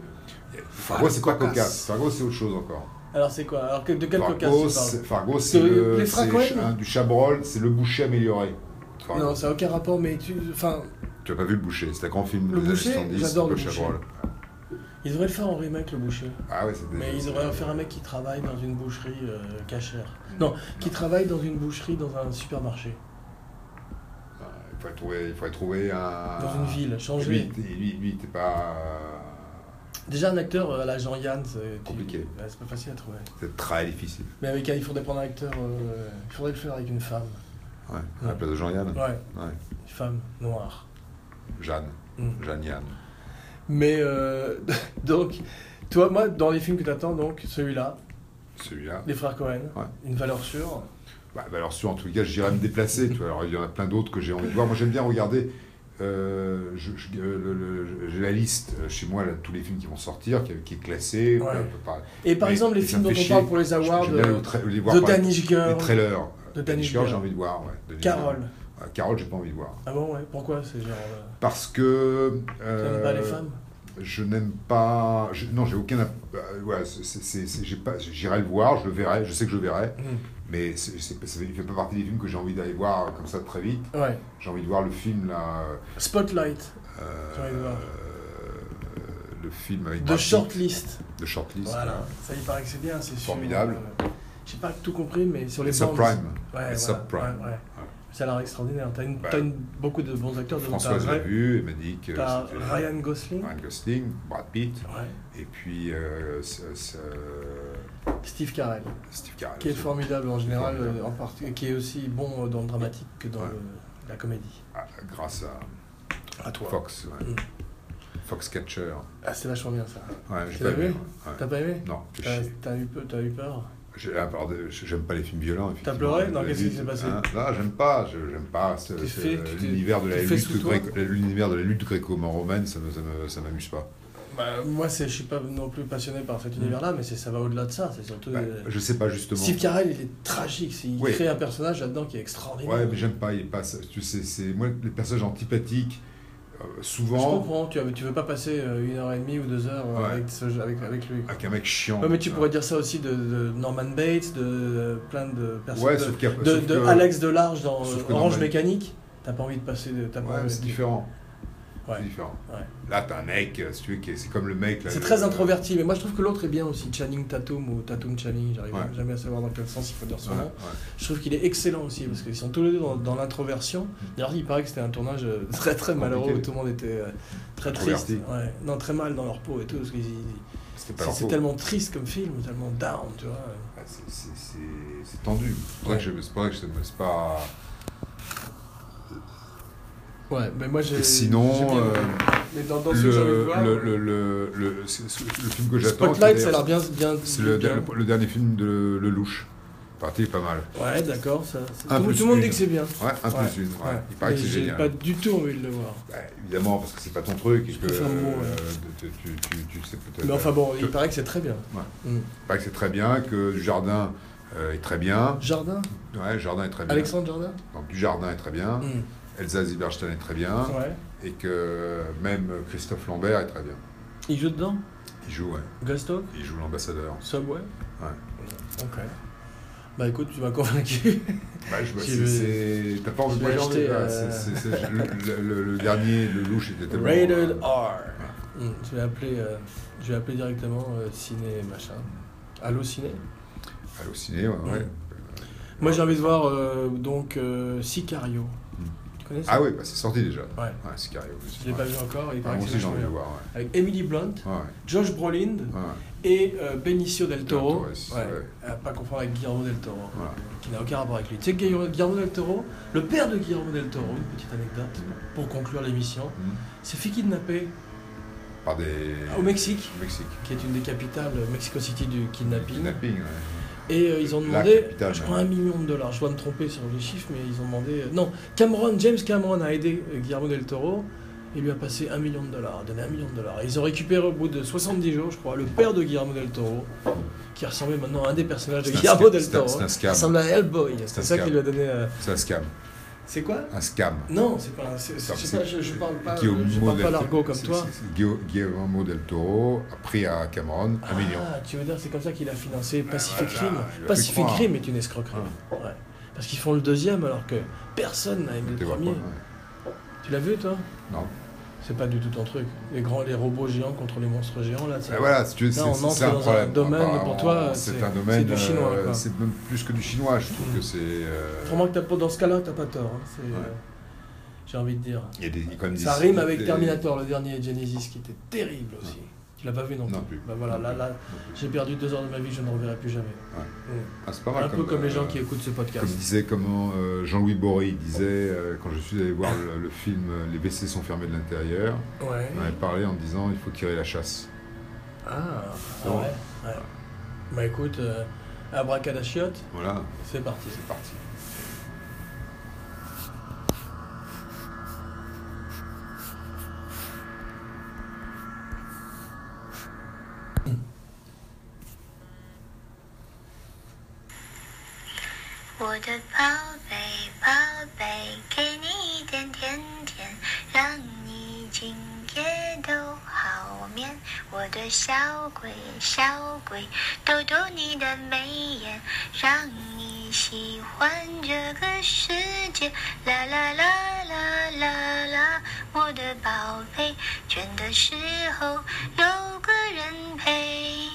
[SPEAKER 3] Fargo, c'est pas
[SPEAKER 2] Cocasse.
[SPEAKER 3] cocasse. Fargo, c'est autre chose encore.
[SPEAKER 2] Alors c'est quoi Alors que- de quel cocasse
[SPEAKER 3] Fargo,
[SPEAKER 2] tu parles
[SPEAKER 3] c'est- Fargo, c'est
[SPEAKER 2] De-
[SPEAKER 3] le-
[SPEAKER 2] les frères
[SPEAKER 3] c'est
[SPEAKER 2] Cohen
[SPEAKER 3] ch- hein, du Chabrol, c'est le boucher amélioré. Fargo.
[SPEAKER 2] Non, ça n'a aucun rapport, mais tu. Enfin,
[SPEAKER 3] Tu as pas vu le boucher, c'est un grand film
[SPEAKER 2] Le
[SPEAKER 3] des
[SPEAKER 2] Boucher,
[SPEAKER 3] années 70,
[SPEAKER 2] j'adore Le
[SPEAKER 3] Paul
[SPEAKER 2] Boucher.
[SPEAKER 3] Chabrol.
[SPEAKER 2] ils devraient le faire en remake, le boucher.
[SPEAKER 3] Ah ouais, c'est des-
[SPEAKER 2] Mais ils devraient en faire un mec qui travaille dans une boucherie euh, cachère. Non, qui travaille dans une boucherie dans un supermarché.
[SPEAKER 3] Ah, Il faudrait trouver, il faudrait trouver un.
[SPEAKER 2] Dans une ville,
[SPEAKER 3] Et
[SPEAKER 2] changer.
[SPEAKER 3] Lui, t'es- lui, lui, t'es pas.
[SPEAKER 2] Déjà, un acteur euh, à la Jean-Yann, c'est
[SPEAKER 3] Compliqué.
[SPEAKER 2] Ouais, c'est pas facile à trouver.
[SPEAKER 3] C'est très difficile.
[SPEAKER 2] Mais avec, il faudrait prendre un acteur. euh, il faudrait le faire avec une femme.
[SPEAKER 3] Ouais. À la place de Jean-Yann.
[SPEAKER 2] Ouais,
[SPEAKER 3] Ouais.
[SPEAKER 2] une femme noire.
[SPEAKER 3] Jeanne.
[SPEAKER 2] Mm.
[SPEAKER 3] Jeanne-Yann.
[SPEAKER 2] Mais euh, donc, toi, moi, dans les films que t'attends, donc celui-là,
[SPEAKER 3] Celui-là.
[SPEAKER 2] Les Frères Cohen,
[SPEAKER 3] Ouais.
[SPEAKER 2] une valeur sûre.
[SPEAKER 3] Bah, bah, alors, sûr, en tout cas, j'irai me déplacer. Tu vois. Alors, il y en a plein d'autres que j'ai envie de voir. Moi, j'aime bien regarder. euh, je- je- euh, le- le- J'ai la liste euh, chez moi, là, de tous les films qui vont sortir, qui, qui est classé.
[SPEAKER 2] Ouais.
[SPEAKER 3] Un peu par-
[SPEAKER 2] Et par
[SPEAKER 3] Mais-
[SPEAKER 2] exemple, les
[SPEAKER 3] mais ça
[SPEAKER 2] films
[SPEAKER 3] me
[SPEAKER 2] dont on
[SPEAKER 3] fait
[SPEAKER 2] parle
[SPEAKER 3] chier.
[SPEAKER 2] pour les awards,
[SPEAKER 3] J'aime bien
[SPEAKER 2] euh,
[SPEAKER 3] les tra- les voir
[SPEAKER 2] The
[SPEAKER 3] par-
[SPEAKER 2] Danish
[SPEAKER 3] les
[SPEAKER 2] Girl,
[SPEAKER 3] trailers.
[SPEAKER 2] de
[SPEAKER 3] Danish
[SPEAKER 2] Danish
[SPEAKER 3] Girl,
[SPEAKER 2] Girl,
[SPEAKER 3] j'ai envie de voir. Ouais. Danish Girl.
[SPEAKER 2] Carole.
[SPEAKER 3] Euh, Carole, j'ai pas envie de voir.
[SPEAKER 2] Ah bon, ouais, pourquoi c'est genre. euh,
[SPEAKER 3] Parce que.
[SPEAKER 2] T'aimes
[SPEAKER 3] euh,
[SPEAKER 2] pas les femmes
[SPEAKER 3] Je n'aime pas. je- non, j'ai aucun. app- euh, ouais, c'est- c'est- c'est- c'est- j'ai pas- J'irai le voir, je le verrai, je sais que je le verrai,
[SPEAKER 2] Hmm.
[SPEAKER 3] mais c'est- c'est- ça ne fait pas partie des films que j'ai envie d'aller voir euh, comme ça très vite.
[SPEAKER 2] Ouais.
[SPEAKER 3] J'ai envie de voir le film là.
[SPEAKER 2] Spotlight,
[SPEAKER 3] euh,
[SPEAKER 2] J'ai envie de voir.
[SPEAKER 3] euh, le film avec.
[SPEAKER 2] de
[SPEAKER 3] Brad Pitt,
[SPEAKER 2] Shortlist.
[SPEAKER 3] De Shortlist.
[SPEAKER 2] Voilà, ça y paraît que c'est bien, c'est sûr.
[SPEAKER 3] hein. Formidable.
[SPEAKER 2] Euh, J'ai pas tout compris, mais sur les
[SPEAKER 3] Les
[SPEAKER 2] bandes-
[SPEAKER 3] subprime.
[SPEAKER 2] Ouais,
[SPEAKER 3] Les
[SPEAKER 2] voilà,
[SPEAKER 3] subprime.
[SPEAKER 2] ouais, ouais. Ça a l'air extraordinaire. T'as une,
[SPEAKER 3] Ouais.
[SPEAKER 2] t'as une- beaucoup de bons acteurs. dont
[SPEAKER 3] Françoise
[SPEAKER 2] t'as-
[SPEAKER 3] l'a vu, euh, elle m'a dit que.
[SPEAKER 2] T'as
[SPEAKER 3] c'était-
[SPEAKER 2] Ryan Gosling,
[SPEAKER 3] Ryan Gosling, Brad Pitt,
[SPEAKER 2] ouais,
[SPEAKER 3] et puis euh, c'est- c'est, euh,
[SPEAKER 2] Steve Carell.
[SPEAKER 3] Steve Carell.
[SPEAKER 2] qui est formidable en général,
[SPEAKER 3] Ah, Formidable.
[SPEAKER 2] euh, en part- qui est aussi bon euh, dans le dramatique que dans
[SPEAKER 3] Ouais.
[SPEAKER 2] le- la comédie.
[SPEAKER 3] Ah, grâce à
[SPEAKER 2] À toi.
[SPEAKER 3] Fox. ouais.
[SPEAKER 2] Mm.
[SPEAKER 3] Fox Catcher.
[SPEAKER 2] Ah, c'est vachement bien ça.
[SPEAKER 3] Ouais, j'ai
[SPEAKER 2] Tu
[SPEAKER 3] pas
[SPEAKER 2] l'as vu
[SPEAKER 3] vu. hein. ouais.
[SPEAKER 2] T'as pas aimé
[SPEAKER 3] Non, je
[SPEAKER 2] T'as
[SPEAKER 3] chier.
[SPEAKER 2] t'as eu, peu- t'as eu peur
[SPEAKER 3] J'ai- ah, pardon, j'aime pas les films violents. effectivement.
[SPEAKER 2] pleuré Non,
[SPEAKER 3] La
[SPEAKER 2] qu'est-ce qui
[SPEAKER 3] lutte,
[SPEAKER 2] s'est passé
[SPEAKER 3] hein. Non, j'aime pas. je- J'aime pas ce-
[SPEAKER 2] T'es
[SPEAKER 3] ce-
[SPEAKER 2] fait, tu t'es-
[SPEAKER 3] l'univers de la
[SPEAKER 2] t'es fait
[SPEAKER 3] lutte
[SPEAKER 2] sous toi
[SPEAKER 3] gréco- l'univers de la lutte gréco-romaine. Ça me, ça me- ça m'amuse pas.
[SPEAKER 2] Bah, Moi, c'est- je suis pas non plus passionné par cet univers-là, mais c'est- ça va au-delà de ça. C'est surtout.
[SPEAKER 3] Mm. Bah,
[SPEAKER 2] euh,
[SPEAKER 3] je sais pas justement.
[SPEAKER 2] Steve Carell, il est tragique. c'est- Il
[SPEAKER 3] Oui.
[SPEAKER 2] crée un personnage là-dedans qui est extraordinaire.
[SPEAKER 3] Ouais, mais j'aime pas. Il est pas. Tu sais, c'est moi les personnages antipathiques. euh,
[SPEAKER 2] je
[SPEAKER 3] souvent
[SPEAKER 2] comprends, tu, as- tu veux pas passer euh, une heure et demie ou deux heures euh,
[SPEAKER 3] Ouais.
[SPEAKER 2] avec, ce- avec, avec lui.
[SPEAKER 3] avec un mec chiant.
[SPEAKER 2] Ouais, mais tu
[SPEAKER 3] hein.
[SPEAKER 2] pourrais dire ça aussi de, de Norman Bates, de euh, plein de personnes.
[SPEAKER 3] Ouais,
[SPEAKER 2] de-
[SPEAKER 3] sauf qu'il y a-
[SPEAKER 2] de,
[SPEAKER 3] sauf
[SPEAKER 2] de
[SPEAKER 3] que-
[SPEAKER 2] Alex Delarge dans
[SPEAKER 3] sauf que
[SPEAKER 2] Orange
[SPEAKER 3] dans le-
[SPEAKER 2] Mécanique, t'as pas envie de passer. de- t'as pas
[SPEAKER 3] Ouais,
[SPEAKER 2] envie
[SPEAKER 3] mais
[SPEAKER 2] de-
[SPEAKER 3] c'est différent.
[SPEAKER 2] Ouais.
[SPEAKER 3] C'est différent.
[SPEAKER 2] Ouais.
[SPEAKER 3] Là, t'as un mec, euh, si tu veux, qui est- c'est comme le mec. là, euh,
[SPEAKER 2] C'est
[SPEAKER 3] le-
[SPEAKER 2] très introverti, mais moi je trouve que l'autre est bien aussi, Channing Tatum ou Tatum Channing, j'arrive
[SPEAKER 3] Ouais.
[SPEAKER 2] jamais à savoir dans quel sens il faut dire son
[SPEAKER 3] Ouais,
[SPEAKER 2] nom.
[SPEAKER 3] ouais.
[SPEAKER 2] Je trouve qu'il est excellent aussi, parce qu'ils sont tous les deux dans, dans
[SPEAKER 3] Mm.
[SPEAKER 2] l'introversion. D'ailleurs, il paraît que c'était un tournage euh, très très malheureux, où tout le monde était euh, très triste.
[SPEAKER 3] Introverti.
[SPEAKER 2] Ouais. Non, très mal dans leur peau et tout, parce que
[SPEAKER 3] C'était pas
[SPEAKER 2] c'est
[SPEAKER 3] leur
[SPEAKER 2] c'est
[SPEAKER 3] faute.
[SPEAKER 2] tellement triste comme film, tellement down, tu vois.
[SPEAKER 3] Ah, c'est- c'est- C'est c'est tendu. C'est pour ça que je- c'est pour ça que je c'est pas.
[SPEAKER 2] Ouais, mais moi j'ai.
[SPEAKER 3] Et sinon,
[SPEAKER 2] j'ai bien aimé.
[SPEAKER 3] euh,
[SPEAKER 2] mais dans, dans
[SPEAKER 3] Le,
[SPEAKER 2] ce que j'ai envie de voir,
[SPEAKER 3] le, le, le, le- c'est- c'est le film que j'attends.
[SPEAKER 2] Spotlight,
[SPEAKER 3] c'est
[SPEAKER 2] ça a l'air
[SPEAKER 3] d'ailleurs-
[SPEAKER 2] bien. bien,
[SPEAKER 3] C'est le,
[SPEAKER 2] bien.
[SPEAKER 3] le- le dernier film de Le Louche. Parti pas mal.
[SPEAKER 2] Ouais, d'accord. Ça, ça-
[SPEAKER 3] Un
[SPEAKER 2] Tout,
[SPEAKER 3] Ah, plus
[SPEAKER 2] tout le monde
[SPEAKER 3] une.
[SPEAKER 2] dit que c'est bien.
[SPEAKER 3] Ouais, un
[SPEAKER 2] Ouais,
[SPEAKER 3] plus une. ouais.
[SPEAKER 2] Ouais.
[SPEAKER 3] Il paraît que
[SPEAKER 2] Mais
[SPEAKER 3] c'est
[SPEAKER 2] J'ai
[SPEAKER 3] génial.
[SPEAKER 2] pas du tout envie de le voir.
[SPEAKER 3] Bah, évidemment, parce que c'est pas ton truc. Et que,
[SPEAKER 2] préfère le mot, ouais.
[SPEAKER 3] tu, tu, tu- tu sais peut-être.
[SPEAKER 2] Mais enfin bon, il
[SPEAKER 3] il
[SPEAKER 2] paraît que c'est très bien.
[SPEAKER 3] Ouais.
[SPEAKER 2] Mm.
[SPEAKER 3] paraît que c'est très bien, que Du Jardin euh, est très bien.
[SPEAKER 2] Jardin
[SPEAKER 3] Ouais, Jardin est très bien.
[SPEAKER 2] Alexandre Jardin
[SPEAKER 3] Donc, Du Jardin est très bien.
[SPEAKER 2] Mm.
[SPEAKER 3] Elsa Zilberstein est très bien.
[SPEAKER 2] Ouais.
[SPEAKER 3] Et que même Christophe Lambert est très bien.
[SPEAKER 2] Il joue dedans
[SPEAKER 3] Il joue, ouais.
[SPEAKER 2] Gusto
[SPEAKER 3] Il joue l'ambassadeur.
[SPEAKER 2] Subway
[SPEAKER 3] Ouais.
[SPEAKER 2] Ok. Bah écoute, tu m'as convaincu.
[SPEAKER 3] Bah, je vois,
[SPEAKER 2] Si
[SPEAKER 3] c'est-
[SPEAKER 2] je-
[SPEAKER 3] c'est- T'as pas envie de
[SPEAKER 2] je l'ai
[SPEAKER 3] regarder,
[SPEAKER 2] acheté,
[SPEAKER 3] là,
[SPEAKER 2] euh,
[SPEAKER 3] c'est- c'est- c'est- le, le- le dernier, le louche, était tellement.
[SPEAKER 2] Rated
[SPEAKER 3] euh,
[SPEAKER 2] R. Mm, Je vais appeler, euh, je vais appeler directement euh, Ciné machin. Allô Ciné
[SPEAKER 3] allé au ciné, ouais. ouais.
[SPEAKER 2] Mm. Moi j'ai envie de voir euh, donc euh, Sicario.
[SPEAKER 3] Mm.
[SPEAKER 2] Tu connais ça
[SPEAKER 3] Ah oui, bah, c'est sorti déjà. Ouais,
[SPEAKER 2] Ouais.
[SPEAKER 3] c'est carré.
[SPEAKER 2] Je l'ai pas vu encore, il
[SPEAKER 3] Moi
[SPEAKER 2] paraît que
[SPEAKER 3] aussi,
[SPEAKER 2] c'est
[SPEAKER 3] j'ai envie
[SPEAKER 2] vachement
[SPEAKER 3] de le
[SPEAKER 2] bien.
[SPEAKER 3] voir.
[SPEAKER 2] Avec Emily Blunt,
[SPEAKER 3] Ouais. Ouais,
[SPEAKER 2] Josh Brolin
[SPEAKER 3] ouais.
[SPEAKER 2] et euh, Benicio del Toro.
[SPEAKER 3] Del Toro,
[SPEAKER 2] ouais.
[SPEAKER 3] ouais.
[SPEAKER 2] À pas confondre avec Guillermo del Toro. hein,
[SPEAKER 3] Voilà.
[SPEAKER 2] qui n'a aucun rapport avec lui. Tu sais que Guillermo Guillermo del Toro, le père de Guillermo del Toro, une petite anecdote pour conclure l'émission,
[SPEAKER 3] Mm.
[SPEAKER 2] s'est fait kidnapper
[SPEAKER 3] Par des.
[SPEAKER 2] Hmm. au Mexique,
[SPEAKER 3] Au Mexique.
[SPEAKER 2] qui est une des capitales, euh, Mexico City du kidnapping.
[SPEAKER 3] Kidnapping, ouais.
[SPEAKER 2] Et euh, ils ont
[SPEAKER 3] La
[SPEAKER 2] demandé,
[SPEAKER 3] capitale, hein.
[SPEAKER 2] je
[SPEAKER 3] ouais.
[SPEAKER 2] crois, un million de dollars. Je dois me tromper sur les chiffres, mais ils ont demandé. euh, non, Cameron, James Cameron a aidé euh, Guillermo del Toro. Il lui a passé un million de dollars, donné un million de dollars. Et ils ont récupéré au bout de 70 jours, je crois, le père de Guillermo del Toro, qui ressemblait maintenant à un des personnages de
[SPEAKER 3] C'est un
[SPEAKER 2] Guillermo
[SPEAKER 3] scam,
[SPEAKER 2] del
[SPEAKER 3] c'est un-
[SPEAKER 2] Toro.
[SPEAKER 3] c'est un
[SPEAKER 2] Il
[SPEAKER 3] scam.
[SPEAKER 2] ressemble à Hellboy.
[SPEAKER 3] un
[SPEAKER 2] C'est ça
[SPEAKER 3] scam.
[SPEAKER 2] qui lui a donné. euh,
[SPEAKER 3] C'est un scam.
[SPEAKER 2] C'est quoi
[SPEAKER 3] Un scam.
[SPEAKER 2] Non, c'est pas. c'est- c'est- je, sais
[SPEAKER 3] C'est-
[SPEAKER 2] pas, je, je parle pas.
[SPEAKER 3] Guillaume
[SPEAKER 2] Je parle pas
[SPEAKER 3] Model-
[SPEAKER 2] l'argot comme
[SPEAKER 3] c'est-
[SPEAKER 2] toi.
[SPEAKER 3] c'est- c'est Guillaume- Guillermo del Toro a pris à Cameron un million.
[SPEAKER 2] Ah, tu veux dire, c'est comme ça qu'il a financé Pacific
[SPEAKER 3] voilà,
[SPEAKER 2] Rim.
[SPEAKER 3] il a Hein. fait
[SPEAKER 2] Pacific
[SPEAKER 3] croire.
[SPEAKER 2] Rim est une escroquerie. Ouais. Parce qu'ils font le deuxième alors que personne n'a aimé
[SPEAKER 3] T'es
[SPEAKER 2] le
[SPEAKER 3] voir
[SPEAKER 2] premier.
[SPEAKER 3] quoi, ouais.
[SPEAKER 2] Tu l'as vu, toi
[SPEAKER 3] Non.
[SPEAKER 2] C'est pas du tout ton truc. Les grands, les robots géants contre les monstres géants, là. c'est-
[SPEAKER 3] Ben voilà, si tu veux, c'est
[SPEAKER 2] on
[SPEAKER 3] c'est
[SPEAKER 2] entre
[SPEAKER 3] un
[SPEAKER 2] dans un
[SPEAKER 3] problème.
[SPEAKER 2] domaine,
[SPEAKER 3] Apparemment,
[SPEAKER 2] pour toi, c'est-
[SPEAKER 3] c'est un
[SPEAKER 2] c'est
[SPEAKER 3] domaine.
[SPEAKER 2] du chinois,
[SPEAKER 3] euh,
[SPEAKER 2] quoi.
[SPEAKER 3] c'est même plus que du chinois, je trouve
[SPEAKER 2] Mm.
[SPEAKER 3] que c'est. euh,
[SPEAKER 2] Pour moi, que t'as pas- dans ce cas-là, t'as pas tort. hein. C'est, euh,
[SPEAKER 3] Ouais.
[SPEAKER 2] J'ai envie de dire.
[SPEAKER 3] il y a des- il y a quand même des-
[SPEAKER 2] Ça rime
[SPEAKER 3] des-
[SPEAKER 2] avec Terminator, le dernier Genesis, qui était terrible aussi. Tu l'as pas vu non plus.
[SPEAKER 3] Non plus.
[SPEAKER 2] Ben voilà,
[SPEAKER 3] Non
[SPEAKER 2] là,
[SPEAKER 3] plus.
[SPEAKER 2] là, j'ai perdu deux heures de ma vie, je ne reverrai plus jamais. Mm.
[SPEAKER 3] Ah, c'est pas mal
[SPEAKER 2] Un peu comme les gens
[SPEAKER 3] euh,
[SPEAKER 2] qui écoutent ce podcast.
[SPEAKER 3] Comme disait comment euh, Jean-Louis Boré il disait euh, quand je suis allé voir le, le film euh, Les WC sont fermés de l'intérieur,
[SPEAKER 2] Ouais.
[SPEAKER 3] on avait parlé en disant il faut tirer la chasse.
[SPEAKER 2] Ah,
[SPEAKER 3] C'est bon.
[SPEAKER 2] ouais. ouais. Bah écoute, euh, abracadachiote,
[SPEAKER 3] Voilà,
[SPEAKER 2] c'est parti.
[SPEAKER 3] c'est parti.
[SPEAKER 1] 我的宝贝，宝贝，给你一点甜甜，让你今夜都好眠。我的小鬼，小鬼，逗逗你的眉眼，让你喜欢这个世界。啦啦啦啦啦啦，我的宝贝，倦的时候有个人陪。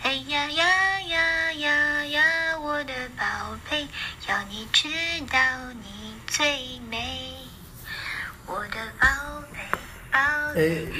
[SPEAKER 1] 哎呀呀呀呀呀，我的宝贝，要你知道你最美，我的宝贝，宝贝。
[SPEAKER 2] Et